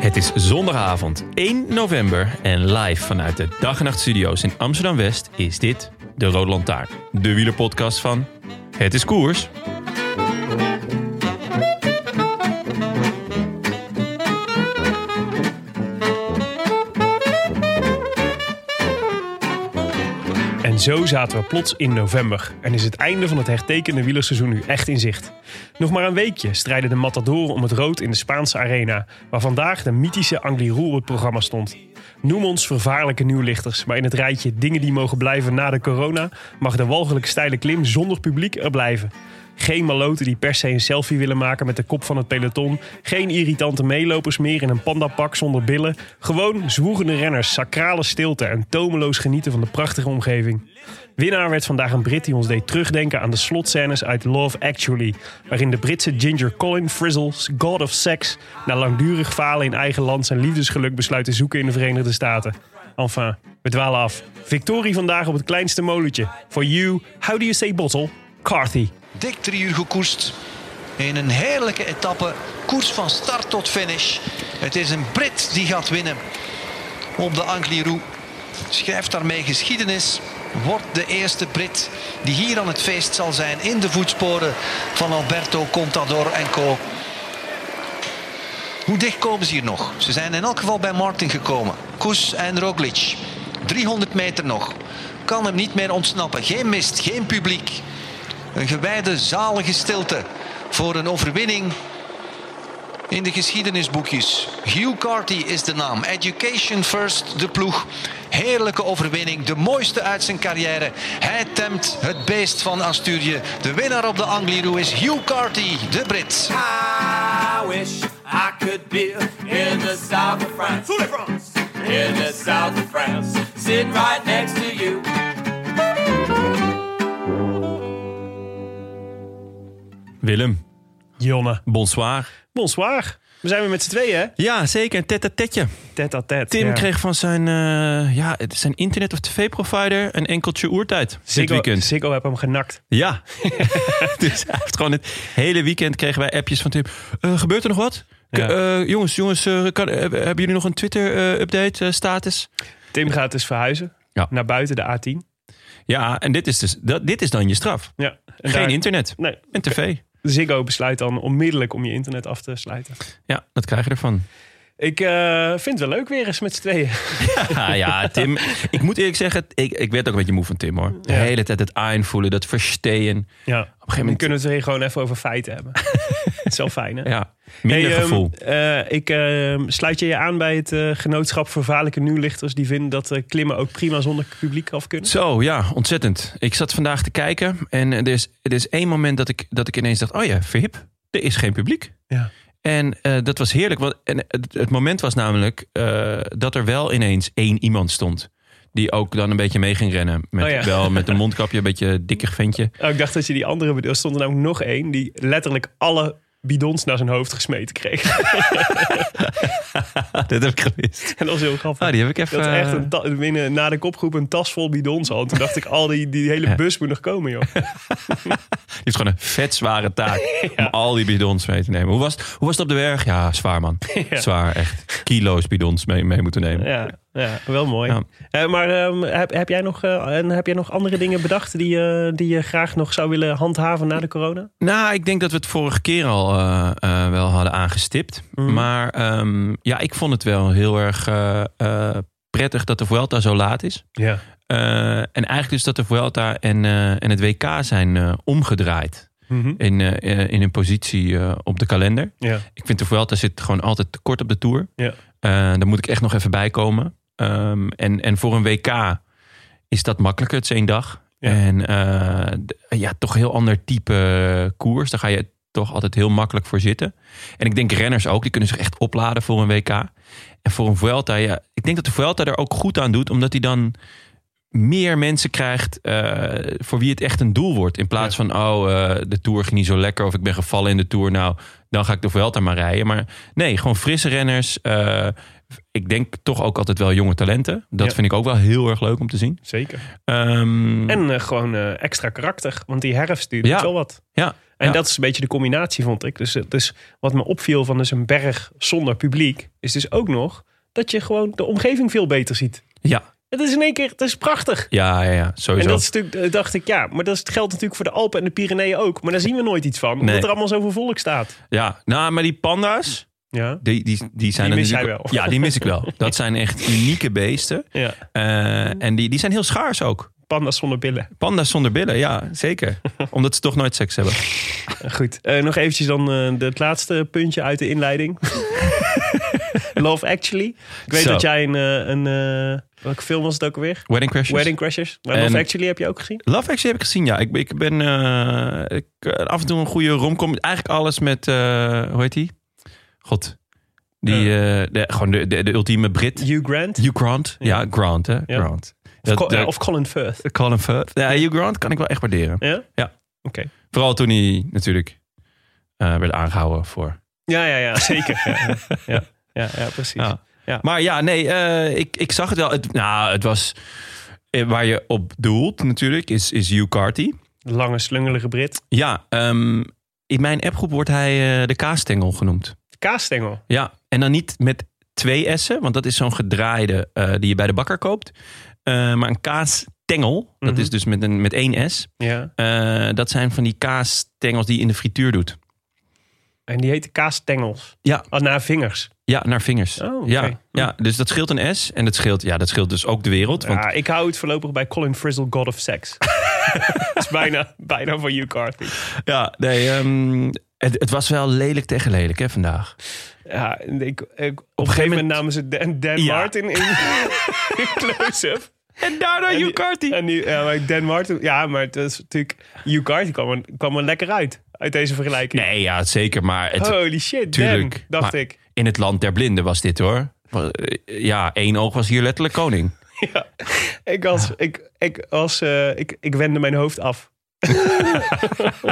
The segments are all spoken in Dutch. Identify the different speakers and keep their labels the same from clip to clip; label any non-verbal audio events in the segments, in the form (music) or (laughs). Speaker 1: Het is zondagavond 1 november en live vanuit de Dag en Nacht Studio's in Amsterdam-West is dit de Rode Lantaarn. De wielerpodcast van Het is Koers.
Speaker 2: En zo zaten we plots in november en is het einde van het hertekende wielerseizoen nu echt in zicht. Nog maar een weekje strijden de Matadoren om het rood in de Spaanse arena, waar vandaag de mythische Angliroel het programma stond. Noem ons vervaarlijke nieuwlichters, maar in het rijtje dingen die mogen blijven na de corona mag de walgelijk steile klim zonder publiek er blijven. Geen maloten die per se een selfie willen maken met de kop van het peloton. Geen irritante meelopers meer in een pandapak zonder billen. Gewoon zwoegende renners, sacrale stilte en tomeloos genieten van de prachtige omgeving. Winnaar werd vandaag een Brit die ons deed terugdenken aan de slotscènes uit Love Actually. Waarin de Britse Ginger Colin Frizzles, God of Sex, na langdurig falen in eigen land zijn liefdesgeluk besluit te zoeken in de Verenigde Staten. Enfin, we dwalen af. Victorie vandaag op het kleinste molentje. For you, how do you say bottle? Carthy.
Speaker 3: dik drie uur gekoerst. In een heerlijke etappe. Koers van start tot finish. Het is een Brit die gaat winnen op de Angliru. Schrijft daarmee geschiedenis. Wordt de eerste Brit die hier aan het feest zal zijn in de voetsporen van Alberto Contador en co. Hoe dicht komen ze hier nog? Ze zijn in elk geval bij Martin gekomen. Koes en Roglic. 300 meter nog. Kan hem niet meer ontsnappen. Geen mist, geen publiek. Een gewijde zalige stilte voor een overwinning in de geschiedenisboekjes. Hugh Carty is de naam. Education First, de ploeg. Heerlijke overwinning, de mooiste uit zijn carrière. Hij temt het beest van Asturië. De winnaar op de Angliru is Hugh Carty, de Brit.
Speaker 4: I wish I could be in the south of France. In the south of France, sitting right next to you.
Speaker 1: Willem,
Speaker 2: Jonne.
Speaker 1: bonsoir.
Speaker 2: Bonsoir. We zijn weer met z'n tweeën, hè?
Speaker 1: Ja, zeker. Tette tetje.
Speaker 2: Tet à tet.
Speaker 1: Tim
Speaker 2: ja.
Speaker 1: kreeg van zijn, eh, ja, het- zijn internet- of tv-provider een enkeltje oertijd. Dit
Speaker 2: Ziggo-
Speaker 1: weekend.
Speaker 2: Ziggo heb hem genakt.
Speaker 1: Ja. (laughs) dus hij heeft gewoon het hele weekend kregen wij appjes van Tim. Eh, gebeurt er nog wat? K-
Speaker 2: Ja.
Speaker 1: eh, jongens, jongens eh, kan, heb- hebben jullie nog een Twitter-update eh, status?
Speaker 2: Tim gaat dus verhuizen
Speaker 1: Ja.
Speaker 2: naar buiten de A10.
Speaker 1: Ja, en dit is, dus, dat, dit is dan je straf.
Speaker 2: Ja. En
Speaker 1: Geen
Speaker 2: daar-
Speaker 1: internet
Speaker 2: Nee,
Speaker 1: en tv.
Speaker 2: Ziggo besluit dan onmiddellijk om je internet af te sluiten.
Speaker 1: Ja, dat krijg je
Speaker 2: (laughs)
Speaker 1: ervan.
Speaker 2: Ik eh, vind het wel leuk weer eens met z'n tweeën.
Speaker 1: Ah, ja, Tim. Ik moet eerlijk zeggen, ik, ik werd ook een beetje moe van Tim hoor. De
Speaker 2: Ja.
Speaker 1: hele tijd het aanvoelen, dat versteen.
Speaker 2: Ja. Op een gegeven
Speaker 1: moment-
Speaker 2: moment kunnen we het weer gewoon even over
Speaker 1: (laughs)
Speaker 2: feiten hebben. Het is wel fijn, hè?
Speaker 1: Ja, minder
Speaker 2: Hey, ehm,
Speaker 1: gevoel.
Speaker 2: eh, ik eh, sluit je je aan bij het eh, genootschap Vervaarlijke Nieuwlichters. Die vinden dat eh, klimmen ook prima zonder publiek af kunnen.
Speaker 1: Zo, ja, ontzettend. Ik zat vandaag te kijken en eh, er is, er is één moment dat ik, dat ik ineens dacht... oh ja, verhip, er is geen publiek.
Speaker 2: Ja.
Speaker 1: En eh, dat was heerlijk. Want, en het, het moment was namelijk eh, dat er wel ineens één iemand stond... die ook dan een beetje mee ging rennen. Met,
Speaker 2: Oh ja.
Speaker 1: Wel met een mondkapje, een beetje dikker
Speaker 2: (laughs)
Speaker 1: ventje.
Speaker 2: Oh, ik dacht dat je die andere bedoelde. Er stond er namelijk nog één die letterlijk alle bidons naar zijn hoofd gesmeten kreeg. (laughs) Ah,
Speaker 1: dat heb ik gemist.
Speaker 2: en dat was heel grappig.
Speaker 1: Ah, die heb ik
Speaker 2: dat
Speaker 1: even...
Speaker 2: is echt een ta- binnen, na de kopgroep een tas vol bidons al. Toen dacht ik, al die, die hele
Speaker 1: Ja.
Speaker 2: bus moet nog komen,
Speaker 1: (laughs)
Speaker 2: joh.
Speaker 1: Die heeft gewoon een vet zware taak
Speaker 2: (laughs)
Speaker 1: om al die bidons mee te nemen. Hoe
Speaker 2: (laughs)
Speaker 1: was, het, hoe was het op de berg? Ja, zwaar man. Zwaar, echt. Kilo's bidons mee, mee moeten nemen.
Speaker 2: Ja, Ja, wel mooi.
Speaker 1: Ja.
Speaker 2: Eh, maar ehm, heb, heb, jij nog, eh, en heb jij nog andere dingen bedacht die, eh, die je graag nog zou willen handhaven na de corona?
Speaker 1: Nou, ik denk dat we het vorige keer al eh, eh, wel hadden aangestipt. Maar ehm, ja, ik vond het wel heel erg eh, eh, prettig dat de Vuelta zo laat is.
Speaker 2: Ja.
Speaker 1: Eh, en eigenlijk dus dat de Vuelta en, eh, en het WK zijn eh, omgedraaid
Speaker 2: Mhm.
Speaker 1: in, eh, eh, in hun positie eh, op de kalender.
Speaker 2: ja.
Speaker 1: Ik vind de Vuelta zit gewoon altijd te kort op de Tour.
Speaker 2: Ja.
Speaker 1: Eh, daar moet ik echt nog even bij komen. Ehm, en, en voor een WK is dat makkelijker. Het is één dag.
Speaker 2: Ja.
Speaker 1: En eh, d- ja, toch een heel ander type koers. Daar ga je toch altijd heel makkelijk voor zitten. En ik denk renners ook. Die kunnen zich echt opladen voor een WK. En voor een Vuelta, ja. Ik denk dat de Vuelta er ook goed aan doet. Omdat hij dan meer mensen krijgt eh, voor wie het echt een doel wordt. In plaats van, oh, eh, de Tour ging niet zo lekker... of ik ben gevallen in de Tour, nou, dan ga ik de Vuelta maar rijden. Maar nee, gewoon frisse renners. eh, ik denk toch ook altijd wel jonge talenten. Dat
Speaker 2: Ja.
Speaker 1: vind ik ook wel heel erg leuk om te zien.
Speaker 2: Zeker.
Speaker 1: Ehm,
Speaker 2: En eh, gewoon eh, extra karakter, want die herfst die doet
Speaker 1: Ja.
Speaker 2: wel wat.
Speaker 1: ja,
Speaker 2: En
Speaker 1: ja.
Speaker 2: dat is een beetje de combinatie, vond ik. Dus, eh, dus wat me opviel van dus een berg zonder publiek, is dus ook nog dat je gewoon de omgeving veel beter ziet.
Speaker 1: Ja,
Speaker 2: Het is in één keer, het is prachtig.
Speaker 1: ja, ja, ja,
Speaker 2: En
Speaker 1: sowieso.
Speaker 2: dat is natuurlijk, eh, dacht ik, ja, maar dat is- geldt natuurlijk voor de Alpen en de Pyreneeën ook. Maar daar zien we nooit iets van, omdat
Speaker 1: Nee.
Speaker 2: er allemaal zoveel volk staat.
Speaker 1: Ja, nou, maar die panda's...
Speaker 2: Ja,
Speaker 1: Die, die, die, zijn
Speaker 2: Die mis
Speaker 1: natuurlijk-
Speaker 2: jij wel.
Speaker 1: Ja, die mis ik
Speaker 2: (laughs)
Speaker 1: wel. Dat zijn echt unieke beesten.
Speaker 2: ja.
Speaker 1: Eh, en die, die zijn heel schaars ook.
Speaker 2: panda's zonder billen.
Speaker 1: Panda's zonder billen, ja, zeker. Omdat ze toch nooit seks hebben.
Speaker 2: Goed, eh, nog eventjes dan eh, het laatste puntje uit de
Speaker 1: (laughs)
Speaker 2: inleiding. Love Actually. Ik weet
Speaker 1: Zo.
Speaker 2: dat jij een... eh, een eh, welke film was het ook alweer?
Speaker 1: Wedding Crashers.
Speaker 2: Wedding Crashers. Maar Love
Speaker 1: En-
Speaker 2: Actually heb je ook gezien?
Speaker 1: Love Actually heb ik gezien, ja. Ik, ben- ik ben eh, ik, eh, af en toe een goede romcom. Eigenlijk alles met, eh, hoe heet die? God. Die, eh, de, gewoon de, de, de ultieme Brit.
Speaker 2: Hugh Grant?
Speaker 1: Hugh Grant. Ja, Grant, hè.
Speaker 2: Ja.
Speaker 1: Grant.
Speaker 2: of,
Speaker 1: Dat-
Speaker 2: Co-
Speaker 1: dat-
Speaker 2: eh, of Colin Firth?
Speaker 1: Colin Firth. Ja, Hugh Grant kan ik wel echt waarderen.
Speaker 2: Ja?
Speaker 1: Ja.
Speaker 2: Oké.
Speaker 1: Vooral toen hij natuurlijk eh, werd aangehouden voor...
Speaker 2: Ja, ja, ja. Zeker. ja, ja, ja, ja, ja, precies.
Speaker 1: Ja.
Speaker 2: Ja.
Speaker 1: Maar ja, nee, eh, ik, ik zag het wel. Het, nou, het was... eh, Waar je op doelt natuurlijk, is, is Hugh Carty.
Speaker 2: Lange, slungelige Brit.
Speaker 1: Ja, ehm, in mijn appgroep wordt hij eh, de kaastengel genoemd.
Speaker 2: Kaasstengel.
Speaker 1: Ja, en dan niet met twee S'en, want dat is zo'n gedraaide eh, die je bij de bakker koopt. Eh, maar een kaastengel, dat
Speaker 2: Mhm.
Speaker 1: is dus met, een, met één S.
Speaker 2: Ja.
Speaker 1: eh, dat zijn van die kaastengels die je in de frituur doet.
Speaker 2: En die heette kaasstengels.
Speaker 1: Ja.
Speaker 2: Oh, naar vingers.
Speaker 1: Ja, naar vingers.
Speaker 2: Oh, oké.
Speaker 1: ja, ja, dus dat scheelt een S. En dat scheelt, ja, dat scheelt dus ook de wereld. Want
Speaker 2: Ja, ik hou het voorlopig bij Colin Frizzle, God of Sex. (laughs) Dat is bijna, bijna van Hugh Carthy.
Speaker 1: Ja, nee, ehm, het, het was wel lelijk tegen lelijk hè, vandaag.
Speaker 2: Ja, en ik, ik, op, een gegeven moment namen ze Dan, Dan
Speaker 1: Ja.
Speaker 2: Martin (laughs) in, in close-up.
Speaker 1: En daarna
Speaker 2: En die- En die, ja, maar Dan Martin, ja, maar het is natuurlijk... Hugh Carthy kwam er, kwam er lekker uit, uit deze vergelijking.
Speaker 1: Nee, ja, zeker. Maar het,
Speaker 2: Holy shit,
Speaker 1: tuurlijk.
Speaker 2: Dan, dacht
Speaker 1: Maar
Speaker 2: ik.
Speaker 1: in het land der blinden was dit hoor. eh, Ja, één oog was hier letterlijk koning.
Speaker 2: Ja. Ik, als, ik, ik, als, eh, ik, ik wendde mijn hoofd
Speaker 1: (laughs)
Speaker 2: af. het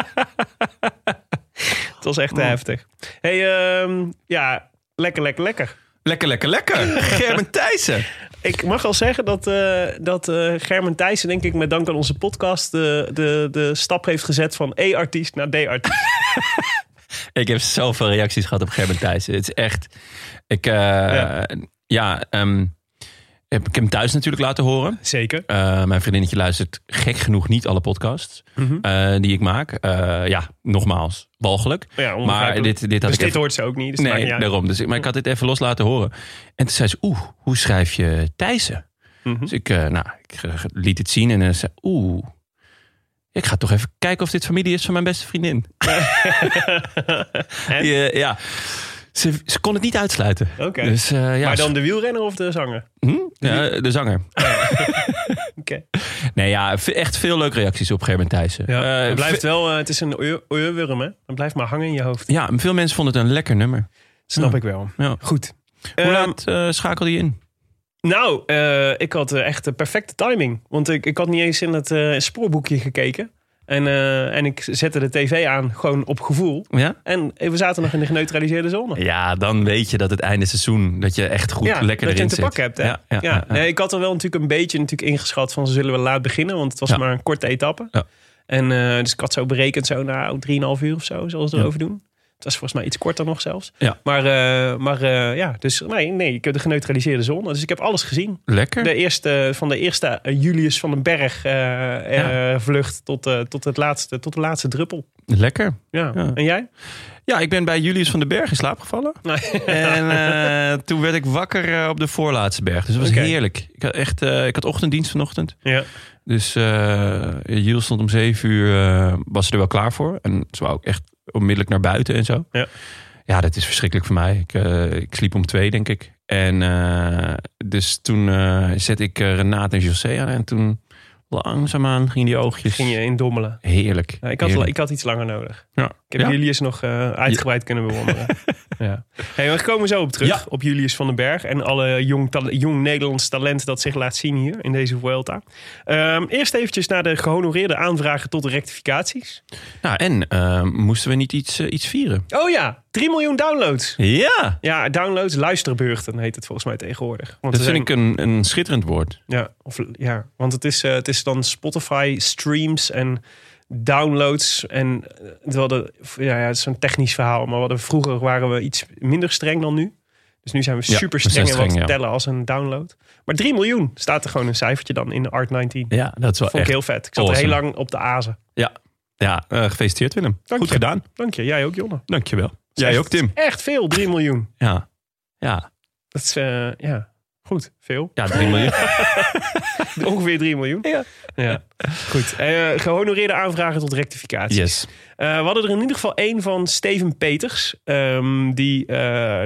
Speaker 2: was
Speaker 1: Oh.
Speaker 2: echt te heftig. hey, ehm, ja, lekker, lekker, lekker.
Speaker 1: Lekker, lekker, (laughs) lekker. Gerben Thijssen.
Speaker 2: Ik mag wel zeggen dat, eh, dat eh, Germen Thijssen, denk ik, met dank aan onze podcast, de, de, de stap heeft gezet van E-artiest
Speaker 1: (laughs)
Speaker 2: naar D-artiest.
Speaker 1: Ik heb zoveel reacties gehad op Gerben Thijssen. Het is echt... Ik, eh, ja,
Speaker 2: Ja.
Speaker 1: ehm, heb ik hem thuis natuurlijk laten horen.
Speaker 2: Zeker.
Speaker 1: Eh, mijn vriendinnetje luistert gek genoeg niet alle podcasts eh, die ik maak. Eh, ja, nogmaals, walgelijk.
Speaker 2: Ja,
Speaker 1: maar
Speaker 2: onbegrijpelijk.
Speaker 1: dit, dit had
Speaker 2: dus
Speaker 1: ik
Speaker 2: dit
Speaker 1: even-
Speaker 2: hoort ze ook niet. Dus het maakt
Speaker 1: Nee,
Speaker 2: niet uit.
Speaker 1: daarom. Dus ik, maar ik had dit even los laten horen. En toen zei ze, oeh, hoe schrijf je Thijssen?
Speaker 2: Mhm.
Speaker 1: Dus ik, eh, nou, ik eh, liet het zien en eh, zei, oeh, ik ga toch even kijken of dit familie is van mijn beste
Speaker 2: (laughs)
Speaker 1: vriendin. (laughs) Die, eh, ja, ze, ze kon het niet uitsluiten.
Speaker 2: Oké.
Speaker 1: Dus, eh, ja,
Speaker 2: maar dan de wielrenner of de zanger?
Speaker 1: hm? Ja, de zanger.
Speaker 2: (laughs) Oké.
Speaker 1: Nee, ja, ve- echt veel leuke reacties op Gerben Thijssen.
Speaker 2: Ja,
Speaker 1: Eh,
Speaker 2: het blijft
Speaker 1: ve-
Speaker 2: wel, eh, het is een oor- oorwurm, hè? Het blijft maar hangen in je hoofd.
Speaker 1: ja, veel mensen vonden het een lekker nummer.
Speaker 2: Snap
Speaker 1: Ja.
Speaker 2: ik wel.
Speaker 1: Ja.
Speaker 2: Goed.
Speaker 1: Hoe
Speaker 2: Ehm,
Speaker 1: laat eh, schakelde je in?
Speaker 2: Nou, eh, ik had eh, echt de perfecte timing. Want ik, ik had niet eens in het eh, spoorboekje gekeken. En, eh, en ik zette de tv aan, gewoon op gevoel.
Speaker 1: Ja?
Speaker 2: En we zaten nog in de geneutraliseerde zone.
Speaker 1: Ja, dan weet je dat het einde seizoen, dat je echt goed lekker
Speaker 2: dat je
Speaker 1: erin
Speaker 2: het te
Speaker 1: zit.
Speaker 2: pakken hebt. Hè?
Speaker 1: Ja, ja, ja, ja.
Speaker 2: Nee, ik had er wel natuurlijk een beetje natuurlijk ingeschat van... zullen we laat beginnen, want het was
Speaker 1: Ja.
Speaker 2: maar een korte etappe.
Speaker 1: Ja.
Speaker 2: En eh, dus ik had zo berekend, zo na 3,5 nou, uur of zo, zullen ze
Speaker 1: Ja.
Speaker 2: erover doen. Het was volgens mij iets korter nog zelfs.
Speaker 1: Ja.
Speaker 2: Maar, eh, maar eh, ja, dus nee, nee, ik heb de geneutraliseerde zon. Dus ik heb alles gezien.
Speaker 1: Lekker.
Speaker 2: (laughs) De eerste, van de eerste eh, Julius van den Berg eh, eh, vlucht tot, eh, tot, het laatste, tot de laatste druppel.
Speaker 1: Lekker.
Speaker 2: Ja.
Speaker 1: Ja.
Speaker 2: En jij?
Speaker 1: Ja, ik ben bij Julius van den Berg in slaap (laughs) gevallen.
Speaker 2: (laughs)
Speaker 1: En eh, toen werd ik wakker eh, op de voorlaatste berg. Dus dat was
Speaker 2: Oké.
Speaker 1: heerlijk. Ik had, echt, eh, ik had ochtenddienst vanochtend.
Speaker 2: Ja.
Speaker 1: Dus eh Jules stond om zeven uur, eh, was ze er wel klaar voor. En ze wou ook echt onmiddellijk naar buiten en zo.
Speaker 2: Ja.
Speaker 1: Ja, dat is verschrikkelijk voor mij. Ik, eh, ik sliep om twee, denk ik. En eh, dus toen eh zet ik eh, Renate en José aan. En toen langzaamaan gingen die oogjes.
Speaker 2: Ging je in dommelen.
Speaker 1: Heerlijk.
Speaker 2: Ja, ik, had,
Speaker 1: heerlijk.
Speaker 2: ik had iets langer nodig.
Speaker 1: Ja.
Speaker 2: Ik heb
Speaker 1: Ja?
Speaker 2: Julius nog eh, uitgebreid
Speaker 1: (laughs)
Speaker 2: kunnen bewonderen. ja. hey, we komen zo op terug.
Speaker 1: Ja.
Speaker 2: Op Julius van den Berg. En alle jong, tal- jong Nederlands talent dat zich laat zien hier in deze Vuelta. Ehm, eerst eventjes naar de gehonoreerde aanvragen tot de rectificaties.
Speaker 1: Nou, en eh, moesten we niet iets, eh, iets vieren?
Speaker 2: Oh ja, 3 miljoen downloads.
Speaker 1: Ja!
Speaker 2: Ja, downloads, luisterbeurten heet het volgens mij tegenwoordig. Want
Speaker 1: Dat
Speaker 2: er
Speaker 1: vind ik een, een schitterend woord.
Speaker 2: Ja, of, ja want het is, eh, het is dan Spotify streams en downloads. En eh, we hadden, ja, ja, het is een technisch verhaal, maar we hadden, vroeger waren we iets minder streng dan nu. Dus nu zijn we
Speaker 1: Ja,
Speaker 2: super
Speaker 1: we zijn
Speaker 2: streng en wat
Speaker 1: streng, ja.
Speaker 2: tellen als een download. Maar 3 miljoen staat er gewoon een cijfertje dan in de Art 19.
Speaker 1: Ja, dat is wel
Speaker 2: Vond ik heel vet. Ik zat
Speaker 1: awesome.
Speaker 2: er heel lang op de azen.
Speaker 1: Ja, ja eh, gefeliciteerd Willem.
Speaker 2: Dank
Speaker 1: Goed
Speaker 2: je.
Speaker 1: gedaan.
Speaker 2: Dank je. Jij ook, Jonne.
Speaker 1: Dankjewel. Jij
Speaker 2: Echt-
Speaker 1: ook, Tim.
Speaker 2: Echt veel, 3 miljoen.
Speaker 1: Ja, ja.
Speaker 2: Dat is, eh, ja, goed. Veel.
Speaker 1: ja 3 miljoen.
Speaker 2: Ongeveer 3 miljoen.
Speaker 1: Ja.
Speaker 2: (laughs) ja. Goed. Eh, gehonoreerde aanvragen tot rectificatie.
Speaker 1: Yes.
Speaker 2: Eh, we hadden er in ieder geval één van Steven Peters. ehm, die, eh,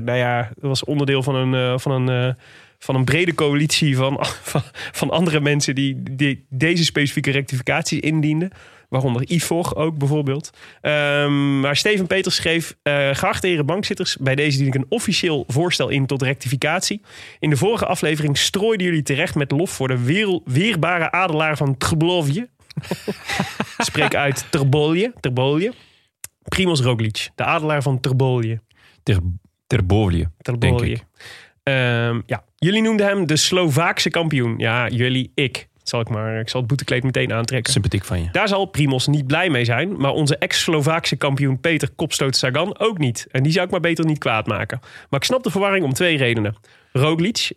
Speaker 2: nou ja, dat was onderdeel van een, eh, van een, eh, van een brede coalitie van, (laughs) van, van andere mensen die, die deze specifieke rectificatie indienden. Waaronder Ivor ook bijvoorbeeld. Ehm, maar Steven Peters schreef... eh Geachte heren bankzitters, bij deze dien ik een officieel voorstel in tot rectificatie. In de vorige aflevering strooiden jullie terecht met lof... voor de werel- weerbare adelaar van Trbolovje. Spreek uit Terbolje. Terbolje. Primoz Roglic, de adelaar van Terbolje.
Speaker 1: Ter, ter Bovlie, denk
Speaker 2: Terbolje.
Speaker 1: ik.
Speaker 2: Ehm, ja. Jullie noemden hem de Slovaakse kampioen. Ja, jullie, ik. Zal ik, maar, ik zal het boetekleed meteen aantrekken.
Speaker 1: Sympathiek van je.
Speaker 2: Daar zal Primos niet blij mee zijn, maar onze ex-Slovaakse kampioen Peter Kopstoot Sagan ook niet. En die zou ik maar beter niet kwaad maken. Maar ik snap de verwarring om twee redenen. Roglic,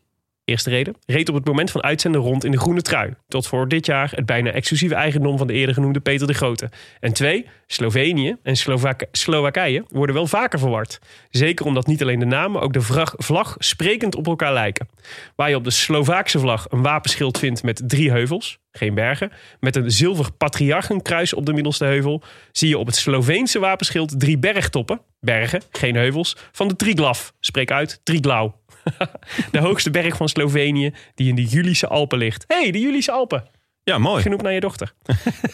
Speaker 2: eerste reden, reed op het moment van uitzenden rond in de groene trui. Tot voor dit jaar het bijna exclusieve eigendom van de eerder genoemde Peter de Grote. En twee, Slovenië en Slovak Slowakije worden wel vaker verward. Zeker omdat niet alleen de naam, maar ook de vrag- vlag sprekend op elkaar lijken. Waar je op de Slovaakse vlag een wapenschild vindt met drie heuvels, geen bergen, met een zilver patriarchenkruis op de middelste heuvel, zie je op het Sloveense wapenschild drie bergtoppen, bergen, geen heuvels, van de Triglav. Spreek uit, Triglau. de hoogste berg van Slovenië, die in de Julische Alpen ligt. hey, de Julische Alpen.
Speaker 1: Ja, mooi.
Speaker 2: Genoemd naar je
Speaker 1: (laughs)
Speaker 2: dochter.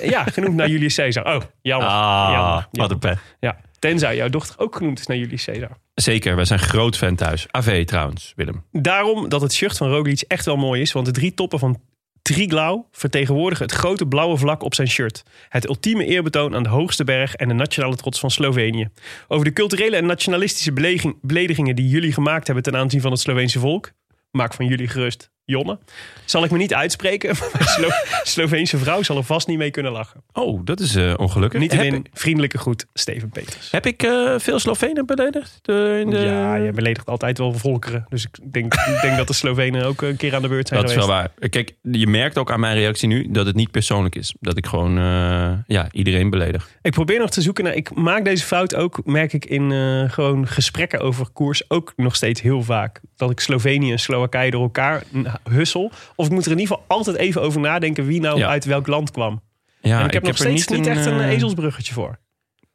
Speaker 2: ja, genoemd naar Julius Caesar. Oh, jammer.
Speaker 1: Ah,
Speaker 2: jammer,
Speaker 1: wat
Speaker 2: jammer.
Speaker 1: een pet.
Speaker 2: Ja, tenzij jouw dochter ook genoemd is naar Julius Caesar.
Speaker 1: Zeker, wij zijn groot fan thuis. AV trouwens, Willem.
Speaker 2: Daarom dat het shirt van Roglic echt wel mooi is, want de drie toppen van Triglau vertegenwoordigen het grote blauwe vlak op zijn shirt. Het ultieme eerbetoon aan de hoogste berg en de nationale trots van Slovenië. Over de culturele en nationalistische beleging- beledigingen die jullie gemaakt hebben ten aanzien van het Sloveense volk, maak van jullie gerust, Jonne, zal ik me niet uitspreken, (laughs) maar mijn Slo- Sloveense vrouw zal er vast niet mee kunnen lachen.
Speaker 1: Oh, dat is eh, ongelukkig.
Speaker 2: Niet
Speaker 1: heb,
Speaker 2: alleen vriendelijke groet, Steven Peters.
Speaker 1: heb ik eh, veel Slovenen beledigd? eh, in de...
Speaker 2: Ja, je beledigt altijd wel volkeren. Dus ik denk, ik denk dat de Slovenen ook een keer aan de beurt zijn
Speaker 1: Dat is
Speaker 2: geweest.
Speaker 1: wel waar. Eh, Kijk, je merkt ook aan mijn reactie nu dat het niet persoonlijk is. Dat ik gewoon eh, ja, iedereen beledig.
Speaker 2: Ik probeer nog te zoeken naar. Ik maak deze fout ook, merk ik, in eh, gewoon gesprekken over koers ook nog steeds heel vaak. Dat ik Slovenië en Slowakije door elkaar n- hussel. Of ik moet er in ieder geval altijd even over nadenken wie nou
Speaker 1: Ja.
Speaker 2: uit welk land kwam.
Speaker 1: Ja,
Speaker 2: en ik, heb nog
Speaker 1: er
Speaker 2: steeds niet, echt een
Speaker 1: eh,
Speaker 2: ezelsbruggetje voor.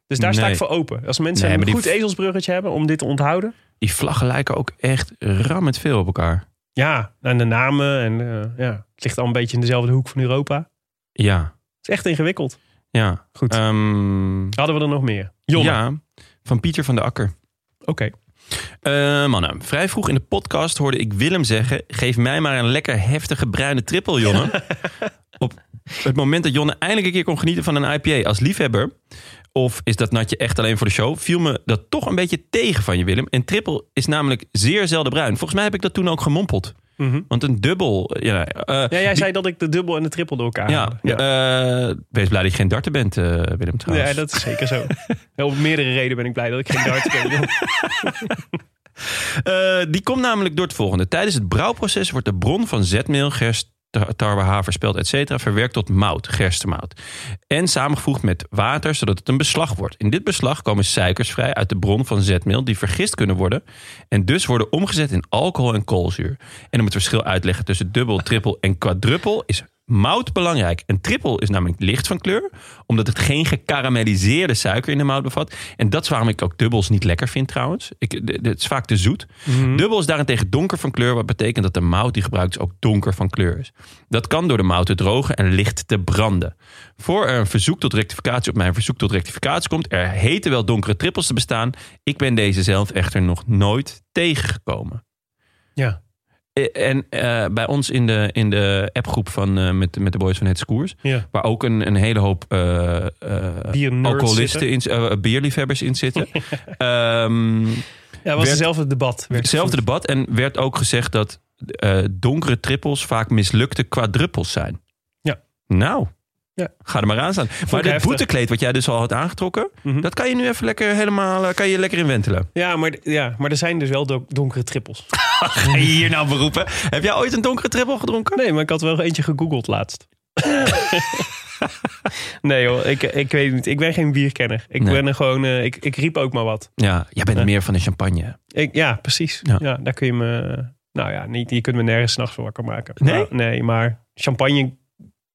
Speaker 2: Dus daar sta
Speaker 1: Nee.
Speaker 2: ik voor open. Als mensen
Speaker 1: Nee, maar
Speaker 2: een
Speaker 1: die
Speaker 2: goed
Speaker 1: v-
Speaker 2: ezelsbruggetje hebben om dit te onthouden.
Speaker 1: Die vlaggen lijken ook echt rammend veel op elkaar.
Speaker 2: Ja, en de namen. En eh, ja, het ligt al een beetje in dezelfde hoek van Europa. Het
Speaker 1: Ja,
Speaker 2: is echt ingewikkeld.
Speaker 1: ja.
Speaker 2: Goed.
Speaker 1: Ehm,
Speaker 2: Hadden we er nog meer? Jonne.
Speaker 1: Ja, van Pieter van de Akker.
Speaker 2: Oké.
Speaker 1: Eh, mannen, vrij vroeg in de podcast hoorde ik Willem zeggen... geef mij maar een lekker heftige bruine trippel, Jonne. Op het moment dat Jonne eindelijk een keer kon genieten van een IPA als liefhebber... of is dat natje echt alleen voor de show... viel me dat toch een beetje tegen van je, Willem. En trippel is namelijk zeer zelden bruin. Volgens mij heb ik dat toen ook gemompeld. Want een dubbel... Ja, eh,
Speaker 2: Ja, jij zei dat ik de dubbel en de triple door elkaar
Speaker 1: ja,
Speaker 2: haalde. ja.
Speaker 1: eh, wees blij dat je geen darter bent, eh, Willem trouwens.
Speaker 2: Ja, dat is zeker zo. Op meerdere redenen ben ik blij dat ik geen darts ben.
Speaker 1: Eh, die komt namelijk door het volgende. Tijdens het brouwproces wordt de bron van zetmeel, gerst, ta- tarwe, haver, spelt, et cetera, verwerkt tot mout, gerstemout. En samengevoegd met water, zodat het een beslag wordt. In dit beslag komen suikers vrij uit de bron van zetmeel, die vergist kunnen worden. En dus worden omgezet in alcohol en koolzuur. En om het verschil uit te leggen tussen dubbel, trippel en quadruppel is mout belangrijk. En trippel is namelijk licht van kleur, omdat het geen gekarameliseerde suiker in de mout bevat. En dat is waarom ik ook dubbels niet lekker vind trouwens. Ik, d- d- het is vaak te zoet. Dubbel is daarentegen donker van kleur, wat betekent dat de mout die gebruikt is ook donker van kleur is. Dat kan door de mout te drogen en licht te branden. Voor er een verzoek tot rectificatie op mijn verzoek tot rectificatie komt, er heten wel donkere trippels te bestaan. Ik ben deze zelf echter nog nooit tegengekomen.
Speaker 2: Ja.
Speaker 1: Eh, En eh, bij ons in de, in de appgroep van, eh, met, met de boys van Het Koers,
Speaker 2: Ja.
Speaker 1: waar ook een, een hele hoop eh, eh,
Speaker 2: Biernerds
Speaker 1: alcoholisten, in, eh, bierliefhebbers in (laughs) zitten. Ehm,
Speaker 2: Ja, was
Speaker 1: Werd-
Speaker 2: hetzelfde debat. Werd
Speaker 1: hetzelfde
Speaker 2: gevoerd.
Speaker 1: debat en werd ook gezegd dat eh, donkere trippels vaak mislukte quadruppels zijn.
Speaker 2: Ja.
Speaker 1: Nou,
Speaker 2: Ja.
Speaker 1: ga er maar aan staan. Maar dit
Speaker 2: heftig.
Speaker 1: boetekleed wat jij dus al had aangetrokken,
Speaker 2: Mhm.
Speaker 1: dat kan je nu even lekker helemaal, eh, kan je lekker in wentelen.
Speaker 2: Ja maar, ja, maar er zijn dus wel do- donkere trippels.
Speaker 1: Ga je (laughs) hier nou beroepen? Heb jij ooit een donkere trippel gedronken?
Speaker 2: Nee, maar ik had wel eentje gegoogeld
Speaker 1: (laughs)
Speaker 2: laatst. nee joh, ik, ik weet niet. Ik ben geen bierkenner. Ik
Speaker 1: Nee.
Speaker 2: ben er gewoon, eh, ik, ik riep ook maar wat.
Speaker 1: Ja, jij bent meer van de champagne.
Speaker 2: Ik, ja, precies.
Speaker 1: Ja.
Speaker 2: Ja. daar kun je me... Nou ja, niet, je kunt me nergens 's nachts voor wakker maken.
Speaker 1: Nee?
Speaker 2: Maar- nee, maar champagne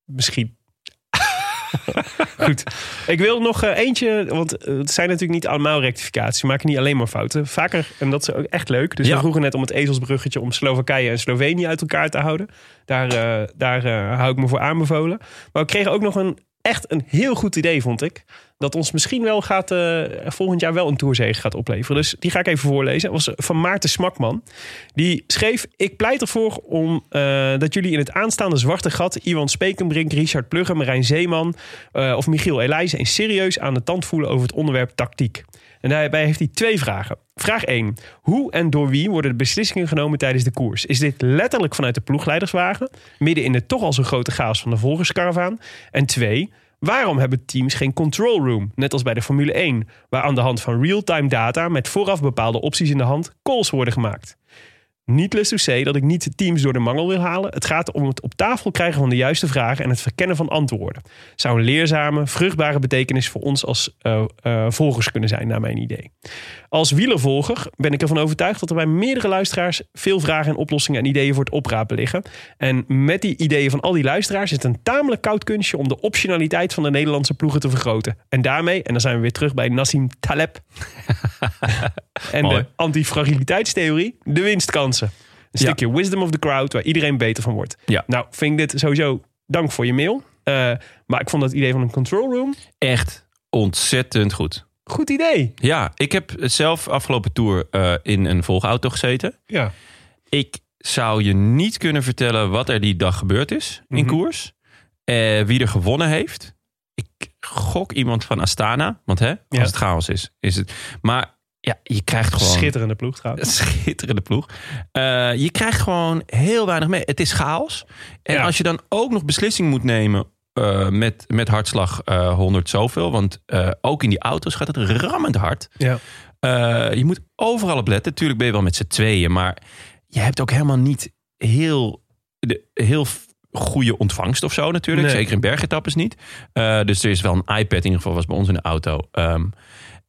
Speaker 2: misschien. (laughs) Goed. Ik wil nog eh, eentje, want eh, het zijn natuurlijk niet allemaal rectificaties. We maken niet alleen maar fouten. Vaker, en dat is ook echt leuk. Dus
Speaker 1: Ja.
Speaker 2: we vroegen net om het ezelsbruggetje om Slowakije en Slovenië uit elkaar te houden. Daar, eh, daar eh, hou ik me voor aanbevolen. Maar we kregen ook nog een, echt een heel goed idee, vond ik. Dat ons misschien wel gaat, eh, volgend jaar wel een toerzege gaat opleveren. Dus die ga ik even voorlezen. Dat was van Maarten Smakman. Die schreef: Ik pleit ervoor om, eh, dat jullie in het aanstaande zwarte gat Iwan Spekenbrink, Richard Plugge, Marijn Zeeman eh, of Michiel Elijzen eens serieus aan de tand voelen over het onderwerp tactiek. En daarbij heeft hij twee vragen. Vraag 1. Hoe en door wie worden de beslissingen genomen tijdens de koers? Is dit letterlijk vanuit de ploegleiderswagen, midden in de toch al zo grote chaos van de volgerskaravaan? En 2. Waarom hebben teams geen control room, net als bij de Formule 1, waar aan de hand van real-time data met vooraf bepaalde opties in de hand calls worden gemaakt? Niet lust C dat ik niet de teams door de mangel wil halen. Het gaat om het op tafel krijgen van de juiste vragen en het verkennen van antwoorden. Zou een leerzame, vruchtbare betekenis voor ons als eh, eh, volgers kunnen zijn, naar mijn idee. Als wielervolger ben ik ervan overtuigd dat er bij meerdere luisteraars veel vragen en oplossingen en ideeën voor het oprapen liggen. En met die ideeën van al die luisteraars is het een tamelijk koud kunstje om de optionaliteit van de Nederlandse ploegen te vergroten. En daarmee, en dan zijn we weer terug bij Nassim
Speaker 1: (laughs)
Speaker 2: Taleb en
Speaker 1: Mooi.
Speaker 2: de antifragiliteitstheorie, de winstkansen. Een
Speaker 1: Ja.
Speaker 2: stukje wisdom of the crowd waar iedereen beter van wordt.
Speaker 1: Ja.
Speaker 2: Nou, vind ik dit sowieso dank voor je mail. Eh, maar ik vond dat idee van een control room
Speaker 1: Echt ontzettend goed.
Speaker 2: goed idee.
Speaker 1: Ja, ik heb zelf afgelopen tour eh, in een volgauto gezeten.
Speaker 2: Ja.
Speaker 1: Ik zou je niet kunnen vertellen wat er die dag gebeurd is in
Speaker 2: Mhm.
Speaker 1: koers. Eh, wie er gewonnen heeft. Ik gok iemand van Astana. Want hè, als
Speaker 2: Ja.
Speaker 1: het chaos is, is het. Maar ja, je krijgt gewoon...
Speaker 2: Schitterende ploeg
Speaker 1: (laughs)
Speaker 2: trouwens.
Speaker 1: Schitterende ploeg. Eh, je krijgt gewoon heel weinig mee. Het is chaos. En
Speaker 2: Ja.
Speaker 1: als je dan ook nog beslissing moet nemen eh, met, met hartslag eh 100 zoveel. Want eh, ook in die auto's gaat het rammend hard.
Speaker 2: Ja.
Speaker 1: Eh, je moet overal op letten. Tuurlijk ben je wel met z'n tweeën. Maar je hebt ook helemaal niet heel, de, heel f- goede ontvangst of zo natuurlijk.
Speaker 2: Nee.
Speaker 1: Zeker in bergetappes niet. Eh, dus er is wel een iPad in ieder geval was bij ons in de auto. Ehm,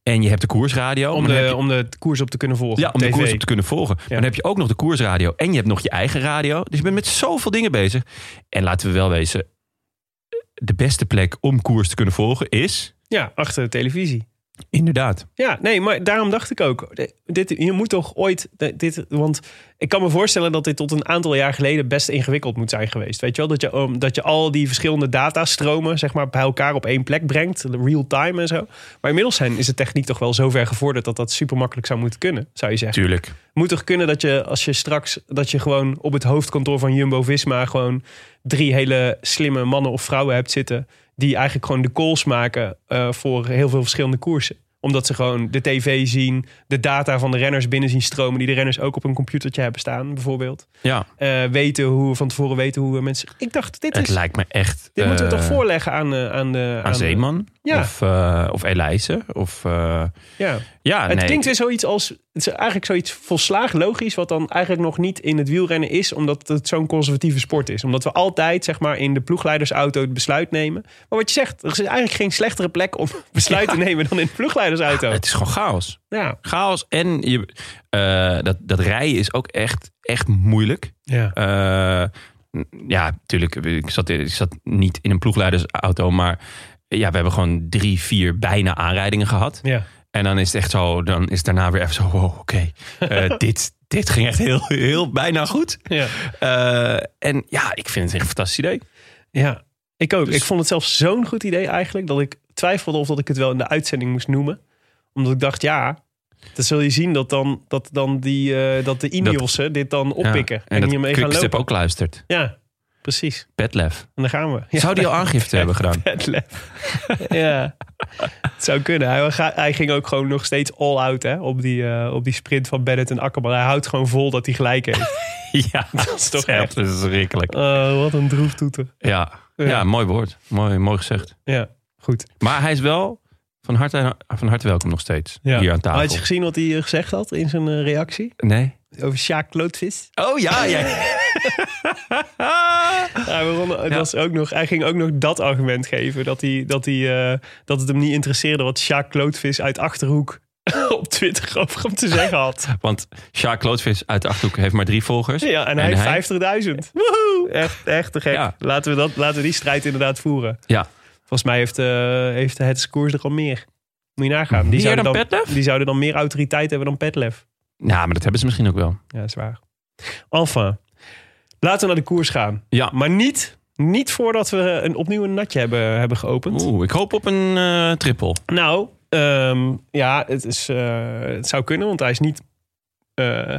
Speaker 1: en je hebt de koersradio.
Speaker 2: Om
Speaker 1: Maar dan heb
Speaker 2: de,
Speaker 1: je-
Speaker 2: om de koers op te kunnen volgen.
Speaker 1: ja, om de
Speaker 2: TV.
Speaker 1: koers op te kunnen volgen. Maar dan heb je ook nog de koersradio en je hebt nog je eigen radio. Dus je bent met zoveel dingen bezig. En laten we wel wezen, de beste plek om koers te kunnen volgen is...
Speaker 2: Ja, achter de televisie.
Speaker 1: Inderdaad.
Speaker 2: Ja, nee, maar daarom dacht ik ook. Dit, je moet toch ooit. Dit, want ik kan me voorstellen dat dit tot een aantal jaar geleden best ingewikkeld moet zijn geweest. Weet je wel? Dat je, um, dat je al die verschillende datastromen zeg maar, bij elkaar op één plek brengt. Real time en zo. Maar inmiddels zijn, is de techniek toch wel zo ver gevorderd dat dat super makkelijk zou moeten kunnen, zou je zeggen.
Speaker 1: Tuurlijk.
Speaker 2: Moet toch kunnen dat je als je straks. dat je gewoon op het hoofdkantoor van Jumbo Visma. gewoon drie hele slimme mannen of vrouwen hebt zitten. die eigenlijk gewoon de calls maken eh, voor heel veel verschillende koersen. Omdat ze gewoon de tv zien, de data van de renners binnen zien stromen... die de renners ook op een computertje hebben staan, bijvoorbeeld.
Speaker 1: Ja,
Speaker 2: Eh, weten hoe, van tevoren weten hoe mensen... Ik dacht, dit,
Speaker 1: het
Speaker 2: is,
Speaker 1: lijkt me echt...
Speaker 2: dit moeten we
Speaker 1: eh,
Speaker 2: toch voorleggen aan, eh, aan de...
Speaker 1: Aan Zeeman?
Speaker 2: Ja.
Speaker 1: Of, eh of Elijse? Of, eh,
Speaker 2: Ja.
Speaker 1: ja,
Speaker 2: Het
Speaker 1: nee.
Speaker 2: klinkt weer zoiets als. Het is eigenlijk zoiets volslagen logisch, wat dan eigenlijk nog niet in het wielrennen is, omdat het zo'n conservatieve sport is. Omdat we altijd, zeg maar, in de ploegleidersauto het besluit nemen. Maar wat je zegt, er is eigenlijk geen slechtere plek om (laughs) besluit te nemen dan in de ploegleidersauto. Ja,
Speaker 1: Het is gewoon chaos. Chaos en je, eh, dat, dat rijden is ook echt, echt moeilijk.
Speaker 2: ja.
Speaker 1: Eh, ja, natuurlijk. Ik zat, ik zat niet in een ploegleidersauto, maar ja, we hebben gewoon drie, vier bijna aanrijdingen gehad.
Speaker 2: ja.
Speaker 1: En dan is het echt zo, dan is het daarna weer even zo, wow, oké,
Speaker 2: (laughs)
Speaker 1: eh, dit, dit ging echt heel, heel bijna goed.
Speaker 2: ja.
Speaker 1: Eh, en ja, ik vind het echt een fantastisch idee.
Speaker 2: Ja, ik ook.
Speaker 1: Dus-
Speaker 2: Ik vond het zelfs zo'n goed idee eigenlijk dat ik twijfelde of dat ik het wel in de uitzending moest noemen. Omdat ik dacht, ja, dan zul je zien dat dan, dat dan die, eh, dat de Ineosen dit dan
Speaker 1: Ja,
Speaker 2: oppikken.
Speaker 1: en,
Speaker 2: en
Speaker 1: dat
Speaker 2: hiermee gaan
Speaker 1: Quickstep
Speaker 2: lopen.
Speaker 1: ook luistert.
Speaker 2: Ja, precies.
Speaker 1: Petlef.
Speaker 2: En daar gaan we. (laughs) Ja,
Speaker 1: Zou die al aangifte hebben
Speaker 2: (laughs)
Speaker 1: gedaan? (laughs)
Speaker 2: het lef. ja, het zou kunnen. Hij, ga- hij ging ook gewoon nog steeds all out hè, op, die, eh, op die sprint van Bennett en Akkerman. Hij houdt gewoon vol dat hij gelijk
Speaker 1: (laughs)
Speaker 2: heeft.
Speaker 1: ja, dat is
Speaker 2: toch echt-
Speaker 1: verschrikkelijk.
Speaker 2: Oh, wat een droeftoeter.
Speaker 1: Ja.
Speaker 2: Ja.
Speaker 1: Ja. mooi woord. Mooi, mooi gezegd.
Speaker 2: Ja, goed.
Speaker 1: Maar hij is wel van harte, van harte welkom nog steeds
Speaker 2: Ja.
Speaker 1: hier aan tafel.
Speaker 2: Had je gezien wat hij eh, gezegd had in zijn eh, reactie?
Speaker 1: Nee.
Speaker 2: Over Sjaak Klootvis?
Speaker 1: Oh ja, ja. Ah.
Speaker 2: Ja, we wonnen- dat is ook nog, hij ging ook nog dat argument geven. Dat, hij, dat, hij, eh, dat het hem niet interesseerde wat Sjaak Klootvis uit Achterhoek (laughs) op Twitter over hem te zeggen had.
Speaker 1: Want Sjaak Klootvis uit de Achterhoek heeft maar drie volgers.
Speaker 2: Ja, en hij
Speaker 1: En
Speaker 2: heeft
Speaker 1: hij?
Speaker 2: 50.000. Woehoe! Echt, echt te gek.
Speaker 1: Ja.
Speaker 2: Laten, we dat, laten we die strijd inderdaad voeren.
Speaker 1: Ja.
Speaker 2: Volgens mij heeft, eh, heeft het scoors er al meer. Moet je nagaan. Die
Speaker 1: Meer
Speaker 2: zouden
Speaker 1: dan Petlef?
Speaker 2: Die zouden dan meer autoriteit hebben dan Petlef.
Speaker 1: Nou, maar dat hebben ze misschien ook wel.
Speaker 2: Ja, dat is waar. Enfin, laten we naar de koers gaan.
Speaker 1: Ja.
Speaker 2: Maar niet, niet voordat we een, opnieuw een natje hebben, hebben geopend.
Speaker 1: Oeh, ik hoop op een eh triple.
Speaker 2: Nou, ehm, ja, het, is, eh, het zou kunnen, want hij is niet... eh, (laughs)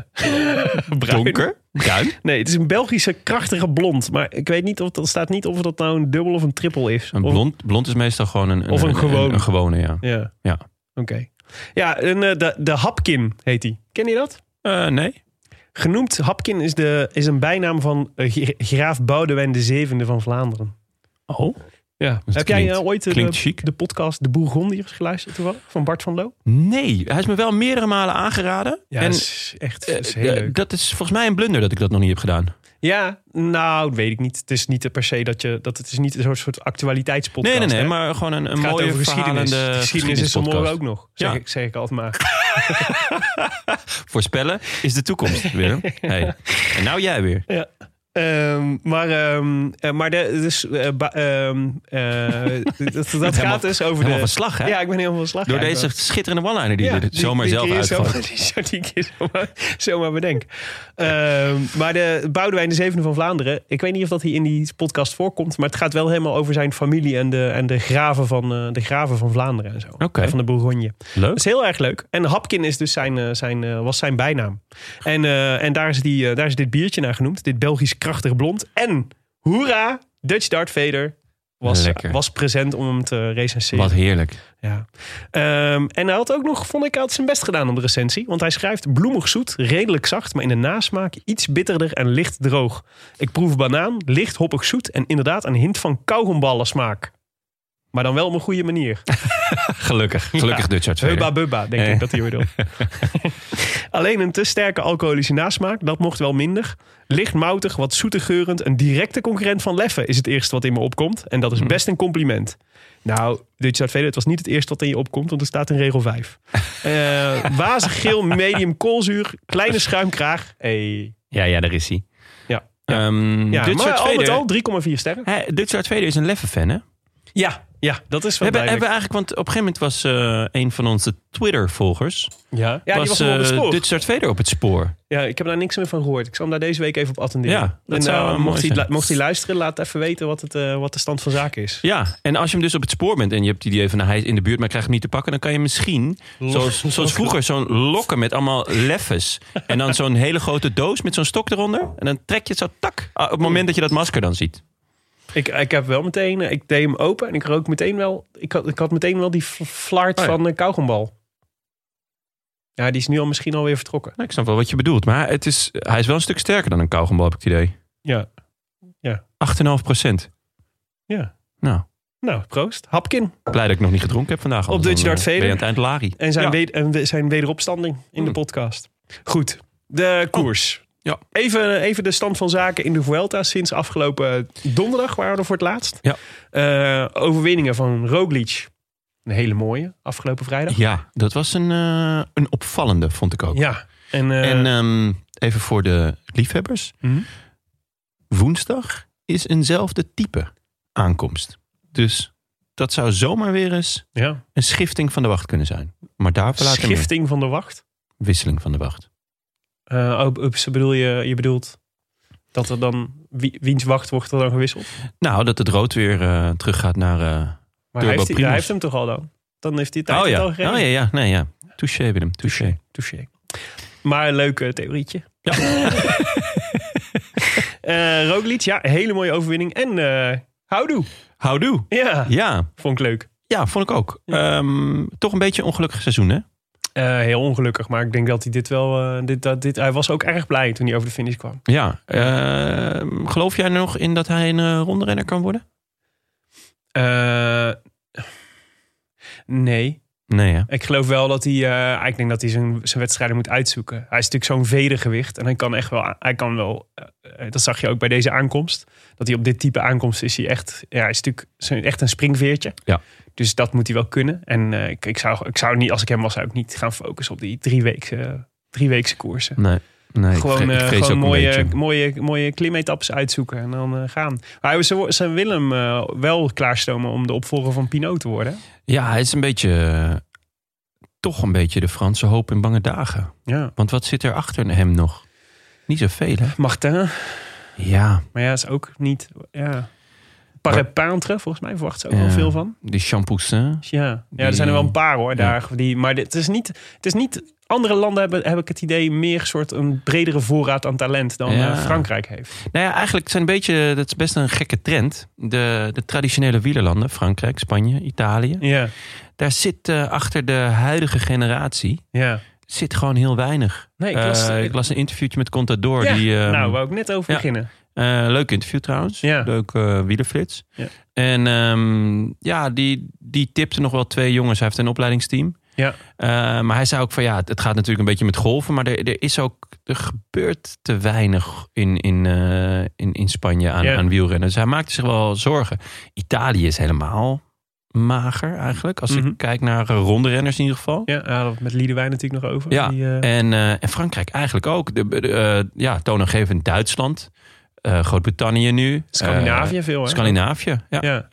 Speaker 2: bruin.
Speaker 1: Donker. Bruin.
Speaker 2: (laughs) Nee, het is een Belgische krachtige blond. Maar ik weet niet of dat staat niet of dat nou een dubbel of een triple is.
Speaker 1: Een
Speaker 2: Of-
Speaker 1: blond, blond is meestal gewoon een,
Speaker 2: Of een gewone.
Speaker 1: Een, gewone, ja.
Speaker 2: Ja.
Speaker 1: Ja.
Speaker 2: Oké. Ja, en, eh, de, de Hapkin heet die. Ken je dat?
Speaker 1: Eh, nee.
Speaker 2: Genoemd Hapkin is, de, is een bijnaam van eh, gra- graaf Boudewijn de Zevende van Vlaanderen.
Speaker 1: Oh.
Speaker 2: Ja.
Speaker 1: Dat
Speaker 2: Heb jij eh,
Speaker 1: klinkt-
Speaker 2: ooit eh,
Speaker 1: klinkt
Speaker 2: de,
Speaker 1: chic.
Speaker 2: de podcast De Bourgondiërs geluisterd toevallig? Van Bart van Loo?
Speaker 1: Nee, hij is me wel meerdere malen aangeraden.
Speaker 2: Ja,
Speaker 1: en
Speaker 2: dat is echt
Speaker 1: eh,
Speaker 2: dat is heel
Speaker 1: eh,
Speaker 2: leuk.
Speaker 1: dat is volgens mij een blunder dat ik dat nog niet heb gedaan.
Speaker 2: Ja, nou, weet ik niet. Het is niet per se dat je... Dat, het is niet zo'n soort actualiteitspodcast.
Speaker 1: nee, nee, nee,
Speaker 2: hè?
Speaker 1: maar gewoon een, een
Speaker 2: Het gaat
Speaker 1: mooie
Speaker 2: over geschiedenis.
Speaker 1: verhalende
Speaker 2: geschiedenis, is zo mooi
Speaker 1: geschiedenispodcast.
Speaker 2: ook nog. Zeg,
Speaker 1: Ja.
Speaker 2: ik, zeg ik
Speaker 1: (laughs)
Speaker 2: altijd maar.
Speaker 1: Voorspellen is de toekomst,
Speaker 2: (laughs)
Speaker 1: Willem. Hey. En nou jij weer.
Speaker 2: Ehm, maar ehm, eh, maar de, dus, eh, ba- ehm,
Speaker 1: (laughs)
Speaker 2: eh, dat, dat gaat dus over
Speaker 1: Helemaal
Speaker 2: de...
Speaker 1: van slag, hè?
Speaker 2: Ja, ik ben helemaal van slag.
Speaker 1: Door
Speaker 2: eigenlijk.
Speaker 1: deze schitterende one-liner die
Speaker 2: Ja,
Speaker 1: je er zomaar
Speaker 2: die
Speaker 1: zelf
Speaker 2: keer
Speaker 1: uitgooit.
Speaker 2: zomaar- (laughs) Die zou die keer zomaar, zomaar bedenk. Ehm, maar de Boudewijn de Zevende van Vlaanderen... Ik weet niet of dat hij in die podcast voorkomt... maar het gaat wel helemaal over zijn familie... en de, en de, graven, van, eh, de graven van Vlaanderen en zo.
Speaker 1: Oké.
Speaker 2: Van de Bourgogne.
Speaker 1: Leuk.
Speaker 2: Dat is heel erg leuk. En Hapkin is dus zijn, eh, zijn, eh, was zijn bijnaam. En, eh, en daar, is die, eh, daar is dit biertje naar genoemd. Dit Belgisch krachtig blond. En hoera, Dutch Dart Vader was,
Speaker 1: Lekker.
Speaker 2: was present om hem te recenseren.
Speaker 1: Wat heerlijk.
Speaker 2: Ja. Ehm, en hij had ook nog, vond ik, hij had zijn best gedaan om de recensie. Want hij schrijft bloemig zoet, redelijk zacht, maar in de nasmaak iets bitterder en licht droog. Ik proef banaan, licht hoppig zoet en inderdaad een hint van kauwgomballen smaak. Maar dan wel op een goede manier.
Speaker 1: Gelukkig. Gelukkig
Speaker 2: Ja.
Speaker 1: Dutch Arts
Speaker 2: Hubba
Speaker 1: Vader.
Speaker 2: bubba, denk
Speaker 1: Eh.
Speaker 2: ik dat hij bedoelt. (laughs) Alleen een te sterke alcoholische nasmaak, dat mocht wel minder. Licht moutig, wat zoetergeurend, een directe concurrent van Leffe is het eerste wat in me opkomt. En dat is best een compliment. Nou, Dutch Hard Vader, het was niet het eerste wat in je opkomt, want er staat in regel (laughs) 5. Eh wazig geel, medium koolzuur, kleine schuimkraag. Hey.
Speaker 1: Ja, ja, daar is hij.
Speaker 2: Ja. Ja.
Speaker 1: Ehm
Speaker 2: Ja,
Speaker 1: Dutch
Speaker 2: maar
Speaker 1: Arts
Speaker 2: al met
Speaker 1: Vader.
Speaker 2: al 3,4 sterren.
Speaker 1: Hey, Dutch Arts Vader is een leffe fan, hè?
Speaker 2: Ja, ja dat is
Speaker 1: We
Speaker 2: wel
Speaker 1: hebben, hebben
Speaker 2: duidelijk.
Speaker 1: eigenlijk, want op een gegeven moment was eh, een van onze Twitter-volgers.
Speaker 2: ja. ja, die was wel
Speaker 1: eh,
Speaker 2: op het spoor.
Speaker 1: Dutch Art Vader op het spoor.
Speaker 2: Ja, ik heb daar niks meer van gehoord. Ik zal hem daar deze week even op attenderen.
Speaker 1: Ja, dat
Speaker 2: en,
Speaker 1: zou,
Speaker 2: eh,
Speaker 1: eh, mooi
Speaker 2: mocht, hij,
Speaker 1: zijn.
Speaker 2: lu- mocht hij luisteren, laat even weten wat, het, eh, wat de stand van zaken is.
Speaker 1: Ja, en als je hem dus op het spoor bent en je hebt het idee van nou, hij is in de buurt, maar krijgt hem niet te pakken, dan kan je misschien, zoals, zoals vroeger, zo'n lokken met allemaal leffes. En dan zo'n hele grote doos met zo'n stok eronder. En dan trek je het zo tak. ah, Op het moment dat je dat masker dan ziet.
Speaker 2: Ik, ik heb wel meteen, eh, ik deed hem open en ik rook meteen wel, ik had, ik had meteen wel die fl- flaart
Speaker 1: Oh ja.
Speaker 2: van eh kauwgombal. Ja, die is nu al misschien alweer vertrokken.
Speaker 1: Nou, ik snap wel wat je bedoelt. Maar het is, hij is wel een stuk sterker dan een kauwgombal, heb ik het idee.
Speaker 2: Ja.
Speaker 1: 8,5 procent.
Speaker 2: Ja.
Speaker 1: Nou,
Speaker 2: Nou, proost. Hapkin.
Speaker 1: blij dat ik nog niet gedronken heb vandaag. anders
Speaker 2: Dutch
Speaker 1: dan,
Speaker 2: Dart
Speaker 1: eh, Ben je
Speaker 2: Vader.
Speaker 1: aan het eind lari.
Speaker 2: En zijn,
Speaker 1: Ja.
Speaker 2: wed- en we- zijn wederopstanding in de
Speaker 1: Hmm. Oh,
Speaker 2: podcast. Goed, de koers.
Speaker 1: Ja.
Speaker 2: Even, even de stand van zaken in de Vuelta sinds afgelopen donderdag waren we er voor het laatst.
Speaker 1: Ja.
Speaker 2: Eh, overwinningen van Roglic. Een hele mooie, afgelopen vrijdag.
Speaker 1: Ja, dat was een, eh, een opvallende, vond ik ook.
Speaker 2: Ja. En, eh,
Speaker 1: En ehm, even voor de liefhebbers.
Speaker 2: Mhm.
Speaker 1: Woensdag is eenzelfde type aankomst. Dus dat zou zomaar weer eens
Speaker 2: ja.
Speaker 1: een schifting van de wacht kunnen zijn. Maar daarvoor later meer.
Speaker 2: Schifting van de wacht.
Speaker 1: Wisseling van de wacht.
Speaker 2: Eh, oh, op- ze bedoel je, je bedoelt dat er dan, wie, wiens wacht wordt er dan gewisseld?
Speaker 1: Nou, dat het rood weer eh, teruggaat naar... eh,
Speaker 2: Maar
Speaker 1: Turbo
Speaker 2: hij heeft, die- hij
Speaker 1: Primus.
Speaker 2: heeft hem toch al dan? Dan heeft hij tijd
Speaker 1: oh ja,
Speaker 2: al
Speaker 1: oh
Speaker 2: gereden.
Speaker 1: ja, ja. Nee, ja. Touché, Willem, touché.
Speaker 2: Touché. Maar een leuke theorietje.
Speaker 1: Ja.
Speaker 2: (laughs) Eh Roglic, ja, hele mooie overwinning. En eh houdoe.
Speaker 1: Houdoe.
Speaker 2: Ja,
Speaker 1: Ja,
Speaker 2: vond ik leuk.
Speaker 1: ja, vond ik ook. Ehm, toch een beetje een ongelukkig seizoen, hè?
Speaker 2: Eh, heel ongelukkig, maar ik denk dat hij dit wel... eh, dit, dat, dit, hij was ook erg blij toen hij over de finish kwam.
Speaker 1: Ja. ehm, geloof jij er nog in dat hij een eh, rondrenner kan worden?
Speaker 2: Eh, nee,
Speaker 1: Nee, hè?
Speaker 2: Ik geloof wel dat hij, eh, ik denk dat hij zijn, zijn wedstrijden moet uitzoeken. Hij is natuurlijk zo'n vedergewicht en hij kan echt wel, hij kan wel, eh, eh, dat zag je ook bij deze aankomst, dat hij op dit type aankomst is hij echt, ja, hij is natuurlijk zo'n- echt een springveertje.
Speaker 1: Ja.
Speaker 2: Dus dat moet hij wel kunnen. En eh, ik, ik zou, ik zou niet, als ik hem was, zou ik niet gaan focussen op die drie weekse, drie weekse koersen.
Speaker 1: Nee. nee
Speaker 2: gewoon
Speaker 1: ik vre- ik
Speaker 2: eh,
Speaker 1: vrees
Speaker 2: gewoon
Speaker 1: ook een
Speaker 2: mooie,
Speaker 1: beetje.
Speaker 2: mooie, mooie klimetappes uitzoeken en dan eh, gaan. Maar ze, ze Willem eh, wel klaarstomen om de opvolger van Pinot te worden.
Speaker 1: Ja, hij is een beetje... eh, toch een beetje de Franse hoop in bange dagen.
Speaker 2: Ja.
Speaker 1: Want wat zit er achter hem nog? Niet zoveel, hè?
Speaker 2: Martin.
Speaker 1: Ja,
Speaker 2: Maar ja, is ook niet. Ja. Parapentre, volgens mij verwacht ze ook wel
Speaker 1: Ja.
Speaker 2: veel van.
Speaker 1: die shampoossin.
Speaker 2: Dus ja. ja, er zijn er wel een paar hoor. Daar, die, maar dit- het is niet. Het is niet andere landen hebben, heb ik het idee, meer soort een bredere voorraad aan talent dan
Speaker 1: Ja.
Speaker 2: eh, Frankrijk heeft.
Speaker 1: Nou ja, eigenlijk zijn een beetje... Dat is best een gekke trend. De, de traditionele wielerlanden. Frankrijk, Spanje, Italië.
Speaker 2: Ja,
Speaker 1: Daar zit eh, achter de huidige generatie...
Speaker 2: ja.
Speaker 1: zit gewoon heel weinig.
Speaker 2: Nee, ik las-
Speaker 1: Eh,
Speaker 2: ik-
Speaker 1: ik las een interviewtje met Contador.
Speaker 2: ja.
Speaker 1: Die, eh,
Speaker 2: nou, wou ik net over
Speaker 1: ja.
Speaker 2: beginnen.
Speaker 1: eh, leuk interview trouwens.
Speaker 2: Ja.
Speaker 1: Leuk eh wielerflits.
Speaker 2: Ja.
Speaker 1: En ehm, ja, die, die tipte nog wel twee jongens. Hij heeft een opleidingsteam.
Speaker 2: Ja.
Speaker 1: Eh, maar hij zei ook van ja, het, het gaat natuurlijk een beetje met golven. Maar er, er is ook, er gebeurt te weinig in, in, eh, in, in Spanje aan,
Speaker 2: Ja.
Speaker 1: aan wielrennen. Dus hij maakte zich wel zorgen. Italië is helemaal mager eigenlijk. Als
Speaker 2: Mhm.
Speaker 1: ik kijk naar eh, rondrenners in ieder geval.
Speaker 2: Ja, daar hadden we het met Liedewijn natuurlijk nog over.
Speaker 1: Ja,
Speaker 2: Die, eh,
Speaker 1: En, eh, en Frankrijk eigenlijk ook. De, de, eh, ja, toonaangevend Duitsland. eh, Groot-Brittannië nu.
Speaker 2: Scandinavië veel
Speaker 1: Eh,
Speaker 2: hè?
Speaker 1: Scandinavië, ja.
Speaker 2: Ja.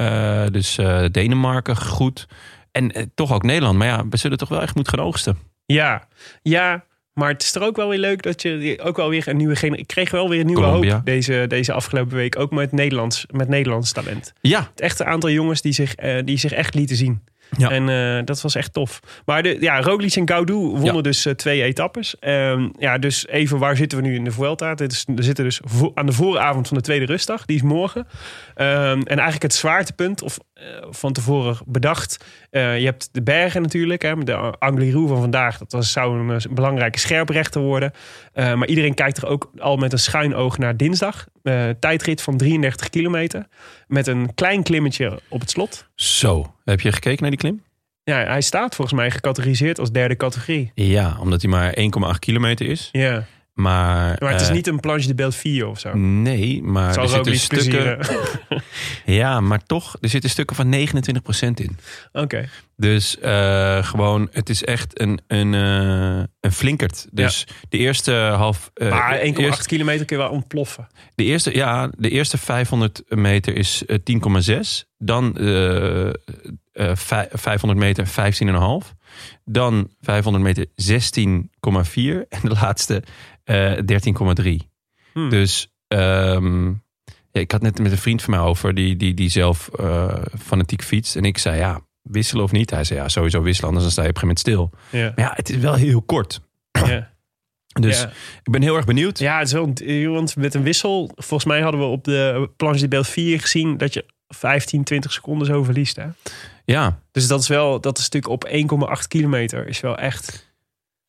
Speaker 1: Eh, dus eh, Denemarken, goed. En eh, toch ook Nederland. Maar ja, we zullen toch wel echt moeten gaan oogsten.
Speaker 2: Ja, ja. Maar het is er ook wel weer leuk dat je ook wel weer een nieuwe generatie... Ik kreeg wel weer een nieuwe
Speaker 1: Colombia.
Speaker 2: hoop deze, deze afgelopen week. Ook met Nederlands, met Nederlands talent.
Speaker 1: Ja,
Speaker 2: het echte aantal jongens die zich, eh, die zich echt lieten zien.
Speaker 1: Ja.
Speaker 2: En eh, dat was echt tof. Maar de, ja, Roglic en Gaudu wonnen
Speaker 1: Ja.
Speaker 2: dus eh, twee etappes. Ehm, ja, dus even waar zitten we nu in de Vuelta? Dit is, we zitten dus vo- aan de vooravond van de tweede rustdag. Die is morgen. Ehm, en eigenlijk het zwaartepunt, of eh, van tevoren bedacht. eh, je hebt de bergen natuurlijk. Hè, de Angliru van vandaag, dat was, zou een eh, belangrijke scherprechter worden. Eh, maar iedereen kijkt er ook al met een schuin oog naar dinsdag. Eh, tijdrit van 33 kilometer. Met een klein klimmetje op het slot.
Speaker 1: zo. Heb je gekeken naar die klim?
Speaker 2: Ja, hij staat volgens mij gecategoriseerd als derde categorie.
Speaker 1: Ja, omdat hij maar 1,8 kilometer is.
Speaker 2: Ja,
Speaker 1: Maar,
Speaker 2: maar het is
Speaker 1: eh,
Speaker 2: niet een planche de Belleville of zo.
Speaker 1: Nee, maar
Speaker 2: Zal
Speaker 1: er
Speaker 2: ook
Speaker 1: zitten,
Speaker 2: niet
Speaker 1: stukken,
Speaker 2: plezieren.
Speaker 1: ja, maar toch, er zitten stukken van 29% in.
Speaker 2: (laughs) Oké.
Speaker 1: Dus eh, gewoon, het is echt een, een, eh, een flinkert. Dus de eerste half. eh,
Speaker 2: Maar 1,8
Speaker 1: eerst-
Speaker 2: kilometer kun je wel ontploffen.
Speaker 1: de, eerste, ja, de eerste 500 meter is eh, 10,6. Dan eh, eh, vij- 500 meter 15,5. Dan 500 meter 16,4. En de laatste eh, 13,3.
Speaker 2: Hmm.
Speaker 1: Dus ehm, ja, ik had net met een vriend van mij over, die, die, die zelf eh, fanatiek fietst. En ik zei, ja, wisselen of niet? Hij zei, ja, sowieso wisselen, anders dan sta je op een gegeven moment stil.
Speaker 2: Ja,
Speaker 1: Maar ja, het is wel heel kort.
Speaker 2: ja.
Speaker 1: (coughs) Dus
Speaker 2: Ja.
Speaker 1: ik ben heel erg benieuwd.
Speaker 2: Ja, het is wel een duur, want met een wissel. Volgens mij hadden we op de planche de beeld 4 gezien dat je 15, 20 seconden zo verliest. Hè?
Speaker 1: Ja,
Speaker 2: Dus dat is wel, dat is natuurlijk op 1,8 kilometer is wel echt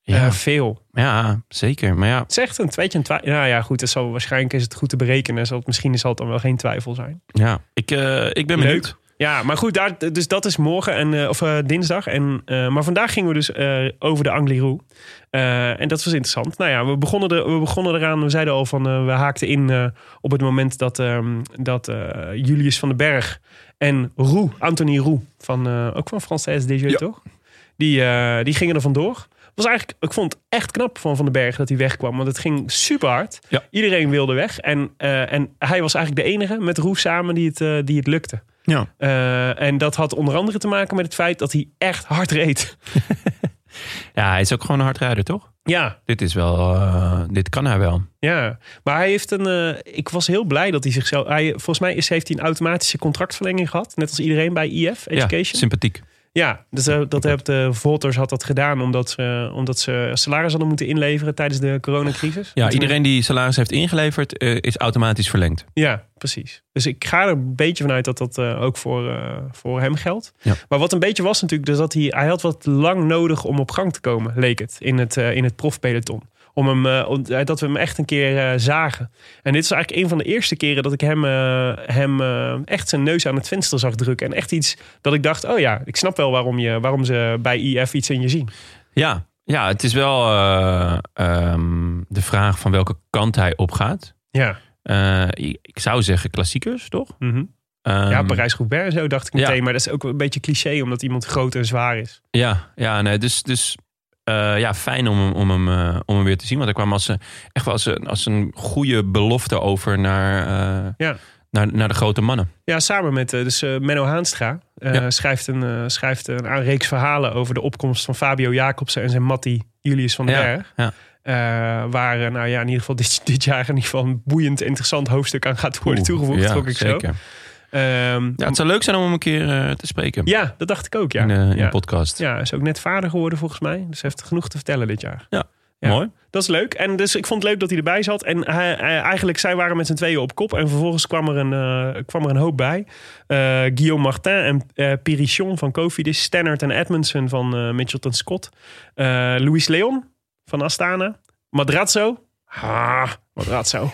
Speaker 1: ja,
Speaker 2: eh, veel.
Speaker 1: ja, zeker. Maar ja,
Speaker 2: Het is echt een tweetje en twijfel. Nou ja, goed, dat zal, waarschijnlijk is het goed te berekenen. Zal het, misschien zal het dan wel geen twijfel zijn.
Speaker 1: ja. Ik, eh, ik ben benieuwd.
Speaker 2: Ja, maar goed, daar, dus dat is morgen en, eh, of eh, dinsdag. En, eh, maar vandaag gingen we dus eh, over de Angliru. Eh en dat was interessant. Nou ja, we begonnen, er, we begonnen eraan. We zeiden al van, eh, we haakten in eh, op het moment dat, ehm, dat eh, Julius van den Berg en Roe, Anthony Roe, van, eh, ook van Française DJ, toch? Die, eh, die gingen er vandoor. Was eigenlijk, ik vond het echt knap van Van den Berg dat hij wegkwam. Want het ging super hard.
Speaker 1: Ja.
Speaker 2: Iedereen wilde weg. En, eh, en hij was eigenlijk de enige met Roe samen die het, eh, die het lukte.
Speaker 1: Ja.
Speaker 2: Eh, en dat had onder andere te maken met het feit dat hij echt hard reed.
Speaker 1: ja, hij is ook gewoon een hardrijder, toch?
Speaker 2: Ja,
Speaker 1: Dit is wel, eh, dit kan hij wel.
Speaker 2: ja. Maar hij heeft een. eh, ik was heel blij dat hij zichzelf. Hij, volgens mij is, heeft hij een automatische contractverlenging gehad. Net als iedereen bij IF
Speaker 1: Ja,
Speaker 2: Education.
Speaker 1: sympathiek.
Speaker 2: Ja, dus, eh, dat heeft de Volters had dat gedaan omdat ze, omdat ze eh, salaris hadden moeten inleveren tijdens de coronacrisis.
Speaker 1: Ja,
Speaker 2: Want-
Speaker 1: iedereen die salaris heeft ingeleverd eh, is automatisch verlengd.
Speaker 2: Ja, precies. Dus ik ga er een beetje vanuit dat dat eh, ook voor, eh, voor hem geldt.
Speaker 1: Ja.
Speaker 2: Maar wat een beetje was natuurlijk, dus dat hij, hij had wat lang nodig om op gang te komen, leek het, in het, eh, in het profpeloton. Om hem, eh, om- eh, dat we hem echt een keer eh, zagen. En dit is eigenlijk een van de eerste keren dat ik hem, eh, hem eh, echt zijn neus aan het venster zag drukken. En echt iets dat ik dacht, oh ja, ik snap wel waarom, je, waarom ze bij IF iets in je zien.
Speaker 1: Ja, ja het is wel eh, ehm, de vraag van welke kant hij opgaat.
Speaker 2: Ja,
Speaker 1: Eh, ik ik zou zeggen klassiekers, toch?
Speaker 2: mhm. ja
Speaker 1: Ehm,
Speaker 2: Parijs-Roubaix en zo dacht ik
Speaker 1: ja.
Speaker 2: meteen. Maar dat is ook een beetje cliché, omdat iemand groot en zwaar is.
Speaker 1: Ja, ja nee, dus, dus eh, ja, fijn om, hem- om, hem, eh, om hem weer te zien. Want hij kwam als, een- echt wel als, een- als een goede belofte over naar, eh,
Speaker 2: Ja.
Speaker 1: naar, naar de grote mannen.
Speaker 2: Ja, samen met eh, dus, eh, Menno Haanstra. eh,
Speaker 1: Ja.
Speaker 2: schrijft, een, eh, schrijft een aan- reeks verhalen over de opkomst van Fabio Jacobsen en zijn mattie Julius van der
Speaker 1: Ja,
Speaker 2: Berg.
Speaker 1: ja.
Speaker 2: Eh, waar eh, nou ja, in ieder geval dit, (laughs) dit jaar in ieder geval een boeiend interessant hoofdstuk aan gaat worden toegevoegd.
Speaker 1: ja,
Speaker 2: gok ik zo.
Speaker 1: zeker.
Speaker 2: Ehm,
Speaker 1: Ja, het zou leuk zijn om hem een keer eh, te spreken
Speaker 2: ja, dat dacht ik ook. Ja.
Speaker 1: in, de, in de
Speaker 2: ja.
Speaker 1: podcast.
Speaker 2: Ja, hij is ook net vader geworden volgens mij. Dus hij heeft genoeg te vertellen dit jaar.
Speaker 1: Ja,
Speaker 2: Ja.
Speaker 1: mooi.
Speaker 2: Dat is leuk. En dus ik vond het leuk dat hij erbij zat. En hij, hij- eigenlijk, zij waren met z'n tweeën op kop. En vervolgens kwam er een, eh, kwam er een hoop bij. Eh, Guillaume Martin en eh Pirichon van Cofidis. Stannard en Edmondson van eh Mitchelton Scott. Eh, Luis Leon van Astana. Madrazzo. Ah, Madrazzo.
Speaker 1: (laughs)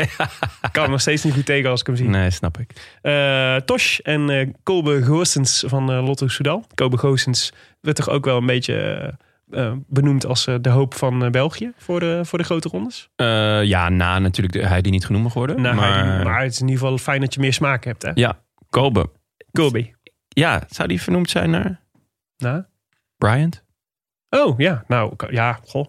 Speaker 2: Ik kan hem nog steeds niet goed tegen als ik hem zie.
Speaker 1: Nee, snap ik.
Speaker 2: Eh, Tosh en eh Kolbe Goossens van eh, Lotto Soudal. Kolbe Goossens werd toch ook wel een beetje eh, eh, benoemd als eh, de hoop van eh, België voor de, voor de grote rondes.
Speaker 1: Eh, ja, na natuurlijk de, hij die niet genoemd mag worden.
Speaker 2: Nou,
Speaker 1: maar,
Speaker 2: maar... maar het is in ieder geval fijn dat je meer smaak hebt, hè?
Speaker 1: ja, Kobe.
Speaker 2: Kolbe.
Speaker 1: Ja, zou die vernoemd zijn naar
Speaker 2: Nou.
Speaker 1: Bryant?
Speaker 2: Oh, ja. Nou, ka- ja, goh.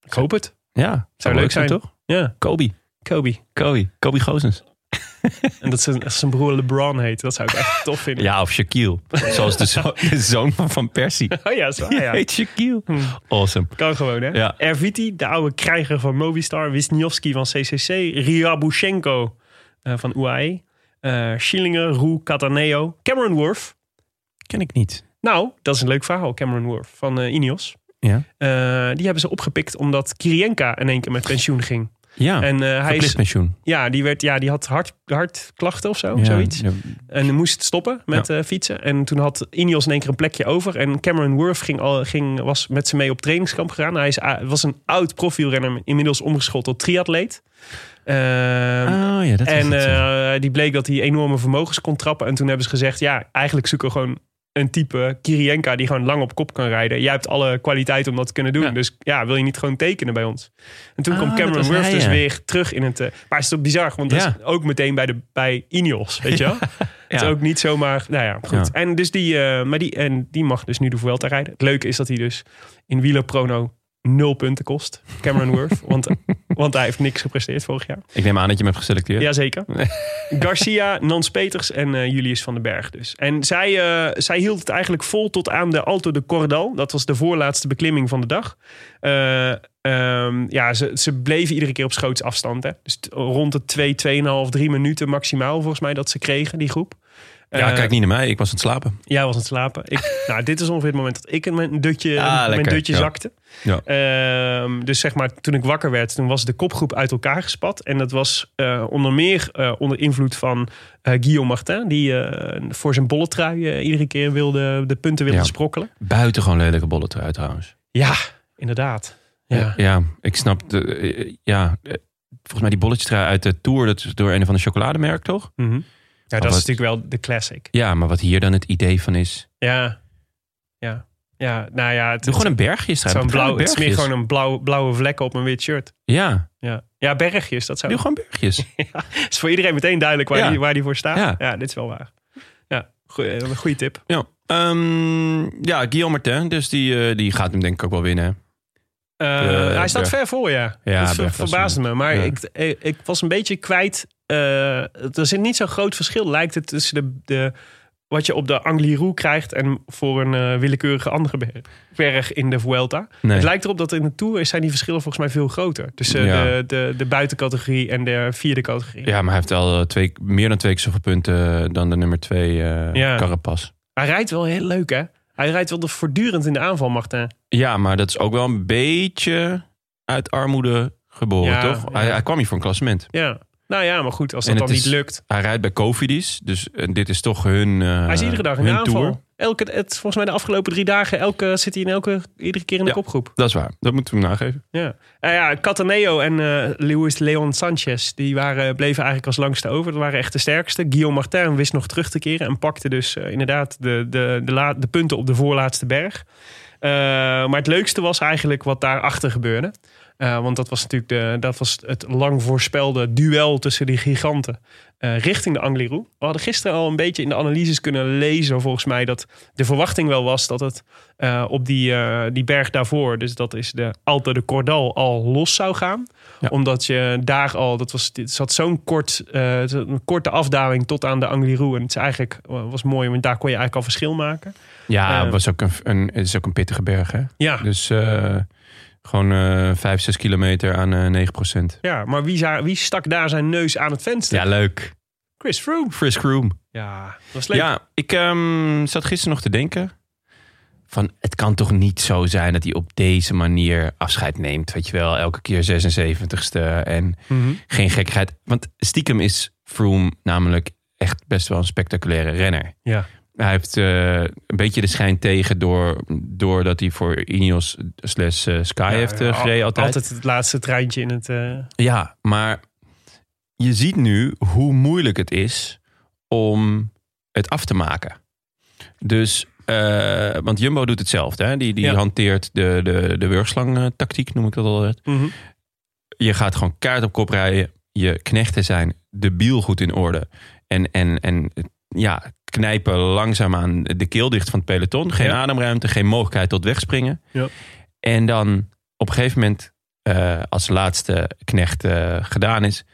Speaker 2: Ik hoop het.
Speaker 1: Ja, zou,
Speaker 2: leuk zijn.
Speaker 1: toch?
Speaker 2: Ja,
Speaker 1: Kobe.
Speaker 2: Kobe.
Speaker 1: Kobe. Kobe Gozens.
Speaker 2: En dat zijn, als zijn broer LeBron heet. Dat zou ik echt tof vinden.
Speaker 1: Ja, of Shaquille. Zoals de,
Speaker 2: (laughs)
Speaker 1: zo- de zoon van Van Persie.
Speaker 2: Oh ja,
Speaker 1: (laughs)
Speaker 2: zo,
Speaker 1: Die
Speaker 2: ja. Hmm.
Speaker 1: heet Shaquille. Awesome.
Speaker 2: Kan gewoon, hè?
Speaker 1: Ja.
Speaker 2: Erviti, de oude krijger van Movistar. Wisniewski van CCC. Riabushenko eh, van UAE. eh Schillinger, Roe, Cataneo. Cameron Worth.
Speaker 1: Ken ik niet.
Speaker 2: Nou, dat is een leuk verhaal, Cameron Worth van eh, Ineos.
Speaker 1: Ja.
Speaker 2: Eh, die hebben ze opgepikt omdat Kirienka in één keer met pensioen ging.
Speaker 1: Ja.
Speaker 2: En eh, hij is,
Speaker 1: pensioen.
Speaker 2: ja, die, werd, ja, die had hart, hartklachten of zo, Oh, zoiets. En moest stoppen met eh, fietsen. En toen had Ineos in één keer een plekje over. En Cameron Worth ging al, ging, was met ze mee op trainingskamp gegaan. Hij is, a- was een oud profielrenner, inmiddels omgeschoold tot triatleet. Ehm,
Speaker 1: Oh ja, dat is
Speaker 2: en
Speaker 1: het, ja.
Speaker 2: eh, die bleek dat hij enorme vermogens kon trappen. En toen hebben ze gezegd, ja, eigenlijk zoeken we gewoon een type Kirienka die gewoon lang op kop kan rijden. Jij hebt alle kwaliteit om dat te kunnen doen.
Speaker 1: Ja.
Speaker 2: Dus ja, wil je niet gewoon tekenen bij ons? En toen
Speaker 1: Ah,
Speaker 2: kwam Cameron
Speaker 1: dat was
Speaker 2: Worth
Speaker 1: hij,
Speaker 2: dus
Speaker 1: ja.
Speaker 2: weer terug in het... eh, maar het is toch bizar, want dat
Speaker 1: Ja.
Speaker 2: is ook meteen bij, de, bij Ineos, weet je
Speaker 1: (laughs)
Speaker 2: wel? Het is ook niet zomaar. Nou ja, goed.
Speaker 1: Ja.
Speaker 2: En, dus die, eh, maar die, en die mag dus nu de Vuelta rijden. Het leuke is dat hij dus in wielerprono nul punten kost. Cameron
Speaker 1: (laughs)
Speaker 2: Worth. want, want hij heeft niks gepresteerd vorig jaar.
Speaker 1: Ik neem aan dat je hem hebt geselecteerd.
Speaker 2: Jazeker.
Speaker 1: (laughs)
Speaker 2: Garcia, Nans Peters en eh, Julius van den Berg dus. En zij, eh, zij hield het eigenlijk vol tot aan de Alto de Cordal. Dat was de voorlaatste beklimming van de dag. Eh, ehm, ja, ze, ze bleven iedere keer op schoots afstand. Hè? Dus t- rond de 2, 2,5, 3 minuten maximaal volgens mij dat ze kregen, die groep.
Speaker 1: Ja,
Speaker 2: Eh,
Speaker 1: kijk niet naar mij. Ik was aan het slapen.
Speaker 2: Jij was aan het slapen.
Speaker 1: (laughs)
Speaker 2: Ik, nou, dit is ongeveer het moment dat ik in mijn dutje,
Speaker 1: Ah,
Speaker 2: mijn
Speaker 1: lekker,
Speaker 2: dutje
Speaker 1: ja.
Speaker 2: zakte.
Speaker 1: Ja.
Speaker 2: Ehm, dus zeg maar, toen ik wakker werd, toen was de kopgroep uit elkaar gespat. En dat was eh, onder meer eh, onder invloed van eh, Guillaume Martin. Die eh, voor zijn bolletrui eh, iedere keer wilde, de punten wilde
Speaker 1: Ja.
Speaker 2: sprokkelen.
Speaker 1: Buitengewoon lelijke bolletrui uit trouwens.
Speaker 2: Ja, inderdaad. Ja.
Speaker 1: ja, ik snap. De, eh, ja, eh, volgens mij die bolletjestrui uit de Tour. Dat is door een van de chocolademerk, toch?
Speaker 2: Mhm. Ja, dat is
Speaker 1: wat-
Speaker 2: natuurlijk wel de classic.
Speaker 1: Ja, maar wat hier dan het idee van is.
Speaker 2: Ja, ja, ja. Nou ja, het,
Speaker 1: Doe gewoon een bergje
Speaker 2: het,
Speaker 1: strui.
Speaker 2: zo'n blauw, het is meer
Speaker 1: bergjes.
Speaker 2: gewoon een blauw, blauwe vlek op een wit shirt.
Speaker 1: Ja,
Speaker 2: Ja, ja bergjes, dat zou
Speaker 1: doe gewoon
Speaker 2: (laughs)
Speaker 1: bergjes.
Speaker 2: is voor iedereen meteen duidelijk waar,
Speaker 1: Ja.
Speaker 2: die, waar die voor staat. Ja.
Speaker 1: Ja.
Speaker 2: dit is wel waar. Ja, goeie, eh, goeie tip.
Speaker 1: Ja, Ehm, ja Guillaume Martin, dus die, eh, die gaat hem denk ik ook wel winnen.
Speaker 2: Eh,
Speaker 1: Eh,
Speaker 2: hij staat
Speaker 1: Berg.
Speaker 2: ver voor, ja.
Speaker 1: Ja,
Speaker 2: dat ver-
Speaker 1: Berg was
Speaker 2: verbaasde me. Maar
Speaker 1: ja.
Speaker 2: ik, eh, ik was een beetje kwijt. eh, er zit niet zo'n groot verschil, lijkt het, tussen de, de, wat je op de Angliru krijgt... en voor een eh, willekeurige andere ber- berg in de Vuelta.
Speaker 1: Nee.
Speaker 2: Het lijkt erop dat in de Tour zijn die verschillen volgens mij veel groter. Tussen
Speaker 1: Ja.
Speaker 2: de, de, de buitencategorie en de vierde categorie.
Speaker 1: Ja, maar hij heeft al eh, twee, meer dan twee keer zoveel punten dan de nummer twee eh
Speaker 2: Ja.
Speaker 1: Carapaz.
Speaker 2: Hij rijdt wel heel leuk, hè? Hij rijdt wel de- voortdurend in de aanval, Martin.
Speaker 1: Ja, maar dat is ook wel een beetje uit armoede geboren,
Speaker 2: Ja,
Speaker 1: toch? Hij,
Speaker 2: ja.
Speaker 1: hij kwam hier voor een klassement.
Speaker 2: Ja. Nou ja, maar goed, als dat
Speaker 1: En
Speaker 2: dan
Speaker 1: het
Speaker 2: niet
Speaker 1: is- eh,
Speaker 2: lukt.
Speaker 1: Hij rijdt bij Cofidis, dus eh, dit is toch hun eh
Speaker 2: Hij is iedere dag in de
Speaker 1: hun
Speaker 2: aanval.
Speaker 1: tour.
Speaker 2: Elke, het, volgens mij de afgelopen drie dagen elke, zit hij in elke, iedere keer in de
Speaker 1: Ja.
Speaker 2: kopgroep.
Speaker 1: Dat is waar, dat moeten we hem nageven.
Speaker 2: Ja. Nou ja, Cataneo en eh Luis Leon Sanchez die waren, bleven eigenlijk als langste over. Dat waren echt de sterkste. Guillaume Martin wist nog terug te keren en pakte dus eh, inderdaad de, de, de, la- de punten op de voorlaatste berg. Eh, maar het leukste was eigenlijk wat daarachter gebeurde. Eh, want dat was natuurlijk de, dat was het lang voorspelde duel tussen die giganten eh, richting de Angliru. We hadden gisteren al een beetje in de analyses kunnen lezen, volgens mij, dat de verwachting wel was dat het eh, op die, eh, die berg daarvoor, dus dat is de Alta de Cordal, al los zou gaan.
Speaker 1: Ja.
Speaker 2: Omdat je daar al, dat was, dit zat zo'n kort, eh, een korte afdaling tot aan de Angliru. En het is eigenlijk, eh, was mooi, want daar kon je eigenlijk al verschil maken.
Speaker 1: Ja,
Speaker 2: Eh.
Speaker 1: was ook een, een, het is ook een pittige berg, hè?
Speaker 2: Ja,
Speaker 1: Dus eh, gewoon eh 5, 6 kilometer aan eh 9
Speaker 2: ja maar wie, za- wie stak daar zijn neus aan het venster?
Speaker 1: Ja, leuk.
Speaker 2: Chris Froome.
Speaker 1: Frisk Room.
Speaker 2: Ja, dat was leuk.
Speaker 1: Ja, ik ehm, zat gisteren nog te denken. Van, het kan toch niet zo zijn dat hij op deze manier afscheid neemt. Weet je wel, elke keer 76ste en
Speaker 2: Mhm.
Speaker 1: geen gekkigheid. Want stiekem is Froome namelijk echt best wel een spectaculaire renner.
Speaker 2: Ja.
Speaker 1: Hij heeft eh, een beetje de schijn tegen door, doordat hij voor Ineos slash eh, Sky heeft eh,
Speaker 2: Ja,
Speaker 1: gereden altijd.
Speaker 2: Altijd het laatste treintje in het... eh,
Speaker 1: Ja, maar je ziet nu hoe moeilijk het is om het af te maken. Dus, eh, want Jumbo doet hetzelfde. Hè? Die, die
Speaker 2: Ja.
Speaker 1: hanteert de, de, de wurgslangtactiek, noem ik dat eh, altijd.
Speaker 2: mhm.
Speaker 1: Je gaat gewoon kaart op kop rijden. Je knechten zijn de biel goed in orde. En, en, en ja, knijpen langzaam aan de keel dicht van het peloton. Geen
Speaker 2: Ja.
Speaker 1: ademruimte, geen mogelijkheid tot wegspringen.
Speaker 2: Ja.
Speaker 1: En dan op een gegeven moment, eh, als de laatste knecht eh, gedaan is,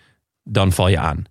Speaker 1: dan val je aan.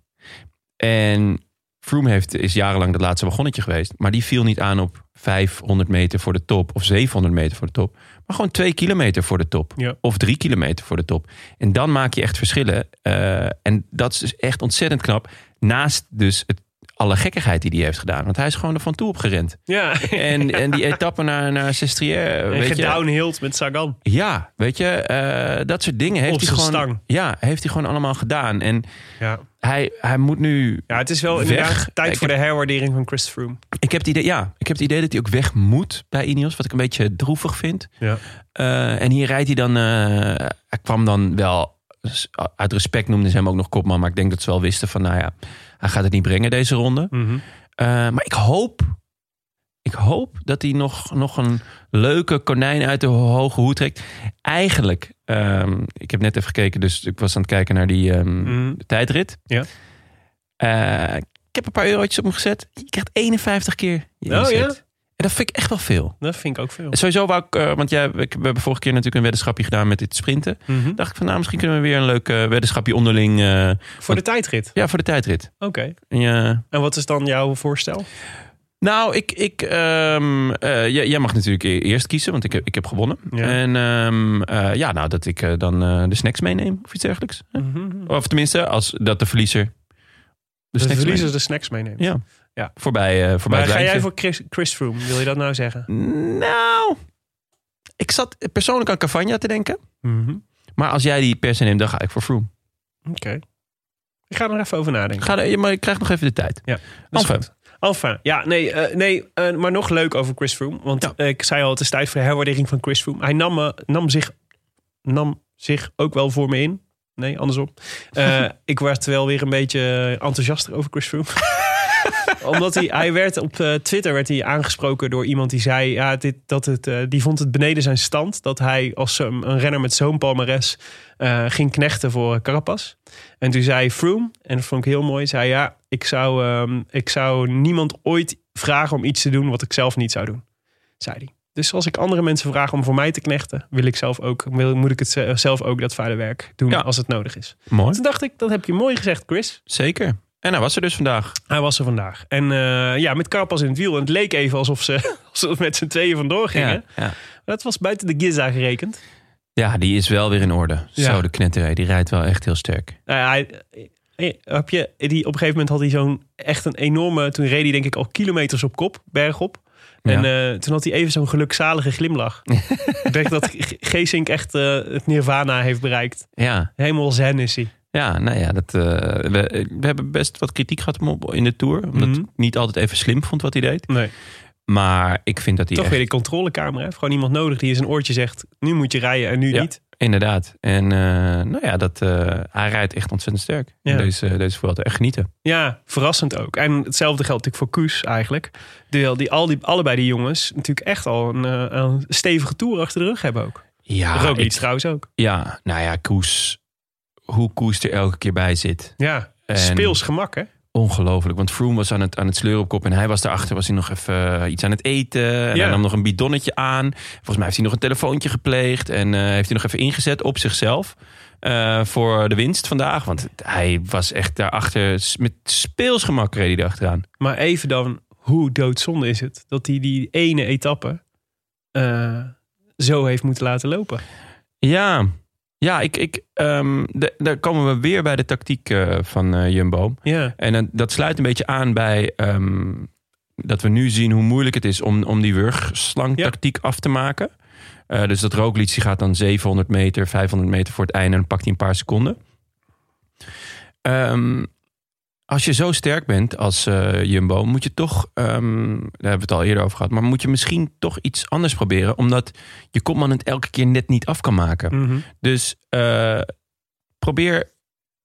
Speaker 1: En Froome heeft, is jarenlang dat laatste wagonnetje geweest. Maar die viel niet aan op 500 meter voor de top of 700 meter voor de top. Maar gewoon twee kilometer voor de top.
Speaker 2: Ja.
Speaker 1: Of drie kilometer voor de top. En dan maak je echt verschillen. Eh, en dat is dus echt ontzettend knap. Naast dus het, alle gekkigheid die hij heeft gedaan. Want hij is gewoon er van toe op gerend. (laughs)
Speaker 2: (laughs) Ja,
Speaker 1: En, en die etappe naar, naar Sestriere.
Speaker 2: en
Speaker 1: weet je,
Speaker 2: gedownhilled met Sagan.
Speaker 1: Ja, weet je. eh, dat soort dingen heeft
Speaker 2: Op
Speaker 1: hij,
Speaker 2: zijn
Speaker 1: gewoon,
Speaker 2: stang.
Speaker 1: Ja, heeft hij gewoon allemaal gedaan. En
Speaker 2: Ja.
Speaker 1: hij, hij moet nu
Speaker 2: ja, het is wel
Speaker 1: Weg.
Speaker 2: inderdaad tijd
Speaker 1: Ik
Speaker 2: voor de
Speaker 1: heb-
Speaker 2: herwaardering van Chris Froome.
Speaker 1: Ik heb, het idee, ja, ik heb het idee dat hij ook weg moet bij Ineos. Wat ik een beetje droevig vind.
Speaker 2: Ja.
Speaker 1: Eh, en hier rijdt hij dan... eh, hij kwam dan wel... dus Uit respect noemden ze hem ook nog kopman. Maar ik denk dat ze wel wisten van... Nou ja, hij gaat het niet brengen deze ronde. Eh, maar ik hoop... Ik hoop dat hij nog, nog een leuke konijn uit de hoge hoed trekt. Eigenlijk, ehm, ik heb net even gekeken, dus ik was aan het kijken naar die ehm,
Speaker 2: Mhm.
Speaker 1: tijdrit.
Speaker 2: Ja.
Speaker 1: Eh, ik heb een paar eurotjes op hem gezet. Je krijgt 51 keer je
Speaker 2: Oh,
Speaker 1: inzet.
Speaker 2: ja?
Speaker 1: En dat vind ik echt wel veel.
Speaker 2: Dat vind ik ook veel.
Speaker 1: En sowieso wou ik, eh, want jij, ik- we hebben vorige keer natuurlijk een weddenschapje gedaan met dit sprinten.
Speaker 2: Mhm.
Speaker 1: dacht ik van nou, misschien kunnen we weer een leuk eh, weddenschapje onderling. eh,
Speaker 2: Voor de tijdrit.
Speaker 1: ja, voor de tijdrit.
Speaker 2: Oké.
Speaker 1: Ja.
Speaker 2: En wat is dan jouw voorstel?
Speaker 1: Nou, ik, ik, ehm, eh, jij, jij mag natuurlijk e- eerst kiezen, want ik heb, ik heb gewonnen.
Speaker 2: Ja.
Speaker 1: En ehm, eh, ja, nou, dat ik eh,
Speaker 2: Mhm.
Speaker 1: Oh, dan eh, de snacks meeneem of iets dergelijks. Of tenminste, als dat de verliezer De
Speaker 2: dat de
Speaker 1: snacks
Speaker 2: verliezers de snacks meenemen.
Speaker 1: Ja.
Speaker 2: Ja.
Speaker 1: Voorbij, eh, voorbij
Speaker 2: maar
Speaker 1: het
Speaker 2: ga jij
Speaker 1: rijtje.
Speaker 2: voor Chris, Chris Froome? Wil je dat nou zeggen?
Speaker 1: Nou, ik zat persoonlijk aan Cavagna te denken.
Speaker 2: Mhm.
Speaker 1: Maar als jij die per se neemt, dan ga ik voor Froome.
Speaker 2: Oké. Ik ga er nog even over nadenken.
Speaker 1: Ga er, maar je krijgt nog even de tijd.
Speaker 2: Ja, dat is
Speaker 1: Enfin,
Speaker 2: goed. Alfa, ja, nee, eh, nee eh, maar nog leuk over Chris Froome. Want
Speaker 1: Ja.
Speaker 2: eh, ik zei al, het is tijd voor de herwaardering van Chris Froome. Hij nam, eh, nam, zich, nam zich ook wel voor me in. Nee, andersom. Eh, ik werd wel weer een beetje eh, enthousiaster over Chris Froome. (laughs) Omdat hij, hij werd op eh, Twitter werd hij aangesproken door iemand die zei... Ja, dit, dat het, eh, die vond het beneden zijn stand dat hij als een, een renner met zo'n palmares... eh, ging knechten voor Carapas. En toen zei Froome, en dat vond ik heel mooi... zei ja, ik zou, ehm, ik zou niemand ooit vragen om iets te doen wat ik zelf niet zou doen. Zei hij. Dus als ik andere mensen vraag om voor mij te knechten... wil ik zelf ook, wil, moet ik het ze- zelf ook dat vuile werk doen
Speaker 1: Ja.
Speaker 2: als het nodig is.
Speaker 1: mooi.
Speaker 2: Toen dacht ik, dat heb je mooi gezegd, Chris.
Speaker 1: Zeker. En hij was er dus vandaag.
Speaker 2: Hij was er vandaag. En eh, ja, met Carpas in het wiel. En het leek even alsof ze, (laughs) alsof ze met z'n tweeën vandoor gingen.
Speaker 1: Ja, ja.
Speaker 2: Maar dat was buiten de Giza gerekend.
Speaker 1: ja, die is wel weer in orde.
Speaker 2: Ja.
Speaker 1: Zo, de knetterij. Die rijdt wel echt heel sterk.
Speaker 2: Nou ja, hij, eh, heb je, die, op een gegeven moment had hij zo'n echt een enorme... Toen reed hij denk ik al kilometers op kop, bergop. En eh, toen had hij even zo'n gelukzalige glimlach. ik denk dat G- Geesink echt eh, het nirvana heeft bereikt.
Speaker 1: Ja,
Speaker 2: Helemaal zen is hij.
Speaker 1: ja nou ja. Dat, eh, we, we hebben best wat kritiek gehad om op- in de Tour. Omdat
Speaker 2: Mhm.
Speaker 1: ik niet altijd even slim vond wat hij deed.
Speaker 2: Nee.
Speaker 1: Maar ik vind dat hij
Speaker 2: Toch
Speaker 1: echt-
Speaker 2: weer die controlekamer. Hè? Gewoon iemand nodig die in zijn oortje zegt... nu moet je rijden en nu
Speaker 1: Ja.
Speaker 2: niet.
Speaker 1: Inderdaad. En eh, nou ja, dat, eh, hij rijdt echt ontzettend sterk.
Speaker 2: Ja.
Speaker 1: Deze, deze Vuelta. Echt genieten.
Speaker 2: Ja, verrassend ook. En hetzelfde geldt natuurlijk voor Koes eigenlijk. Die, die, al die, allebei die jongens natuurlijk echt al een, eh, een stevige toer achter de rug hebben ook.
Speaker 1: Ja,
Speaker 2: Roglic
Speaker 1: ik-
Speaker 2: trouwens ook.
Speaker 1: ja, nou ja, Koes. Hoe Koes er elke keer bij zit.
Speaker 2: Ja,
Speaker 1: En-
Speaker 2: speels gemak hè.
Speaker 1: Ongelooflijk. Want Froome was aan het, aan het sleuren op kop. En hij was daarachter. Was hij nog even eh, iets aan het eten. En
Speaker 2: Ja.
Speaker 1: hij nam nog een bidonnetje aan. Volgens mij heeft hij nog een telefoontje gepleegd. En eh, heeft hij nog even ingezet op zichzelf. eh, voor de winst vandaag. Want hij was echt daarachter. s- Met speelsgemak reed hij erachteraan.
Speaker 2: Maar even dan, hoe doodzonde is het dat hij die ene etappe eh, zo heeft moeten laten lopen.
Speaker 1: Ja, ja ik, ik, ehm, de- daar komen we weer bij de tactiek eh, van eh, Jumbo.
Speaker 2: Ja,
Speaker 1: En dan- dat sluit een beetje aan bij ehm, dat we nu zien hoe moeilijk het is om, om die wurgslangtactiek af te maken. Eh, dus dat Roglic die gaat dan 700 meter, 500 meter voor het einde en dan pakt hij een paar seconden. Ehm, als je zo sterk bent als eh, Jumbo, moet je toch, ehm, daar hebben we het al eerder over gehad, maar moet je misschien toch iets anders proberen, omdat je kopman het elke keer net niet af kan maken.
Speaker 2: Mhm.
Speaker 1: Dus eh, probeer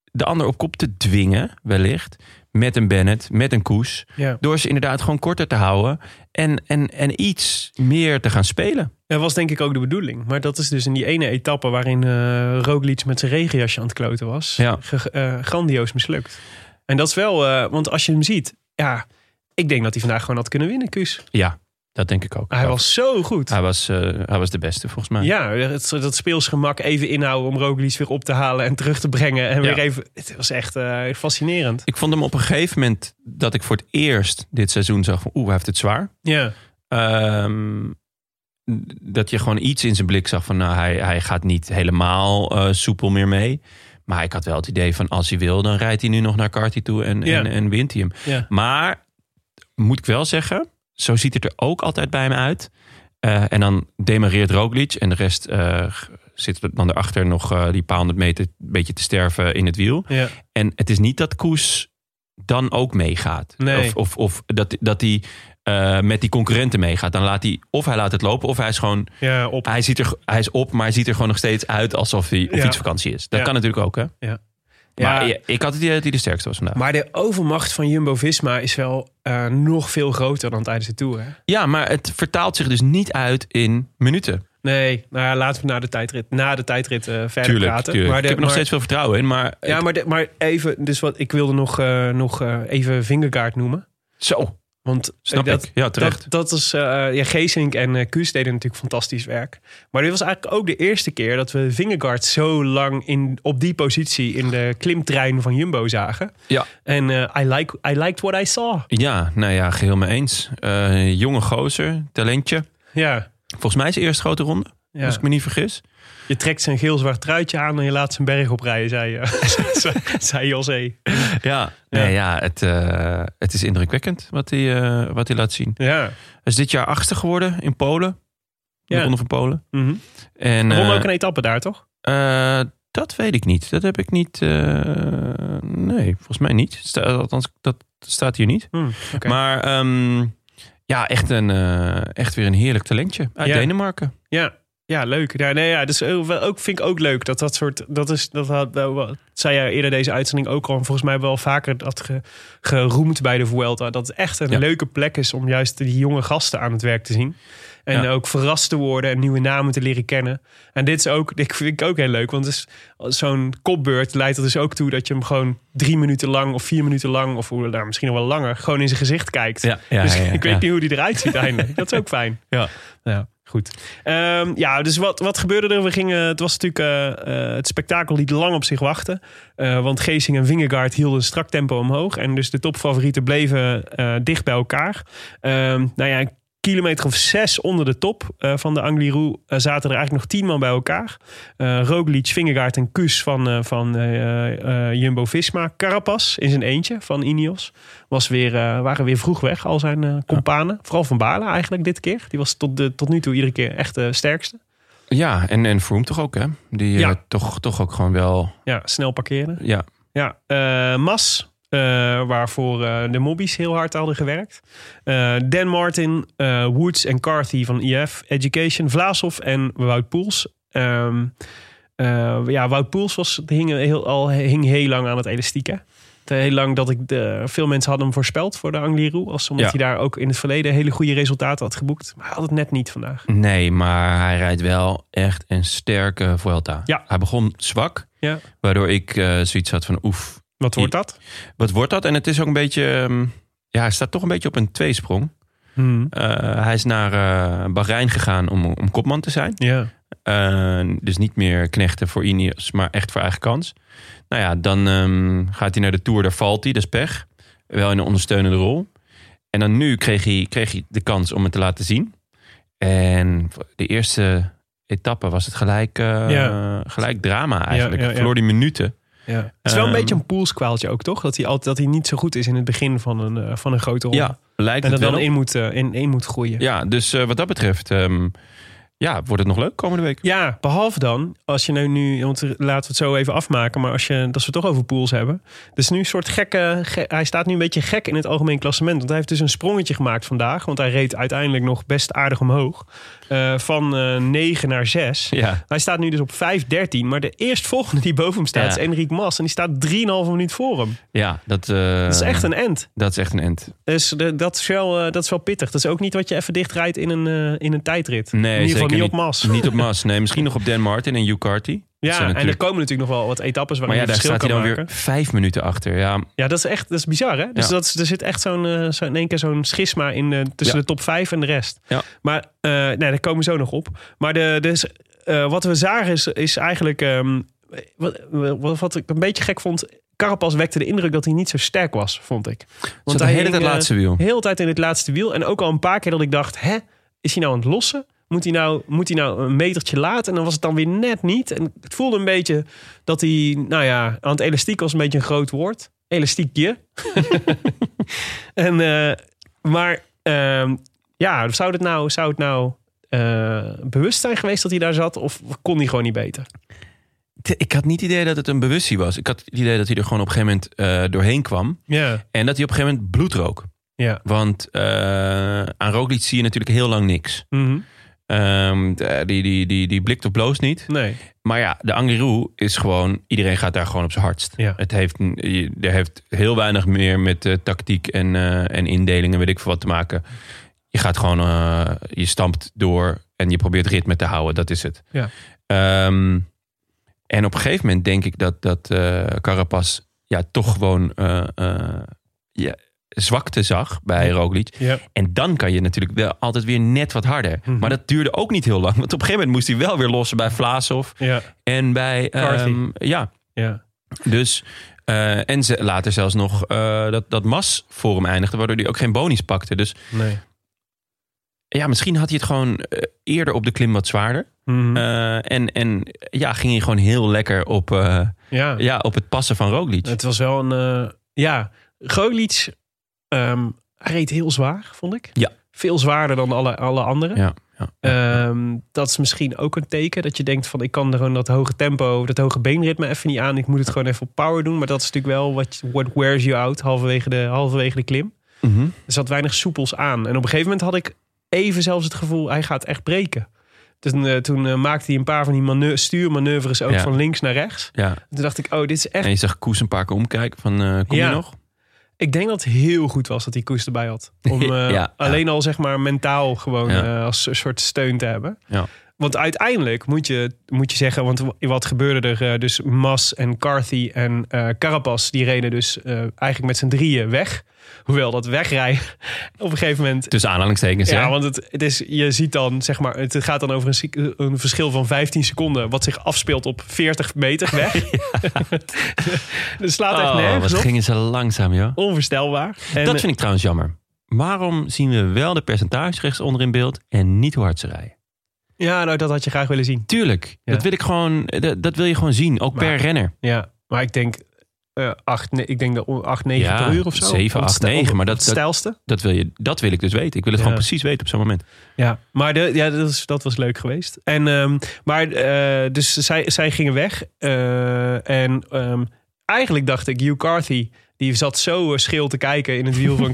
Speaker 1: de ander op kop te dwingen, wellicht. Met een Bennett, met een Koes.
Speaker 2: ja.
Speaker 1: Door ze inderdaad gewoon korter te houden. En, en, en iets meer te gaan spelen.
Speaker 2: dat was denk ik ook de bedoeling. Maar dat is dus in die ene etappe waarin eh Roglic met zijn regenjasje aan het kloten was.
Speaker 1: Ja.
Speaker 2: ge- eh, grandioos mislukt. En dat is wel, eh, want als je hem ziet, ja, ik denk dat hij vandaag gewoon had kunnen winnen, Kuus.
Speaker 1: Ja, dat denk ik ook.
Speaker 2: Hij was zo goed.
Speaker 1: hij was, eh, hij was de beste, volgens mij.
Speaker 2: Ja, het, dat speelsgemak even inhouden om Roglic weer op te halen en terug te brengen. En
Speaker 1: Ja.
Speaker 2: weer even, het was echt eh, fascinerend.
Speaker 1: Ik vond hem op een gegeven moment dat ik voor het eerst dit seizoen zag van... Oeh, hij heeft het zwaar.
Speaker 2: Ja,
Speaker 1: Ehm, dat je gewoon iets in zijn blik zag van... Nou, hij, hij gaat niet helemaal eh, soepel meer mee. Maar ik had wel het idee van als hij wil... dan rijdt hij nu nog naar Carty toe en,
Speaker 2: Ja.
Speaker 1: en, en wint hij hem.
Speaker 2: ja.
Speaker 1: Maar moet ik wel zeggen, zo ziet het er ook altijd bij hem uit. Eh, en dan demareert Roglic en de rest eh, g- zit dan erachter nog eh, die paar honderd meter een beetje te sterven in het wiel.
Speaker 2: ja.
Speaker 1: En het is niet dat Koes dan ook meegaat.
Speaker 2: Nee.
Speaker 1: Of, of, of dat, dat hij eh, met die concurrenten meegaat. Dan laat hij, of hij laat het lopen, of hij is gewoon,
Speaker 2: Ja, op.
Speaker 1: hij, ziet er, hij is op, maar hij ziet er gewoon nog steeds uit alsof hij op
Speaker 2: Ja.
Speaker 1: iets vakantie is. Dat
Speaker 2: Ja.
Speaker 1: kan natuurlijk ook, hè?
Speaker 2: Ja.
Speaker 1: Maar
Speaker 2: Ja.
Speaker 1: ja, ik had het idee dat hij de sterkste was vandaag.
Speaker 2: Maar de overmacht van Jumbo-Visma is wel eh, nog veel groter dan tijdens de Tour. Hè?
Speaker 1: Ja, maar het vertaalt zich dus niet uit in minuten.
Speaker 2: Nee, nou ja, laten we na de tijdrit, na de tijdrit eh, verder
Speaker 1: Tuurlijk,
Speaker 2: praten.
Speaker 1: tuurlijk.
Speaker 2: Maar
Speaker 1: ik
Speaker 2: de-
Speaker 1: heb er nog
Speaker 2: maar-
Speaker 1: steeds veel vertrouwen in, maar...
Speaker 2: Ja,
Speaker 1: ik-
Speaker 2: maar, de- maar even, dus wat, ik wilde nog, eh, nog eh, even Vingergaard noemen.
Speaker 1: Zo,
Speaker 2: Want
Speaker 1: snap
Speaker 2: eh, dat,
Speaker 1: ik. Ja, terecht.
Speaker 2: Dat, dat is, eh, ja, Geesink en eh Kuus deden natuurlijk fantastisch werk. Maar dit was eigenlijk ook de eerste keer dat we Vingegaard zo lang in, op die positie in de klimtrein van Jumbo zagen.
Speaker 1: Ja.
Speaker 2: En eh, I, like, I liked what I saw.
Speaker 1: Ja, nou ja, geheel mee eens. Eh, jonge gozer, talentje.
Speaker 2: Ja.
Speaker 1: Volgens mij is de eerste grote ronde,
Speaker 2: ja.
Speaker 1: als ik me niet vergis.
Speaker 2: Dus Je trekt zijn geel-zwart truitje aan en je laat zijn berg oprijden, zei, je. (laughs) zei José.
Speaker 1: Ja, nee, ja het, eh, het is indrukwekkend wat hij, eh, wat hij laat zien.
Speaker 2: Ja.
Speaker 1: Hij is dit jaar achtste geworden in Polen. In
Speaker 2: Ja.
Speaker 1: de Ronde van Polen.
Speaker 2: Mhm.
Speaker 1: En,
Speaker 2: Won
Speaker 1: eh,
Speaker 2: ook een etappe daar, toch?
Speaker 1: eh, dat weet ik niet. Dat heb ik niet. eh, nee, volgens mij niet. Sta- althans, dat staat hier niet.
Speaker 2: Hmm, oké.
Speaker 1: Maar ehm, ja, echt, een, eh, echt weer een heerlijk talentje uit
Speaker 2: Ja.
Speaker 1: Denemarken.
Speaker 2: Ja, ja leuk. Ja, nee, ja, dus eh, wel- ook, vind ik ook leuk dat dat soort. Dat is, dat had, eh, wat- zei jij eerder deze uitzending ook al. en Volgens mij wel vaker dat ge- geroemd bij de Vuelta. Dat het echt een
Speaker 1: Ja.
Speaker 2: leuke plek is om juist die jonge gasten aan het werk te zien. En
Speaker 1: Ja.
Speaker 2: ook verrast te worden en nieuwe namen te leren kennen. En dit is ook, dit vind ik ook heel leuk. Want het is zo'n kopbeurt leidt er dus ook toe dat je hem gewoon drie minuten lang of vier minuten lang, of hoe- nou, misschien nog wel langer, gewoon in zijn gezicht kijkt.
Speaker 1: Ja, ja,
Speaker 2: dus
Speaker 1: ja, (laughs) ja,
Speaker 2: (laughs) ik weet
Speaker 1: ja.
Speaker 2: niet hoe die eruit ziet eindelijk. Dat is ook fijn.
Speaker 1: Ja.
Speaker 2: Ja, goed. Ehm, ja, dus wat, wat gebeurde er? We gingen, het was natuurlijk eh, eh, het spektakel liet lang op zich wachten. Eh, want Geesing en Vingegaard hielden een strak tempo omhoog. En dus de topfavorieten bleven eh, dicht bij elkaar. Ehm, nou ja, een kilometer of zes onder de top eh, van de Angliru eh, zaten er eigenlijk nog tien man bij elkaar. Eh Roglic, Vingegaard en Kus van, eh, van eh, eh, Jumbo-Visma. Carapaz in zijn eentje van Ineos. Was weer, eh, waren weer vroeg weg, al zijn eh, companen. Vooral Van Baarle eigenlijk dit keer. Die was tot, de, tot nu toe iedere keer echt de sterkste.
Speaker 1: Ja, en, en Froome toch ook, hè? Die eh,
Speaker 2: Ja.
Speaker 1: toch, toch ook gewoon wel...
Speaker 2: Ja, snel parkeren.
Speaker 1: Ja,
Speaker 2: Ja, eh, Mas, eh, waarvoor eh, de mobbies heel hard hadden gewerkt. Eh, Dan Martin, eh, Woods en Carthy van IF Education, Vlaashoff en Wout Poels. Ehm, eh, ja, Wout Poels was, hing, heel, al, hing heel lang aan het elastiek, hè? Het eh, Heel lang dat ik de, veel mensen hadden hem voorspeld voor de Angliru. Als
Speaker 1: Ja.
Speaker 2: omdat hij daar ook in het verleden hele goede resultaten had geboekt. Maar hij had het net niet vandaag.
Speaker 1: nee, maar hij rijdt wel echt een sterke Vuelta.
Speaker 2: Ja.
Speaker 1: Hij begon zwak,
Speaker 2: Ja.
Speaker 1: waardoor ik eh, zoiets had van oef,
Speaker 2: Wat wordt dat?
Speaker 1: wat wordt dat? En het is ook een beetje... ehm, ja, hij staat toch een beetje op een tweesprong.
Speaker 2: Hmm.
Speaker 1: Eh, hij is naar eh, Bahrein gegaan om, om kopman te zijn.
Speaker 2: Ja.
Speaker 1: Eh, dus niet meer knechten voor Ineos, maar echt voor eigen kans. Nou ja, dan ehm, gaat hij naar de Tour, daar valt hij, dat is pech. Wel in een ondersteunende rol. En dan nu kreeg hij, kreeg hij de kans om het te laten zien. En de eerste etappe was het gelijk, eh,
Speaker 2: Ja.
Speaker 1: gelijk drama eigenlijk.
Speaker 2: Ja, ja, ja.
Speaker 1: Verloor die minuten.
Speaker 2: Ja. Het is wel een
Speaker 1: Ehm,
Speaker 2: beetje een poolskwaaltje ook, toch? Dat hij, altijd, dat hij niet zo goed is in het begin van een, eh, van een grote ronde.
Speaker 1: Ja, lijkt
Speaker 2: en
Speaker 1: het wel
Speaker 2: dat dan
Speaker 1: op.
Speaker 2: in moet, eh, in, in moet groeien. Ja.
Speaker 1: Ja, dus eh, wat dat betreft... ehm, ja, wordt het nog leuk komende week?
Speaker 2: behalve dan, als je nou nu, want laten we het zo even afmaken, maar als je, dat we het toch over pools hebben. Dus nu een soort gekke, ge- hij staat nu een beetje gek in het algemeen klassement. Want hij heeft dus een sprongetje gemaakt vandaag, want hij reed uiteindelijk nog best aardig omhoog. eh, van eh 9 naar 6.
Speaker 1: Ja.
Speaker 2: Hij staat nu dus op 5.13, maar de eerstvolgende die boven hem staat
Speaker 1: Ja.
Speaker 2: is Enrique Mas. En die staat 3,5 minuut voor hem.
Speaker 1: Ja, dat, eh,
Speaker 2: Dat is echt een end.
Speaker 1: dat is echt een end.
Speaker 2: Dus de- dat, is wel, eh, dat is wel pittig. Dat is ook niet wat je even dichtrijdt in een, eh, in een tijdrit.
Speaker 1: Nee,
Speaker 2: in ieder geval
Speaker 1: zeker
Speaker 2: niet op
Speaker 1: niet.
Speaker 2: mas.
Speaker 1: (laughs) Niet op Mas. Nee, misschien nog op Dan Martin en Hugh Carty. Dat zijn
Speaker 2: ja, en er
Speaker 1: natuurlijk-
Speaker 2: komen natuurlijk nog wel wat etappes waarin
Speaker 1: maar ja,
Speaker 2: je
Speaker 1: daar
Speaker 2: verschil
Speaker 1: staat hij
Speaker 2: kan
Speaker 1: dan
Speaker 2: maken.
Speaker 1: weer vijf minuten achter. Ja,
Speaker 2: Ja, dat is echt dat is bizar, hè? Dus
Speaker 1: Ja.
Speaker 2: dat is, er zit echt zo'n, eh, zo in één keer zo'n schisma in, eh, tussen
Speaker 1: Ja.
Speaker 2: de top 5 en de rest.
Speaker 1: Ja.
Speaker 2: Maar eh, nee, daar komen we zo nog op. Maar de, dus, eh, wat we zagen is, is eigenlijk... ehm, wat, wat, wat ik een beetje gek vond... Carapaz wekte de indruk dat hij niet zo sterk was, vond ik.
Speaker 1: Zat de hele tijd
Speaker 2: hing, eh,
Speaker 1: laatste wiel.
Speaker 2: Heel de tijd in het laatste wiel. En ook al een paar keer dat ik dacht... Hè, is hij nou aan het lossen? Moet hij, nou, moet hij nou een metertje laten? En dan was het dan weer net niet. En het voelde een beetje dat hij... Nou ja, aan het elastiek was een beetje een groot woord. Elastiekje. (laughs) En, eh, maar ehm, ja, zou het nou, zou het nou eh, bewust zijn geweest dat hij daar zat? Of kon hij gewoon niet beter?
Speaker 1: T- ik had niet het idee dat het een bewustie was. Ik had het idee dat hij er gewoon op een gegeven moment eh, doorheen kwam.
Speaker 2: Ja,
Speaker 1: En dat hij op een gegeven moment bloed rook.
Speaker 2: ja.
Speaker 1: Want eh, aan Roglic zie je natuurlijk heel lang niks.
Speaker 2: Mhm.
Speaker 1: Ehm, d- die, die, die, die blikt op bloos niet.
Speaker 2: Nee.
Speaker 1: Maar ja, de Angliru is gewoon... Iedereen gaat daar gewoon op zijn hardst.
Speaker 2: Ja.
Speaker 1: Het heeft, n- je- er heeft heel weinig meer met eh, tactiek en, eh en indeling en weet ik veel wat te maken. Je gaat gewoon... eh, je stampt door en je probeert ritme te houden. Dat is het.
Speaker 2: Ja.
Speaker 1: Ehm, en op een gegeven moment denk ik dat, dat eh, Carapaz ja, toch gewoon eh, eh, ja, zwakte zag bij Roglic.
Speaker 2: Ja.
Speaker 1: En dan kan je natuurlijk wel altijd weer net wat harder.
Speaker 2: Mhm.
Speaker 1: Maar dat duurde ook niet heel lang. Want op een gegeven moment moest hij wel weer lossen bij Vlaashoff.
Speaker 2: Ja,
Speaker 1: En bij...
Speaker 2: Carthy.
Speaker 1: ehm, ja,
Speaker 2: ja.
Speaker 1: dus... eh, en ze, later zelfs nog eh, dat, dat Mas voor hem eindigde. Waardoor hij ook geen bonies pakte. Dus
Speaker 2: Nee.
Speaker 1: ja, misschien had hij het gewoon eh, eerder op de klim wat zwaarder.
Speaker 2: Mhm.
Speaker 1: Eh, en, en ja, ging hij gewoon heel lekker op, eh,
Speaker 2: Ja.
Speaker 1: ja, op het passen van Roglic.
Speaker 2: Het was wel een... eh, ja, Golic ehm, hij reed heel zwaar, vond ik.
Speaker 1: Ja.
Speaker 2: Veel zwaarder dan alle, alle anderen.
Speaker 1: Ja, ja.
Speaker 2: Ehm, dat is misschien ook een teken dat je denkt van ik kan gewoon dat hoge tempo, dat hoge beenritme even niet aan. Ik moet het gewoon even op power doen. Maar dat is natuurlijk wel wat what wears you out halverwege de, halverwege de klim.
Speaker 1: Mhm.
Speaker 2: Er zat weinig soepels aan. En op een gegeven moment had ik even zelfs het gevoel, hij gaat echt breken. Dus toen, eh, toen eh, maakte hij een paar van die manu- stuurmanoeuvres ook
Speaker 1: Ja.
Speaker 2: van links naar rechts.
Speaker 1: ja.
Speaker 2: Toen dacht ik, oh, dit is echt...
Speaker 1: En je zag Koes een paar keer omkijken van, eh, kom
Speaker 2: Ja.
Speaker 1: je nog?
Speaker 2: Ik denk dat het heel goed was dat hij Koes erbij had.
Speaker 1: (laughs)
Speaker 2: Om eh,
Speaker 1: Ja, ja.
Speaker 2: alleen al zeg maar mentaal gewoon
Speaker 1: Ja.
Speaker 2: eh, als een soort steun te hebben.
Speaker 1: Ja.
Speaker 2: Want uiteindelijk moet je, moet je zeggen, want wat gebeurde er? eh, dus Mas en Carthy en eh Carapaz, die reden dus eh, eigenlijk met z'n drieën weg. Hoewel dat wegrijden (laughs) op een gegeven moment...
Speaker 1: Tussen aanhalingstekens, ja.
Speaker 2: Ja, want het, het is, je ziet dan, zeg maar, het gaat dan over een, sec- een verschil van 15 seconden, wat zich afspeelt op 40
Speaker 1: (laughs)
Speaker 2: meter weg. (laughs) dat slaat echt
Speaker 1: Oh,
Speaker 2: nergens
Speaker 1: wat
Speaker 2: op.
Speaker 1: gingen ze langzaam, joh.
Speaker 2: Onvoorstelbaar. En,
Speaker 1: dat vind ik trouwens jammer. Waarom zien we wel de percentages rechtsonder in beeld en niet hoe hard ze rijden?
Speaker 2: Ja, nou, dat had je graag willen zien.
Speaker 1: Tuurlijk,
Speaker 2: Ja.
Speaker 1: dat, wil ik gewoon, eh, dat, dat wil je gewoon zien, ook
Speaker 2: Maar-
Speaker 1: per renner.
Speaker 2: Ja, maar ik denk, eh acht, ne- ik denk de on- 8, 9
Speaker 1: Ja,
Speaker 2: per uur of zo.
Speaker 1: 7,
Speaker 2: Op het
Speaker 1: acht,
Speaker 2: stijl-
Speaker 1: negen,
Speaker 2: op
Speaker 1: maar dat-
Speaker 2: Het
Speaker 1: dat-
Speaker 2: stijlste.
Speaker 1: Dat wil, je, dat wil ik dus weten. Ik wil het
Speaker 2: Ja.
Speaker 1: gewoon precies weten op zo'n moment.
Speaker 2: Ja, maar de, ja, dat, is, dat was leuk geweest. En, ehm, maar, eh, dus zij, zij gingen weg. eh, en ehm, eigenlijk dacht ik, Hugh Carthy, die zat zo eh, scheel te kijken in het wiel van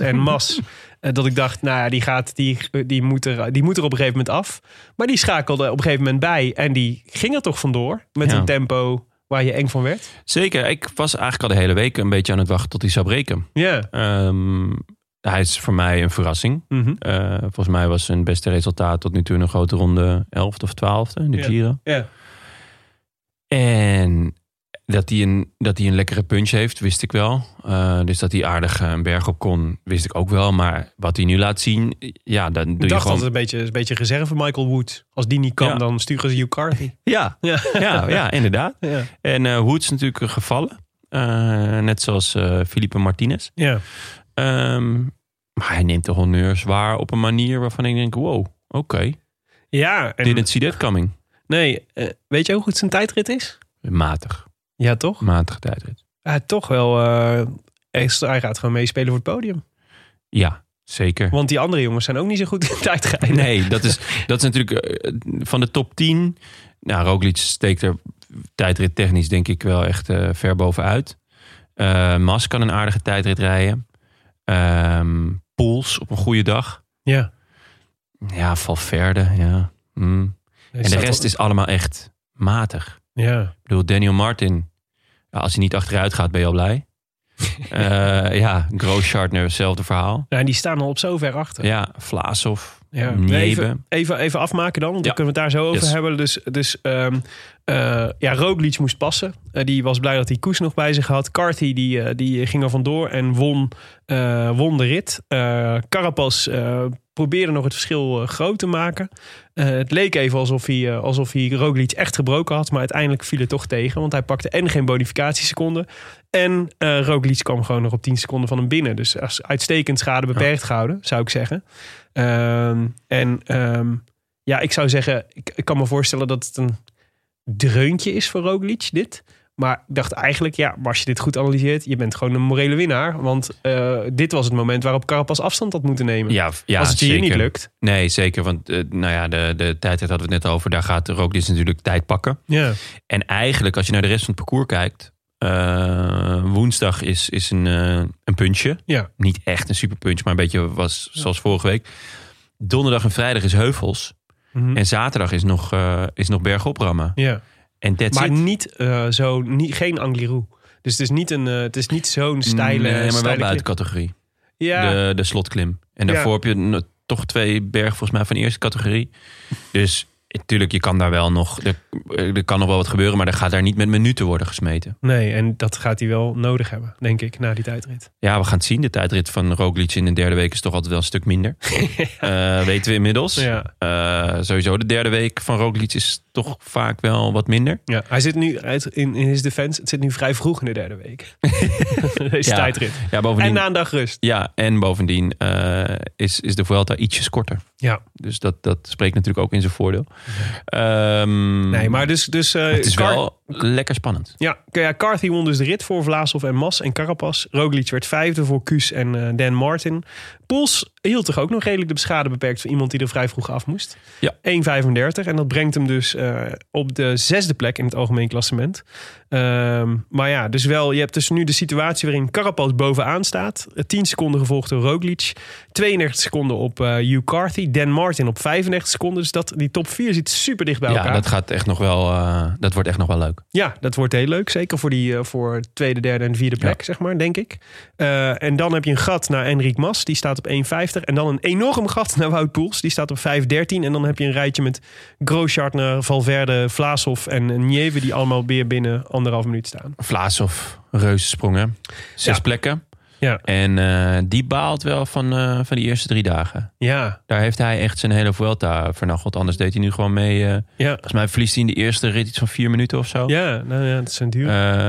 Speaker 1: (laughs)
Speaker 2: en Mas. eh, dat ik dacht, nou ja, die, gaat, die, die, moet er, die moet er op een gegeven moment af. Maar die schakelde op een gegeven moment bij. En die ging er toch vandoor. Met
Speaker 1: Ja.
Speaker 2: een tempo waar je eng van werd.
Speaker 1: Zeker, ik was eigenlijk al de hele week een beetje aan het wachten tot hij zou breken.
Speaker 2: Ja.
Speaker 1: Ehm, hij is voor mij een verrassing.
Speaker 2: Mhm.
Speaker 1: Eh, volgens mij was zijn beste resultaat tot nu toe in een grote ronde 11 of 12 in de
Speaker 2: Ja.
Speaker 1: Giro.
Speaker 2: Ja.
Speaker 1: En dat hij, een, dat hij een lekkere punch heeft, wist ik wel. Eh, dus dat hij aardig eh, een berg op kon, wist ik ook wel. Maar wat hij nu laat zien, ja, dan doe
Speaker 2: Ik
Speaker 1: je
Speaker 2: dacht dat
Speaker 1: gewoon...
Speaker 2: het een beetje, een beetje reserve Michael Wood. Als die niet kan,
Speaker 1: Ja.
Speaker 2: dan sturen ze Hugh Carthy.
Speaker 1: Ja,
Speaker 2: Ja.
Speaker 1: ja, ja, inderdaad.
Speaker 2: Ja.
Speaker 1: En eh Woods natuurlijk eh, gevallen. Eh, net zoals eh Felipe Martinez.
Speaker 2: ja.
Speaker 1: Ehm, maar hij neemt de honneurs waar op een manier waarvan ik denk, wow, oké.
Speaker 2: Ja, en
Speaker 1: Didn't see that coming.
Speaker 2: nee, eh, weet je hoe goed zijn tijdrit is?
Speaker 1: Matig.
Speaker 2: Ja, toch?
Speaker 1: Matige tijdrit.
Speaker 2: Ja, toch wel. eh, extra- hij gaat gewoon meespelen voor het podium.
Speaker 1: Ja,
Speaker 2: (laughs)
Speaker 1: zeker.
Speaker 2: Want die andere jongens zijn ook niet zo goed in tijdrijden.
Speaker 1: Nee, dat is, dat is natuurlijk eh, van de top 10. Nou, Roglic steekt er tijdrit technisch denk ik wel echt eh, ver bovenuit. Eh, Mas kan een aardige tijdrit rijden. Ehm Poels op een goede dag.
Speaker 2: Ja.
Speaker 1: Ja, Valverde, ja. Mm. En de rest is allemaal echt matig.
Speaker 2: Ja.
Speaker 1: Ik bedoel, Daniel Martin. ja, als hij niet achteruit gaat, ben je al
Speaker 2: (laughs)
Speaker 1: blij. Eh ja, Grosschartner, hetzelfde verhaal.
Speaker 2: Ja, en Nou, die staan al op zo ver achter.
Speaker 1: Ja, Vlaashoff,
Speaker 2: Ja.
Speaker 1: Niebe.
Speaker 2: Even, even, even afmaken dan, want
Speaker 1: Ja.
Speaker 2: dan kunnen we het daar zo over
Speaker 1: Yes.
Speaker 2: hebben. Dus, dus ehm, eh, ja, Roglic moest passen. Eh, die was blij dat hij Koes nog bij zich had. Carthy die, eh, die ging er vandoor en won, eh, won de rit. Eh Carapaz eh, probeerde nog het verschil eh, groot te maken. Eh, het leek even alsof hij, eh, alsof hij Roglic echt gebroken had. Maar uiteindelijk viel het toch tegen. Want hij pakte en geen bonificatieseconden. En eh Roglic kwam gewoon nog op 10 seconden van hem binnen. Dus als uitstekend schade beperkt gehouden, zou ik zeggen. Ehm, en ehm, ja, ik zou zeggen, ik, ik kan me voorstellen dat het een dreuntje is voor Roglic, dit. Maar ik dacht eigenlijk, ja, maar als je dit goed analyseert, je bent gewoon een morele winnaar. Want eh, dit was het moment waarop Carapaz afstand had moeten nemen.
Speaker 1: Ja, ja,
Speaker 2: als het je
Speaker 1: zeker.
Speaker 2: hier niet lukt.
Speaker 1: Nee, zeker. Want eh, nou ja, de, de tijdrit hadden we het net over. Daar gaat Roglic natuurlijk tijd pakken.
Speaker 2: Ja.
Speaker 1: En eigenlijk, als je naar de rest van het parcours kijkt... eh, woensdag is, is een, eh, een puntje.
Speaker 2: Ja.
Speaker 1: Niet echt een superpuntje, maar een beetje was zoals vorige week. Donderdag en vrijdag is heuvels.
Speaker 2: Mhm.
Speaker 1: En zaterdag is nog, eh is nog bergoprammen.
Speaker 2: ja.
Speaker 1: En that's
Speaker 2: Maar
Speaker 1: it.
Speaker 2: niet eh, zo, niet, geen Angliru. Dus het is niet, een, eh, het is niet zo'n stijle...
Speaker 1: Nee, maar
Speaker 2: stijle
Speaker 1: wel
Speaker 2: klim.
Speaker 1: buiten categorie.
Speaker 2: Ja,
Speaker 1: De, de slotklim. En
Speaker 2: Ja.
Speaker 1: daarvoor heb je n- toch twee bergen volgens mij van eerste categorie. Dus natuurlijk, je kan daar wel nog... Er, eh, er kan nog wel wat gebeuren, maar er gaat daar niet met minuten worden gesmeten.
Speaker 2: nee, en dat gaat hij wel nodig hebben, denk ik, na die tijdrit.
Speaker 1: Ja, we gaan het zien. De tijdrit van Roglic in de derde week is toch altijd wel een stuk
Speaker 2: (laughs)
Speaker 1: minder. Eh, weten we inmiddels.
Speaker 2: Ja.
Speaker 1: Eh, sowieso, de derde week van Roglic is toch vaak wel wat minder.
Speaker 2: Ja, hij zit nu uit, in, in his defense. Het zit nu vrij vroeg in de derde
Speaker 1: (laughs)
Speaker 2: week. Deze
Speaker 1: Ja.
Speaker 2: tijdrit.
Speaker 1: Ja, bovendien...
Speaker 2: En na een dag rust.
Speaker 1: Ja, en bovendien eh, is, is de Vuelta ietsjes korter.
Speaker 2: Ja,
Speaker 1: Dus dat, dat spreekt natuurlijk ook in zijn voordeel. Ehm,
Speaker 2: nee, maar dus... dus eh,
Speaker 1: het is
Speaker 2: Car-
Speaker 1: wel lekker spannend.
Speaker 2: Ja, K- ja, Carthy won dus de rit voor Vlaasov en Mas en Carapaz. Roglic werd vijfde voor Kuus en eh, Dan Martin. Poels hield toch ook nog redelijk de schade beperkt... voor iemand die er vrij vroeg af moest.
Speaker 1: Ja.
Speaker 2: 1,35. En dat brengt hem dus eh, op de zesde plek in het algemeen klassement. Ehm, maar ja, dus wel, je hebt dus nu de situatie waarin Carapaz bovenaan staat. Eh, 10 seconden gevolgd door Roglic. 32 seconden op eh Hugh Carthy. Dan Martin op 35 seconden. Dus dat, die top 4 zit super dicht bij
Speaker 1: Ja,
Speaker 2: elkaar.
Speaker 1: dat, gaat echt nog wel, eh, dat wordt echt nog wel leuk.
Speaker 2: Ja, dat wordt heel leuk. Zeker voor, die, eh, voor tweede, derde en vierde plek, zeg maar, denk ik. Eh, en dan heb je een gat naar Enric Mas, die staat op 1,50. En dan een enorm gat naar Wout Poels, die staat op 5,13. En dan heb je een rijtje met Grosjartner, Valverde, Vlaashoff en Nieve... die allemaal weer binnen anderhalf minuut staan.
Speaker 1: Vlaas of Reuzensprongen. Zes
Speaker 2: Ja.
Speaker 1: plekken.
Speaker 2: Ja.
Speaker 1: En eh, die baalt wel van, eh, van die eerste drie dagen.
Speaker 2: Ja,
Speaker 1: Daar heeft hij echt zijn hele Vuelta vernacheld. Anders deed hij nu gewoon mee. eh,
Speaker 2: ja,
Speaker 1: volgens mij verliest hij in de eerste rit iets van vier minuten of zo.
Speaker 2: ja, nou ja, dat is een duur.
Speaker 1: Eh,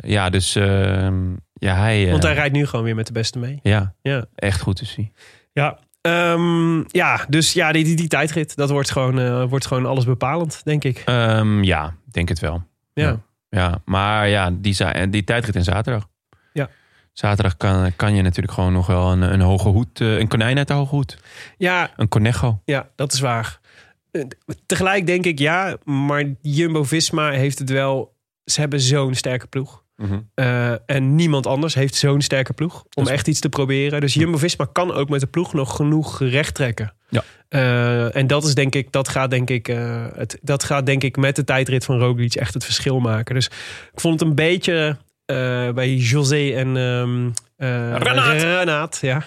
Speaker 1: ja dus eh, ja, hij... eh,
Speaker 2: Want hij rijdt nu gewoon weer met de beste mee.
Speaker 1: Ja,
Speaker 2: Ja.
Speaker 1: echt goed is hij.
Speaker 2: Ja. Ehm, ja, dus ja, die, die, die tijdrit, dat wordt gewoon, eh, wordt gewoon alles bepalend, denk ik.
Speaker 1: Ehm, ja, ik denk het wel.
Speaker 2: Ja.
Speaker 1: Ja, maar ja, die, za- en die tijdrit en zaterdag.
Speaker 2: Ja.
Speaker 1: Zaterdag kan, kan je natuurlijk gewoon nog wel een, een hoge hoed, eh, een konijn uit de hoge hoed.
Speaker 2: ja,
Speaker 1: Een conejo.
Speaker 2: Ja, dat is waar. Eh, Tegelijk denk ik ja, maar Jumbo-Visma heeft het wel... Ze hebben zo'n sterke ploeg. Eh, en niemand anders heeft zo'n sterke ploeg om
Speaker 1: is-
Speaker 2: echt iets te proberen. Dus Jumbo-Visma kan ook met de ploeg nog genoeg recht trekken.
Speaker 1: Ja.
Speaker 2: Eh, en dat is denk ik, dat gaat denk ik, eh, het, dat gaat denk ik met de tijdrit van Roglic echt het verschil maken. Dus ik vond het een beetje eh, bij José en ehm eh,
Speaker 1: Renaat.
Speaker 2: Renaat, ja.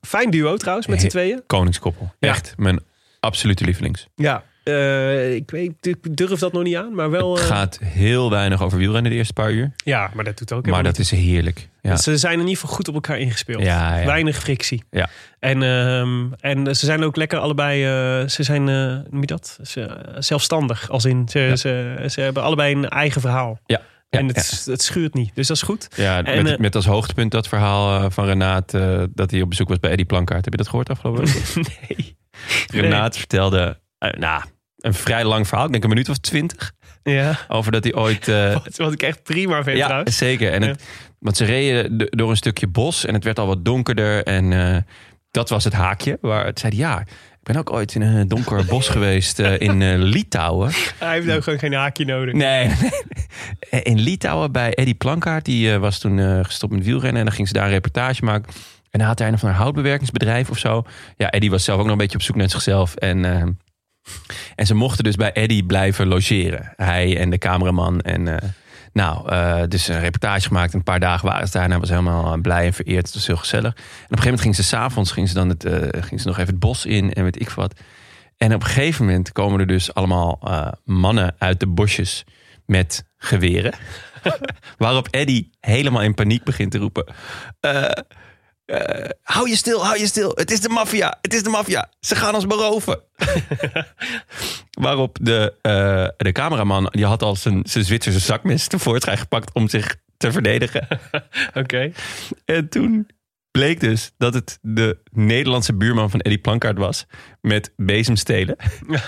Speaker 2: Fijn duo trouwens met z'n
Speaker 1: He-
Speaker 2: tweeën.
Speaker 1: Koningskoppel.
Speaker 2: Ja.
Speaker 1: Echt mijn absolute lievelings.
Speaker 2: Ja, eh, ik, weet, ik durf dat nog niet aan, maar wel.
Speaker 1: het
Speaker 2: eh,
Speaker 1: gaat heel weinig over wielrennen de eerste paar uur.
Speaker 2: ja, maar dat doet ook
Speaker 1: maar
Speaker 2: helemaal
Speaker 1: dat is heerlijk. Ja.
Speaker 2: niet. Ze zijn in ieder geval goed op elkaar ingespeeld.
Speaker 1: Ja, ja.
Speaker 2: Weinig frictie.
Speaker 1: Ja.
Speaker 2: En, ehm, en ze zijn ook lekker allebei, eh, ze zijn, eh, hoe noem je dat? Ze, eh, zelfstandig. Als in, ze, ze, ze hebben allebei een eigen verhaal.
Speaker 1: Ja, ja,
Speaker 2: en
Speaker 1: ja.
Speaker 2: het, het schuurt niet, dus dat is goed.
Speaker 1: Ja,
Speaker 2: En,
Speaker 1: met,
Speaker 2: eh,
Speaker 1: met als hoogtepunt dat verhaal eh, van Renaat eh, dat hij op bezoek was bij Eddie Plankaart. Heb je dat gehoord afgelopen week?
Speaker 2: (laughs) Nee.
Speaker 1: (laughs) Renaat vertelde eh, nou, een vrij lang verhaal, ik denk een minuut of twintig,
Speaker 2: Ja, (laughs)
Speaker 1: over dat hij ooit... eh,
Speaker 2: wat, wat ik echt prima vind
Speaker 1: ja,
Speaker 2: trouwens.
Speaker 1: zeker. En het, Want ze reden d- door een stukje bos en het werd al wat donkerder en eh, dat was het haakje. Waar het zei hij, ja, ik ben ook ooit in een donker bos (laughs) geweest eh, in eh, Litouwen.
Speaker 2: Hij heeft ook gewoon geen haakje nodig.
Speaker 1: Nee. In Litouwen bij Eddie Plankaart. Die eh, was toen eh, gestopt met wielrennen. En dan ging ze daar een reportage maken. En dan had hij een of ander houtbewerkingsbedrijf of zo. Ja, Eddie was zelf ook nog een beetje op zoek naar zichzelf. En, eh, en ze mochten dus bij Eddie blijven logeren. Hij en de cameraman. En eh, nou, eh, dus een reportage gemaakt. Een paar dagen waren ze daar. En hij was helemaal eh, blij en vereerd. Het was heel gezellig. En op een gegeven moment ging ze s'avonds ging ze dan het, eh, ging ze nog even het bos in. En weet ik wat. En op een gegeven moment komen er dus allemaal eh, mannen uit de bosjes met geweren. (laughs) Waarop Eddie helemaal in paniek begint te roepen. eh, eh, hou je stil, hou je stil. Het is de maffia, het is de maffia. Ze gaan ons beroven. (laughs) Waarop de, eh, de cameraman, die had al zijn, zijn Zwitserse zakmes tevoorschijn gepakt om zich te verdedigen.
Speaker 2: Oké.
Speaker 1: En toen bleek dus dat het de Nederlandse buurman van Eddie Plankaart was. Met
Speaker 2: (laughs)
Speaker 1: bezemstelen.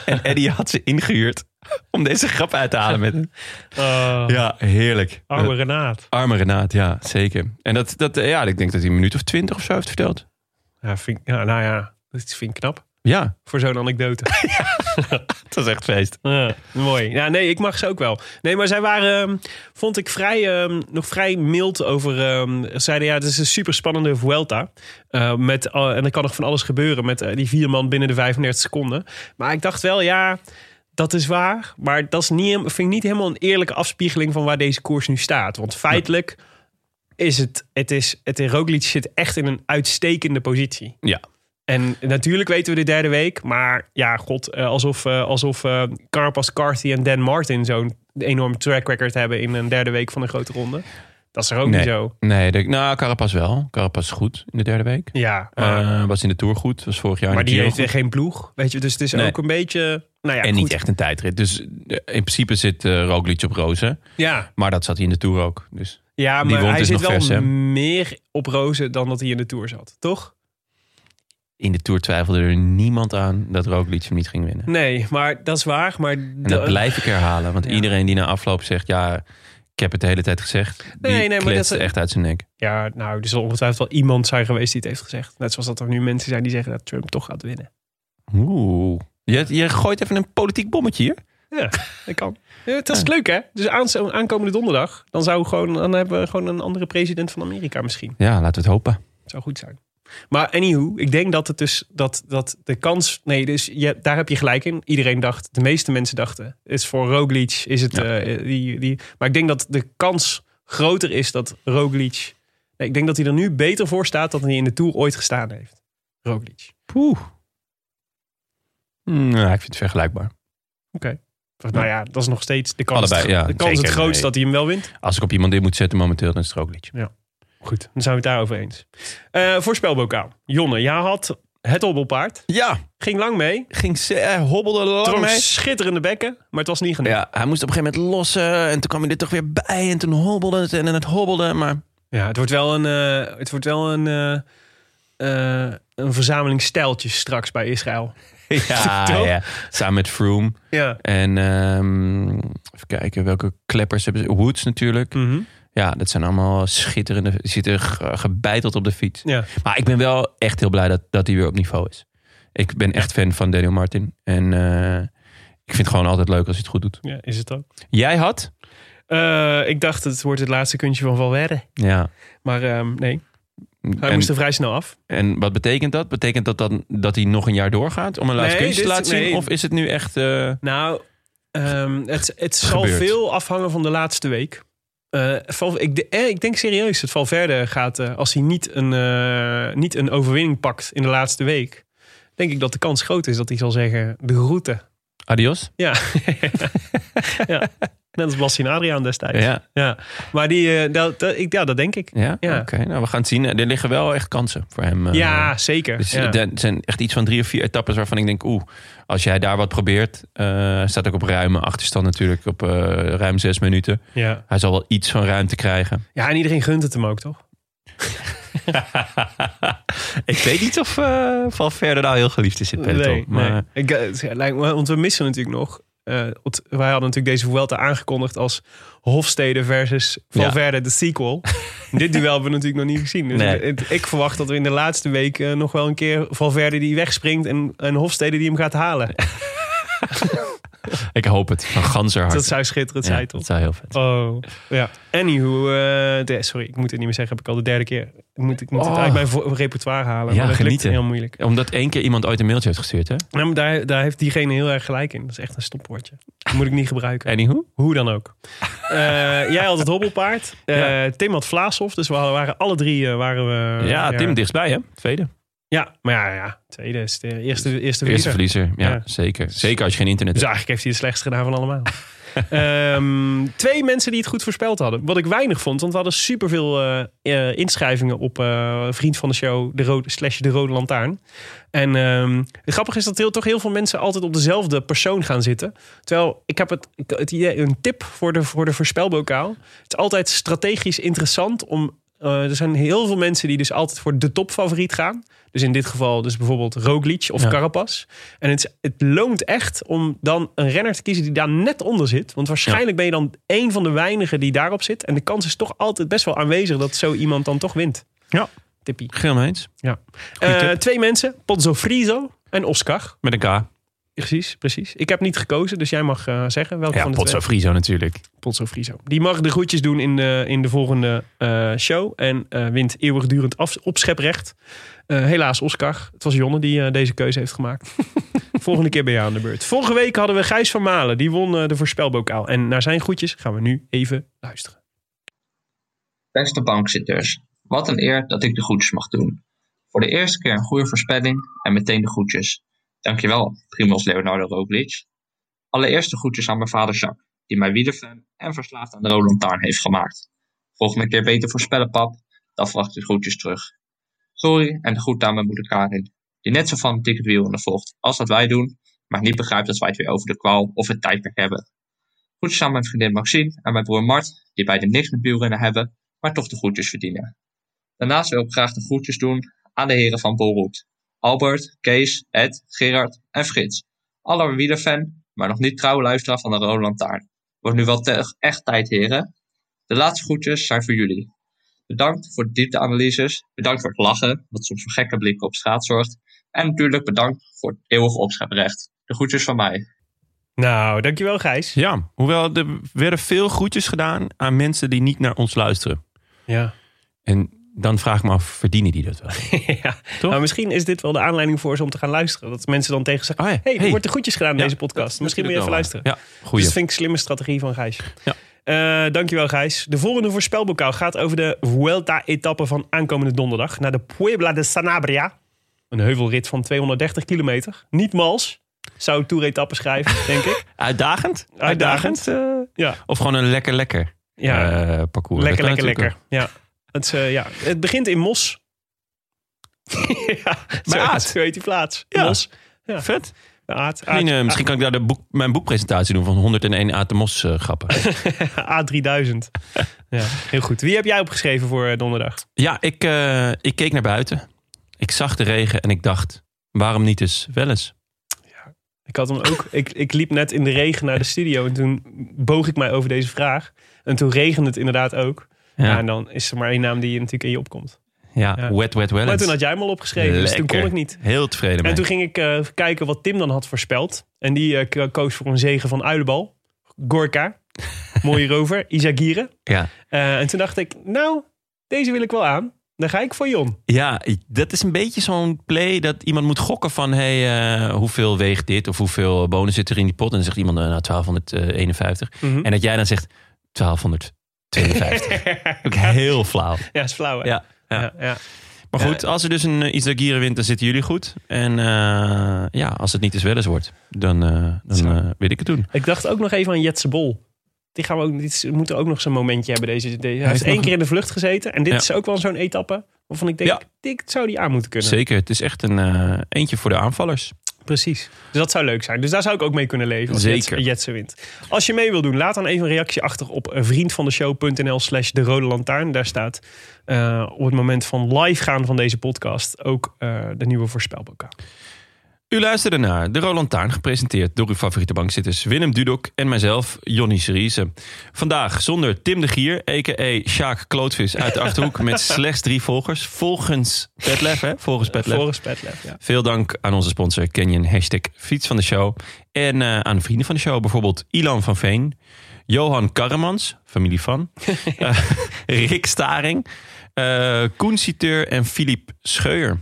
Speaker 1: En Eddie had ze ingehuurd om deze grap uit te halen met hem.
Speaker 2: Oh,
Speaker 1: Ja, heerlijk.
Speaker 2: Arme
Speaker 1: Eh,
Speaker 2: Renaat.
Speaker 1: arme Renaat, ja, zeker. En dat, dat, eh, ja, ik denk dat hij een minuut of twintig of zo heeft verteld.
Speaker 2: Ja, vind, ik- ja, nou ja, dat vind ik knap.
Speaker 1: Ja,
Speaker 2: voor zo'n anekdote.
Speaker 1: het was echt feest.
Speaker 2: Ja, mooi. Ja, nee, ik mag ze ook wel. Nee, maar zij waren, ehm, vond ik vrij, ehm, nog vrij mild over. ehm, zeiden ja, het is een super spannende Vuelta. Eh, met, al- en er kan nog van alles gebeuren met eh, die vier man binnen de 35 seconden. Maar ik dacht wel, ja, dat is waar. Maar dat is niet, hem- vind ik niet helemaal een eerlijke afspiegeling van waar deze koers nu staat. Want feitelijk is het, het is, het Roglic zit echt in een uitstekende positie.
Speaker 1: Ja,
Speaker 2: En natuurlijk weten we de derde week. Maar ja, god, eh, alsof, eh, alsof eh, Carpas, Carthy en Dan Martin zo'n enorm track record hebben in een derde week van een grote ronde. Dat is er ook niet zo.
Speaker 1: nee de, nou, Carapas wel. Carapas is goed in de derde week.
Speaker 2: Ja, maar,
Speaker 1: Eh, was in de Tour goed, was vorig jaar in
Speaker 2: maar
Speaker 1: de
Speaker 2: die
Speaker 1: Giro
Speaker 2: heeft
Speaker 1: goed.
Speaker 2: weer geen ploeg. Weet je, dus het is
Speaker 1: Nee.
Speaker 2: ook een beetje. Nou ja,
Speaker 1: En niet
Speaker 2: goed.
Speaker 1: echt een tijdrit. Dus eh, in principe zit eh Roglic op rozen.
Speaker 2: Ja,
Speaker 1: Maar dat zat hij in de Tour ook. Dus
Speaker 2: ja
Speaker 1: Die
Speaker 2: maar
Speaker 1: wond
Speaker 2: hij
Speaker 1: is
Speaker 2: zit
Speaker 1: nog
Speaker 2: wel
Speaker 1: vers, hè?
Speaker 2: meer op rozen dan dat hij in de tour zat, toch?
Speaker 1: In de Tour twijfelde er niemand aan dat Roglic hem niet ging winnen.
Speaker 2: Nee, maar dat is waar. Maar
Speaker 1: En dat blijf ik herhalen. Want iedereen die na afloop zegt... ja, ik heb het de hele tijd gezegd... die
Speaker 2: Nee, nee, maar dat
Speaker 1: kletst
Speaker 2: is-
Speaker 1: echt uit zijn nek.
Speaker 2: Ja, nou, er zal ongetwijfeld wel iemand zijn geweest die het heeft gezegd. Net zoals dat er nu mensen zijn die zeggen dat Trump toch gaat winnen.
Speaker 1: Oeh. Je, je gooit even een politiek bommetje hier.
Speaker 2: Ja, dat kan. Ja, dat is het leuk, hè? Dus aans- aankomende donderdag, dan, zou gewoon, dan hebben we gewoon een andere president van Amerika misschien.
Speaker 1: Ja, laten we het hopen.
Speaker 2: Zou goed zijn. Maar anywho, ik denk dat het dus dat, dat de kans. Nee, dus je, daar heb je gelijk in. Iedereen dacht, de meeste mensen dachten, is voor Roglic is het. eh, die, die, maar ik denk dat de kans groter is dat Roglic. Nee, ik denk dat hij er nu beter voor staat dan hij in de tour ooit gestaan heeft. Roglic.
Speaker 1: Poeh. Nou, ik vind het vergelijkbaar.
Speaker 2: Of, nou ja, dat is nog steeds de kans.
Speaker 1: Allebei, ja,
Speaker 2: de kans is het
Speaker 1: zeker.
Speaker 2: grootst
Speaker 1: Nee.
Speaker 2: dat hij hem wel wint.
Speaker 1: Als ik op iemand in moet zetten momenteel, dan is het Roglic.
Speaker 2: Goed, dan zijn we het daarover eens. Eh voorspelbokaal. Jonne, jij had het hobbelpaard.
Speaker 1: Ja,
Speaker 2: Ging lang mee.
Speaker 1: ging ze, hij hobbelde lang
Speaker 2: Trok
Speaker 1: mee.
Speaker 2: schitterende bekken, maar het was niet genoeg.
Speaker 1: Ja, hij moest op een gegeven moment lossen. En toen kwam hij er toch weer bij. En toen hobbelde het en het hobbelde. Maar
Speaker 2: Ja, het wordt wel een, eh, het wordt wel een, eh, eh, een verzameling stijltjes straks bij (laughs) Israël.
Speaker 1: ja, (laughs)
Speaker 2: Toch?
Speaker 1: ja. samen met Froome.
Speaker 2: Ja.
Speaker 1: En ehm, even kijken, welke kleppers hebben ze? Woods natuurlijk.
Speaker 2: Mm. Mhm.
Speaker 1: Ja, dat zijn allemaal schitterende. Die zitten ge- gebeiteld op de fiets.
Speaker 2: ja.
Speaker 1: Maar ik ben wel echt heel blij dat, dat hij weer op niveau is. Ik ben echt fan van Daniel Martin. En eh, ik vind het gewoon altijd leuk als hij het goed doet.
Speaker 2: ja, is het ook.
Speaker 1: Jij had?
Speaker 2: Eh, ik dacht, het wordt het laatste kuntje van Valverde.
Speaker 1: Ja.
Speaker 2: Maar ehm, nee, hij
Speaker 1: en,
Speaker 2: moest er vrij snel af.
Speaker 1: en wat betekent dat? Betekent dat dan dat hij nog een jaar doorgaat om een laatste
Speaker 2: Nee,
Speaker 1: kunstje te
Speaker 2: dit-
Speaker 1: laten zien?
Speaker 2: nee.
Speaker 1: Of is het nu echt... eh,
Speaker 2: Nou, ehm, het, het zal
Speaker 1: Gebeurt.
Speaker 2: veel afhangen van de laatste week. Eh, Val- ik, de- eh, ik denk serieus dat Valverde gaat, eh, als hij niet een, eh, niet een overwinning pakt in de laatste week, denk ik dat de kans groot is dat hij zal zeggen, de route.
Speaker 1: adios?
Speaker 2: Ja. ja. Net als Bastien Adriaan destijds.
Speaker 1: Ja.
Speaker 2: Maar die, eh, dat, dat- ik, ja, dat denk ik.
Speaker 1: Ja?
Speaker 2: Ja.
Speaker 1: Oké, nou we gaan het zien. Er liggen wel echt kansen voor hem. eh.
Speaker 2: ja, zeker.
Speaker 1: Dus
Speaker 2: ja.
Speaker 1: er zijn echt iets van drie of vier etappes waarvan ik denk, oeh, als jij daar wat probeert, eh, staat ook op ruime achterstand natuurlijk, op eh, ruim zes minuten.
Speaker 2: Ja.
Speaker 1: Hij zal wel iets van ruimte
Speaker 2: (laughs)
Speaker 1: krijgen.
Speaker 2: ja, en iedereen gunt het hem ook, toch?
Speaker 1: ik weet niet of eh Valverde nou heel geliefd is in het peloton.
Speaker 2: nee,
Speaker 1: maar
Speaker 2: nee. Ik, eh, het lijkt me- want we missen natuurlijk nog. eh, want wij hadden natuurlijk deze Vuelta aangekondigd als Hofstede versus Valverde, de
Speaker 1: (laughs)
Speaker 2: sequel. Dit duel hebben we natuurlijk nog niet gezien. Dus
Speaker 1: Nee.
Speaker 2: het- ik verwacht dat we in de laatste week eh, nog wel een keer Valverde die wegspringt en, en Hofstede die hem gaat halen.
Speaker 1: ik hoop het, van ganser hart.
Speaker 2: Dat zou schitterend
Speaker 1: Ja,
Speaker 2: zijn, toch?
Speaker 1: dat zou heel vet.
Speaker 2: Oh, ja. Anywho, eh, de, sorry, ik moet het niet meer zeggen. Heb ik al de derde keer. Ik moet, ik moet
Speaker 1: Oh.
Speaker 2: het uit mijn vo- repertoire halen.
Speaker 1: Ja,
Speaker 2: maar dat
Speaker 1: genieten.
Speaker 2: lukt heel moeilijk.
Speaker 1: Omdat één keer iemand ooit een mailtje heeft gestuurd, hè?
Speaker 2: Ja, maar daar, daar heeft diegene heel erg gelijk in. Dat is echt een stopwoordje. Dat moet ik niet gebruiken.
Speaker 1: Anywho.
Speaker 2: Hoe dan
Speaker 1: (laughs)
Speaker 2: ook. Eh, jij had het hobbelpaard. Eh,
Speaker 1: Ja.
Speaker 2: Tim had Vlaashof. Dus we hadden- waren alle drie eh, waren we...
Speaker 1: ja, Tim dichtstbij, hè? Tweede.
Speaker 2: Ja, maar ja, ja. Tweede is de eerste, eerste,
Speaker 1: Eerste
Speaker 2: verliezer.
Speaker 1: verliezer, ja,
Speaker 2: Ja.
Speaker 1: zeker. Zeker als je geen internet
Speaker 2: Dus
Speaker 1: hebt.
Speaker 2: eigenlijk heeft hij het slechtst gedaan van
Speaker 1: (laughs)
Speaker 2: allemaal. Ehm, twee mensen die het goed voorspeld hadden. Wat ik weinig vond, want we hadden superveel eh, eh, inschrijvingen op eh, Vriend van de Show, de rode, slash de Rode Lantaarn. En ehm, het grappige is dat heel, toch heel veel mensen altijd op dezelfde persoon gaan zitten. Terwijl ik heb het, het idee, een tip voor de, voor de voorspelbokaal. Het is altijd strategisch interessant om. eh, er zijn heel veel mensen die dus altijd voor de topfavoriet gaan. Dus in dit geval dus bijvoorbeeld Roglic of
Speaker 1: Ja.
Speaker 2: Carapaz. En het, is- het loont echt om dan een renner te kiezen die daar net onder zit. Want waarschijnlijk ben je dan één van de weinigen die daarop zit. En de kans is toch altijd best wel aanwezig dat zo iemand dan toch wint.
Speaker 1: Ja.
Speaker 2: Tippie.
Speaker 1: Geel mee eens. Goeie
Speaker 2: Eh,
Speaker 1: tip.
Speaker 2: twee mensen, Pozzo Friso en Oscar.
Speaker 1: Met een K.
Speaker 2: Precies, precies. Ik heb niet gekozen, dus jij mag eh, zeggen welke
Speaker 1: Ja,
Speaker 2: van de twee.
Speaker 1: Potso Friso natuurlijk.
Speaker 2: Potso Friso. Die mag de groetjes doen in de, in de volgende eh, show. En eh, wint eeuwigdurend af, opscheprecht. Eh, helaas Oscar. Het was Jonne die eh, deze keuze heeft gemaakt. (laughs) volgende keer ben je aan de beurt. Vorige week hadden we Gijs van Malen. Die won eh, de voorspelbokaal. En naar zijn groetjes gaan we nu even luisteren.
Speaker 5: Beste bankzitters, wat een eer dat ik de groetjes mag doen. Voor de eerste keer een goede voorspelling en meteen de groetjes. Dankjewel, Primoz Leonardo Roglic. Allereerst de groetjes aan mijn vader Jacques, die mij wielerfan en verslaafd aan de Roland Taarn heeft gemaakt. Volgende keer beter voorspellen, pap, dan verwacht ik de groetjes terug. Sorry en de groet aan mijn moeder Karin, die net zo van het wielrennen volgt als dat wij doen, maar niet begrijpt dat wij het weer over de kwaal of het tijdperk hebben. Groetjes aan mijn vriendin Maxine en mijn broer Mart, die beiden niks met wielrennen hebben, maar toch de groetjes verdienen. Daarnaast wil ik graag de groetjes doen aan de heren van Borut. Albert, Kees, Ed, Gerard en Frits. Alle wielerfan, maar nog niet trouwe luisteraar van de Rode Lantaarn. Wordt nu wel te- echt tijd, heren. De laatste groetjes zijn voor jullie. Bedankt voor de diepteanalyses, bedankt voor het lachen, wat soms voor gekke blikken op straat zorgt. En natuurlijk bedankt voor het eeuwige opscheprecht. De groetjes van mij.
Speaker 2: Nou, dankjewel Gijs.
Speaker 1: Ja, hoewel er werden veel groetjes gedaan aan mensen die niet naar ons luisteren.
Speaker 2: (laughs) Ja.
Speaker 1: En dan vraag ik me af, verdienen die dat wel?
Speaker 2: Ah ja. Maar misschien is dit wel de aanleiding voor ze om te gaan luisteren. Dat mensen dan tegen zeggen,
Speaker 1: Oh ja,
Speaker 2: hey, er
Speaker 1: hey.
Speaker 2: wordt er goedjes gedaan in
Speaker 1: Ja,
Speaker 2: deze podcast. Misschien moet je
Speaker 1: wel
Speaker 2: even luisteren.
Speaker 1: Ja,
Speaker 2: Dus
Speaker 1: goeie.
Speaker 2: dat vind ik een slimme strategie van Gijs.
Speaker 1: Ja.
Speaker 2: Eh, dankjewel Gijs. De volgende voorspelbokaal gaat over de Vuelta-etappe van aankomende donderdag... naar de Puebla de Sanabria. Een heuvelrit van 230 kilometer. Niet mals. Zou
Speaker 1: (laughs)
Speaker 2: Tour-etappe schrijven, denk ik.
Speaker 1: Uitdagend?
Speaker 2: Uitdagend.
Speaker 1: eh,
Speaker 2: Ja.
Speaker 1: Of gewoon een lekker, lekker
Speaker 2: Ja.
Speaker 1: eh, parcours. Dat kan
Speaker 2: Lekker, lekker, lekker.
Speaker 1: natuurlijk
Speaker 2: Ja. Het, is, eh, ja. het begint in
Speaker 1: (laughs)
Speaker 2: Mos. (laughs) ja, zo,
Speaker 1: Aad.
Speaker 2: zo heet die plaats.
Speaker 1: Ja.
Speaker 2: Mos.
Speaker 1: ook. Vet.
Speaker 2: Aad,
Speaker 1: Misschien,
Speaker 2: (laughs)
Speaker 1: eh,
Speaker 2: Aad,
Speaker 1: misschien kan ik daar de boek, mijn boekpresentatie doen van 101 Atemos eh, grappen.
Speaker 2: (laughs)
Speaker 1: (laughs)
Speaker 2: A3000. ja, heel goed. Wie heb jij opgeschreven voor eh, donderdag?
Speaker 1: Ja, ik, eh, ik keek naar buiten. Ik zag de regen en ik dacht, waarom niet eens wel eens?
Speaker 2: Ik had hem ook. Ik, ik liep net in de regen naar de studio en toen boog ik mij over deze vraag. En toen regende het inderdaad ook. Ja.
Speaker 1: Ja,
Speaker 2: en dan is er maar één naam die je natuurlijk in je opkomt.
Speaker 1: ja,
Speaker 2: ja.
Speaker 1: wet, wet, wel
Speaker 2: Maar
Speaker 1: eens.
Speaker 2: toen had jij hem al opgeschreven, dus toen
Speaker 1: Lekker.
Speaker 2: kon ik niet.
Speaker 1: Heel tevreden mee.
Speaker 2: En toen ging ik eh, even kijken wat Tim dan had voorspeld. En die eh, k- koos voor een zegen van Uilenbal.
Speaker 1: (laughs)
Speaker 2: Gorka. Mooie rover. Isagire.
Speaker 1: Ja.
Speaker 2: Eh, en toen dacht ik, nou, deze wil ik wel aan. Dan ga ik voor Jon.
Speaker 1: Ja, dat is een beetje zo'n play dat iemand moet gokken van... hey, eh, hoeveel weegt dit? Of hoeveel bonen zit er in die pot? En dan zegt iemand, eh, nou, 1251. En dat jij dan zegt, 1252. Ook heel flauw.
Speaker 2: Ja, is flauw hè?
Speaker 1: Ja, ja.
Speaker 2: ja, ja.
Speaker 1: Maar goed, als er dus een uh, Izagire wint, dan zitten jullie goed. En eh, ja, als het niet eens wel eens wordt, dan, eh, dan eh, weet ik het doen.
Speaker 2: Ik dacht ook nog even aan Jetse Bol. Die, gaan we ook, die moeten ook nog zo'n momentje hebben. Deze, deze. Hij
Speaker 1: heeft
Speaker 2: heeft één
Speaker 1: nog-
Speaker 2: keer in de vlucht gezeten. En dit
Speaker 1: Ja.
Speaker 2: is ook wel zo'n etappe. Waarvan ik denk,
Speaker 1: Ja.
Speaker 2: dit zou die aan moeten kunnen.
Speaker 1: Zeker, het is echt een eh, eentje voor de aanvallers.
Speaker 2: Precies. Dus dat zou leuk zijn. Dus daar zou ik ook mee kunnen leven als
Speaker 1: Zeker.
Speaker 2: Jetse, Jetse wint. Als je mee wil doen, laat dan even een reactie achter op eh, vriendvandeshow.nl slash de rode lantaarn. Daar staat eh, op het moment van live gaan van deze podcast ook eh, de nieuwe voorspelbokaal.
Speaker 1: U luisterde naar De Roland Taarn, gepresenteerd door uw favoriete bankzitters Willem Dudok en mijzelf, Jonny Seriese. Vandaag zonder Tim de Gier, a.k.a. Sjaak Klootvis uit de Achterhoek, met slechts drie volgers. Volgens Petlef, hè? Volgens Petlef.
Speaker 2: Volgens Petlef, ja.
Speaker 1: Veel dank aan onze sponsor Canyon, hashtag fiets van de show. En eh, aan de vrienden van de show, bijvoorbeeld Ilan van Veen, Johan Karremans, familie van, eh, Rick Staring, eh, Koen Citeur en Filip Scheuer.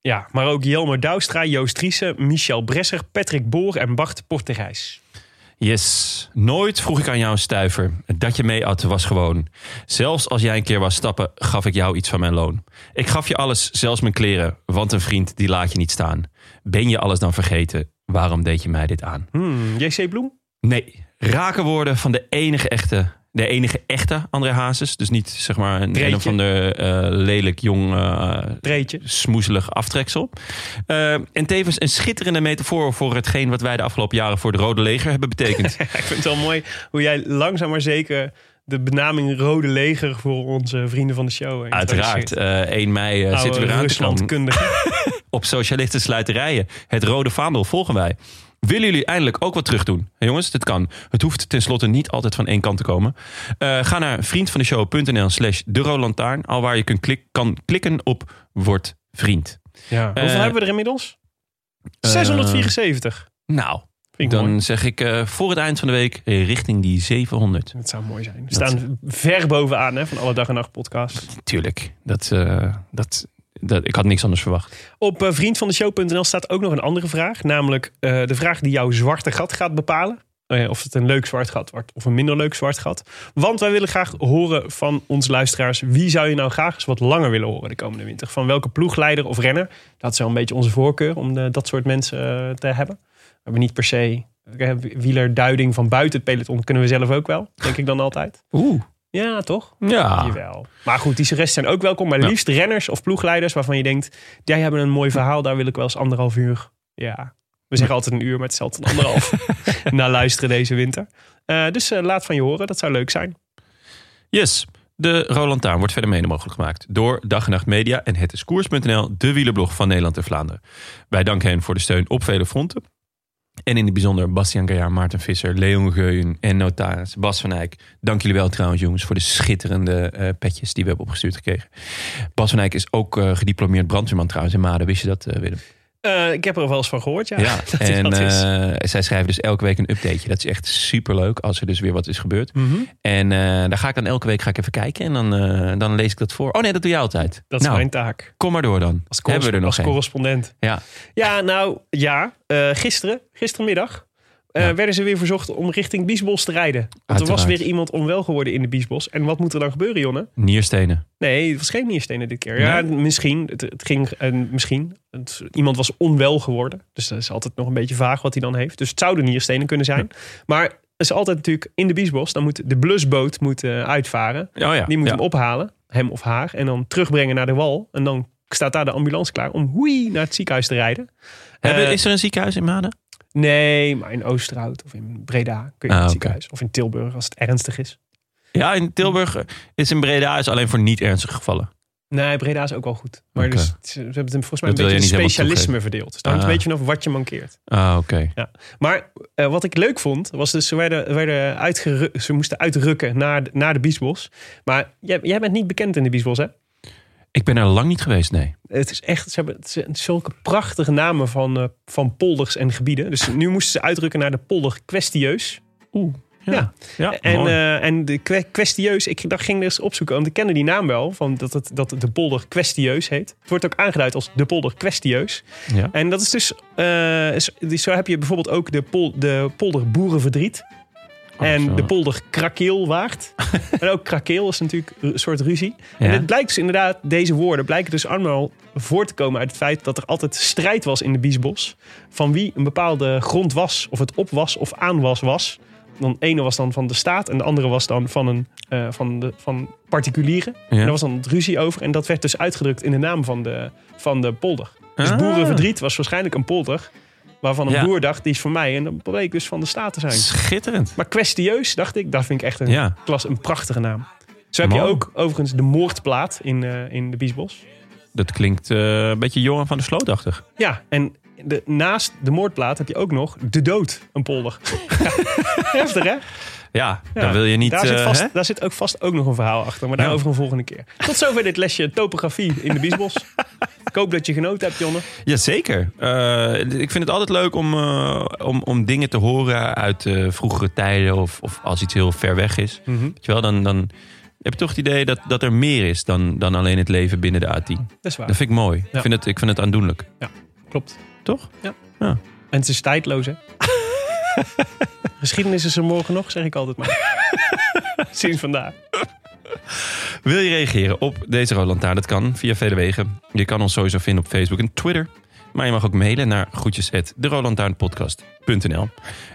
Speaker 2: ja. Maar ook Jelmer Douwstra, Joost Driessen, Michel Bresser, Patrick Boer en Bart Porterijs.
Speaker 1: Yes, nooit vroeg ik aan jou een stuiver. Dat je mee at was gewoon. Zelfs als jij een keer was stappen, gaf ik jou iets van mijn loon. Ik gaf je alles, zelfs mijn kleren, want een vriend die laat je niet staan. Ben je alles dan vergeten? Waarom deed je mij dit aan?
Speaker 2: Hmm, JC Bloem?
Speaker 1: Nee, raken woorden van de enige echte. De enige echte André Hazes. Dus niet zeg maar een,
Speaker 2: Treetje.
Speaker 1: een of ander eh, lelijk jong eh,
Speaker 2: Treetje.
Speaker 1: smoezelig aftreksel. Eh, en tevens een schitterende metafoor voor hetgeen wat wij de afgelopen jaren voor het Rode Leger hebben betekend.
Speaker 2: Ik vind het wel mooi hoe jij langzaam maar zeker de benaming Rode Leger voor onze vrienden van de show
Speaker 1: Uiteraard, eh 1 mei eh, zitten we eraan te komen.
Speaker 2: Ruslandkundige.
Speaker 1: Op socialisten sluiterijen. Het rode vaandel volgen wij. Willen jullie eindelijk ook wat terug doen? Hé, jongens, dit kan. Het hoeft tenslotte niet altijd van één kant te komen. Eh, ga naar vriendvandeshow.nl slash de Rode Lantaarn. Al waar je kunt klik- kan klikken op word vriend.
Speaker 2: Ja. eh, Hoeveel
Speaker 1: Eh,
Speaker 2: hebben we er inmiddels? 674.
Speaker 1: Nou,
Speaker 2: Vind ik
Speaker 1: dan
Speaker 2: mooi.
Speaker 1: zeg ik eh, voor het eind van de week eh, richting die 700.
Speaker 2: Dat zou mooi zijn. We staan ver bovenaan hè, van alle dag en nacht podcast.
Speaker 1: Tuurlijk, dat, eh, dat, dat, ik had niks anders verwacht.
Speaker 2: Op eh, vriendvandeshow.nl staat ook nog een andere vraag. Namelijk eh, de vraag die jouw zwarte gat gaat bepalen. Eh, of het een leuk zwart gat wordt of een minder leuk zwart gat. Want wij willen graag horen van ons luisteraars. Wie zou je nou graag eens wat langer willen horen de komende winter? Van welke ploegleider of renner? Dat is wel een beetje onze voorkeur om eh, dat soort mensen eh, te hebben. We hebben niet per se eh, wielerduiding van buiten het peloton. Kunnen we zelf ook wel, denk ik dan altijd.
Speaker 1: Oeh.
Speaker 2: Ja, toch?
Speaker 1: Ja.
Speaker 2: Jawel. Maar goed, die suggesties zijn ook welkom. Maar
Speaker 1: Ah. Ja.
Speaker 2: liefst renners of ploegleiders waarvan je denkt... die hebben een mooi verhaal, daar wil ik wel eens anderhalf uur... Ja, we zeggen altijd een uur, maar het is altijd
Speaker 1: (laughs)
Speaker 2: een anderhalf... naar luisteren deze winter. Eh, dus eh, laat van je horen, dat zou leuk zijn.
Speaker 1: Yes. De Roland Taan wordt verder mede mogelijk gemaakt door Dag en Nacht Media en het is koers.nl, de wielerblog van Nederland en Vlaanderen. Wij danken hen voor de steun op vele fronten. En in het bijzonder Bastiaan Gaillard, Maarten Visser, Leon Geuyen en notaris Bas van Eyck. Dank jullie wel trouwens jongens voor de schitterende eh, petjes die we hebben opgestuurd gekregen. Bas van Eyck is ook eh, gediplomeerd brandweerman trouwens in Maden. Wist je dat eh, Willem?
Speaker 2: Eh, ik heb er wel eens van gehoord, ja. (laughs)
Speaker 1: Ja,
Speaker 2: dat hij
Speaker 1: en
Speaker 2: dat is.
Speaker 1: eh, zij schrijven dus elke week een updateje. Dat is echt superleuk als er dus weer wat is gebeurd.
Speaker 2: Mhm.
Speaker 1: En eh, daar ga ik dan elke week ga ik even kijken en dan, eh, dan lees ik dat voor. Oh nee, dat doe jij altijd.
Speaker 2: Dat is
Speaker 1: nou,
Speaker 2: mijn taak.
Speaker 1: kom maar door dan.
Speaker 2: Als,
Speaker 1: Hebben we er nog
Speaker 2: als
Speaker 1: geen?
Speaker 2: correspondent.
Speaker 1: Ja,
Speaker 2: Ja, nou ja. Eh, gisteren, gistermiddag, eh,
Speaker 1: Ja.
Speaker 2: werden ze weer verzocht om richting Biesbos te rijden. Want er was
Speaker 1: Uiteraard.
Speaker 2: weer iemand onwel geworden in de Biesbos. En wat moet er dan gebeuren, Jonne?
Speaker 1: nierstenen.
Speaker 2: Nee, het was geen nierstenen dit keer. Ja, misschien. Het, het ging, eh, misschien. Het- iemand was onwel geworden. Dus dat is altijd nog een beetje vaag wat hij dan heeft. Dus het zouden nierstenen kunnen zijn. Maar het is altijd natuurlijk in de biesbos. Dan moet de blusboot moet, eh, uitvaren.
Speaker 1: Oh ja,
Speaker 2: Die moet
Speaker 1: ja.
Speaker 2: hem ophalen, hem of haar, en dan terugbrengen naar de wal. En dan staat daar de ambulance klaar om hoei naar het ziekenhuis te rijden.
Speaker 1: Hebben-
Speaker 2: Eh,
Speaker 1: is er een ziekenhuis in Maden?
Speaker 2: Nee, maar in Oosterhout of in Breda kun je naar
Speaker 1: Ah,
Speaker 2: het
Speaker 1: oké.
Speaker 2: ziekenhuis. Of in Tilburg als het ernstig is.
Speaker 1: Ja, in Tilburg eh, is in Breda is alleen voor niet ernstige gevallen.
Speaker 2: Nee, Breda is ook wel goed. Maar
Speaker 1: Oké.
Speaker 2: dus, ze hebben het hem volgens mij
Speaker 1: Dat
Speaker 2: een
Speaker 1: wil je
Speaker 2: beetje
Speaker 1: niet
Speaker 2: in
Speaker 1: helemaal
Speaker 2: specialisme verdeeld. Dus daar hangt
Speaker 1: Ah.
Speaker 2: een beetje vanaf wat je mankeert.
Speaker 1: Ah, oké.
Speaker 2: Maar eh, wat ik leuk vond, was dus ze, werden, werden uitgeru- ze moesten uitrukken naar, de- naar de Biesbos. Maar jij, jij bent niet bekend in de Biesbos, hè?
Speaker 1: Ik ben er lang niet geweest, nee.
Speaker 2: Het is echt, ze hebben het zijn zulke prachtige namen van, eh, van polders en gebieden. Dus nu moesten ze uitrukken naar de polder kwestieus. Oeh. Ja.
Speaker 1: Ja,
Speaker 2: En,
Speaker 1: mooi.
Speaker 2: eh, en de kwe- kwestieus, ik dacht, ging er eens opzoeken, want ik kende die naam wel, van dat, het, dat de polder kwestieus heet. Het wordt ook aangeduid als de polder kwestieus.
Speaker 1: ja.
Speaker 2: En dat is dus, eh, is- dus zo heb je bijvoorbeeld ook de, pol, de polder boerenverdriet. en
Speaker 1: Oh, zo.
Speaker 2: de polder
Speaker 1: (laughs)
Speaker 2: krakeelwaard. en ook krakeel is natuurlijk een soort ruzie. En
Speaker 1: Ja.
Speaker 2: het blijkt dus inderdaad, deze woorden blijken dus allemaal voort te komen uit het feit dat er altijd strijd was in de Biesbos. Van wie een bepaalde grond was, of het op was of aan was, was. Dan de ene was dan van de staat en de andere was dan van, een, eh, van, de, van particulieren.
Speaker 1: Ja.
Speaker 2: En daar was dan het ruzie over. En dat werd dus uitgedrukt in de naam van de, van de polder. Dus
Speaker 1: Ah.
Speaker 2: boerenverdriet was waarschijnlijk een polder. Waarvan een
Speaker 1: Ja.
Speaker 2: boer dacht, die is voor mij. En dan bleek dus van de staat te zijn.
Speaker 1: Schitterend.
Speaker 2: Maar kwestieus, dacht ik, dat vind ik echt een,
Speaker 1: Ja.
Speaker 2: klas, een prachtige naam. Zo heb je
Speaker 1: Mooi.
Speaker 2: ook overigens de moordplaat in, eh, in de Biesbos.
Speaker 1: Dat klinkt eh, een beetje Johan van der Slootachtig.
Speaker 2: Ja, en de, naast de moordplaat heb je ook nog de dood, een polder. (laughs) Heftig, hè?
Speaker 1: Ja,
Speaker 2: Ja.
Speaker 1: dan wil je niet...
Speaker 2: Daar, zit
Speaker 1: eh,
Speaker 2: vast,
Speaker 1: hè?
Speaker 2: daar zit ook vast ook nog een verhaal achter, maar daarover een volgende keer. Tot zover dit lesje topografie in de Biesbos. ik hoop dat je genoten hebt, Jonne.
Speaker 1: Jazeker. Eh, ik vind het altijd leuk om, eh, om, om dingen te horen uit eh, vroegere tijden. Of, of als iets heel ver weg is. Weet je wel, dan, dan heb je toch het idee dat, dat er meer is dan, dan alleen het leven binnen de A10.
Speaker 2: Dat is waar.
Speaker 1: Dat vind ik mooi.
Speaker 2: Ja.
Speaker 1: Ik, vind het, ik vind het aandoenlijk.
Speaker 2: Klopt.
Speaker 1: Toch?
Speaker 2: En het is tijdloos,
Speaker 1: (laughs)
Speaker 2: hè? Geschiedenis is er morgen nog, zeg ik altijd maar. (laughs) Sinds vandaag.
Speaker 1: Wil je reageren op deze Roland Taar? Dat kan via vele wegen. Je kan ons sowieso vinden op Facebook en Twitter. Maar je mag ook mailen naar groetjes at derolantaarnpodcast.nl.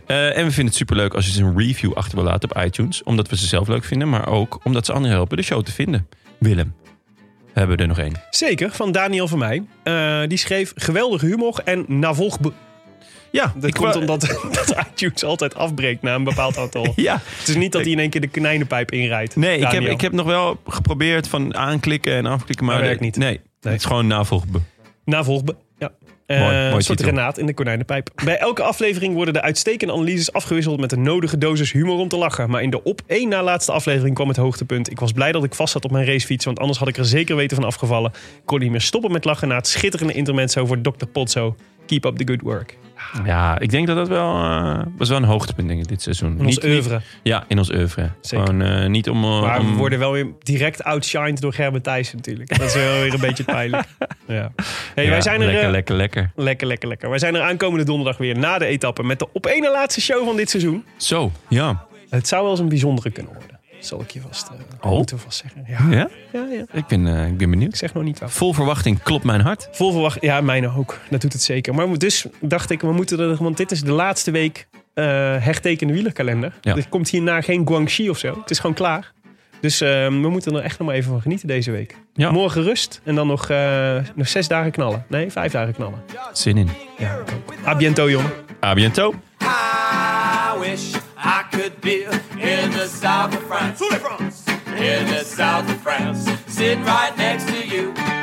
Speaker 1: Eh, en we vinden het superleuk als je ze een review achter wil laten op iTunes. Omdat we ze zelf leuk vinden, maar ook omdat ze anderen helpen de show te vinden. Willem, hebben we er nog één.
Speaker 2: Zeker, van Daniel van mij. Eh, die schreef geweldige humor en navolg...
Speaker 1: Ja,
Speaker 2: Dat komt omdat (laughs) dat iTunes altijd afbreekt na een bepaald aantal.
Speaker 1: (laughs) Ja,
Speaker 2: Het is niet dat hij in één keer de konijnenpijp inrijdt.
Speaker 1: nee, ik heb,
Speaker 2: Daniel.
Speaker 1: ik heb nog wel geprobeerd van aanklikken en afklikken, maar
Speaker 2: Dat
Speaker 1: de-
Speaker 2: werkt niet.
Speaker 1: Nee, het is gewoon navolgbe.
Speaker 2: Navolg... Ja. Eh,
Speaker 1: Mooi, mooi
Speaker 2: een soort
Speaker 1: titel.
Speaker 2: renaat in de konijnenpijp. Bij elke aflevering worden de uitstekende analyses afgewisseld met de nodige dosis humor om te lachen. Maar in de op één na laatste aflevering kwam het hoogtepunt. Ik was blij dat ik vast zat op mijn racefiets, want anders had ik er zeker weten van afgevallen. Ik kon niet meer stoppen met lachen na het schitterende intermezzo voor Dr. Potso. Keep up the good work.
Speaker 1: Ja, ik denk dat dat wel, eh, was wel een hoogtepunt denk ik, dit seizoen.
Speaker 2: In ons oeuvre.
Speaker 1: Ja, in ons oeuvre.
Speaker 2: Zeker.
Speaker 1: Gewoon eh, niet om... eh,
Speaker 2: Maar we
Speaker 1: om-
Speaker 2: worden wel weer direct outshined door Gerben Thijssen natuurlijk. Dat is wel weer een beetje
Speaker 1: (laughs)
Speaker 2: pijnlijk. Ja. Hey,
Speaker 1: Ja,
Speaker 2: wij zijn er,
Speaker 1: Lekker,
Speaker 2: eh,
Speaker 1: lekker, lekker.
Speaker 2: lekker, lekker, lekker. Wij zijn er aankomende donderdag weer na de etappe met de op één na laatste show van dit seizoen.
Speaker 1: Zo, ja.
Speaker 2: Het zou wel eens een bijzondere kunnen worden. Zal ik je vast,
Speaker 1: Oh.
Speaker 2: eh moeten we vast zeggen. Ja.
Speaker 1: Ja?
Speaker 2: Ja, ja.
Speaker 1: Ik ben, eh, ik ben
Speaker 2: Ik
Speaker 1: benieuwd.
Speaker 2: zeg nog niet af.
Speaker 1: Vol verwachting klopt mijn hart.
Speaker 2: Vol verwacht. Ja, mijne ook. Dat doet het zeker. Maar we- dus dacht ik, we moeten er, want dit is de laatste week eh hertekende wielerkalender.
Speaker 1: Ja.
Speaker 2: Er komt hierna geen Guangxi of zo. Het is gewoon klaar. Dus eh, we moeten er echt nog maar even van genieten deze week.
Speaker 1: Ja.
Speaker 2: Morgen rust en dan nog, eh, nog zes dagen knallen. Nee, vijf dagen knallen.
Speaker 1: Zin in.
Speaker 2: A biento, jongen.
Speaker 1: A bientôt.
Speaker 4: I wish I could be in the south of France. France. In in the south of France, sitting right next to you.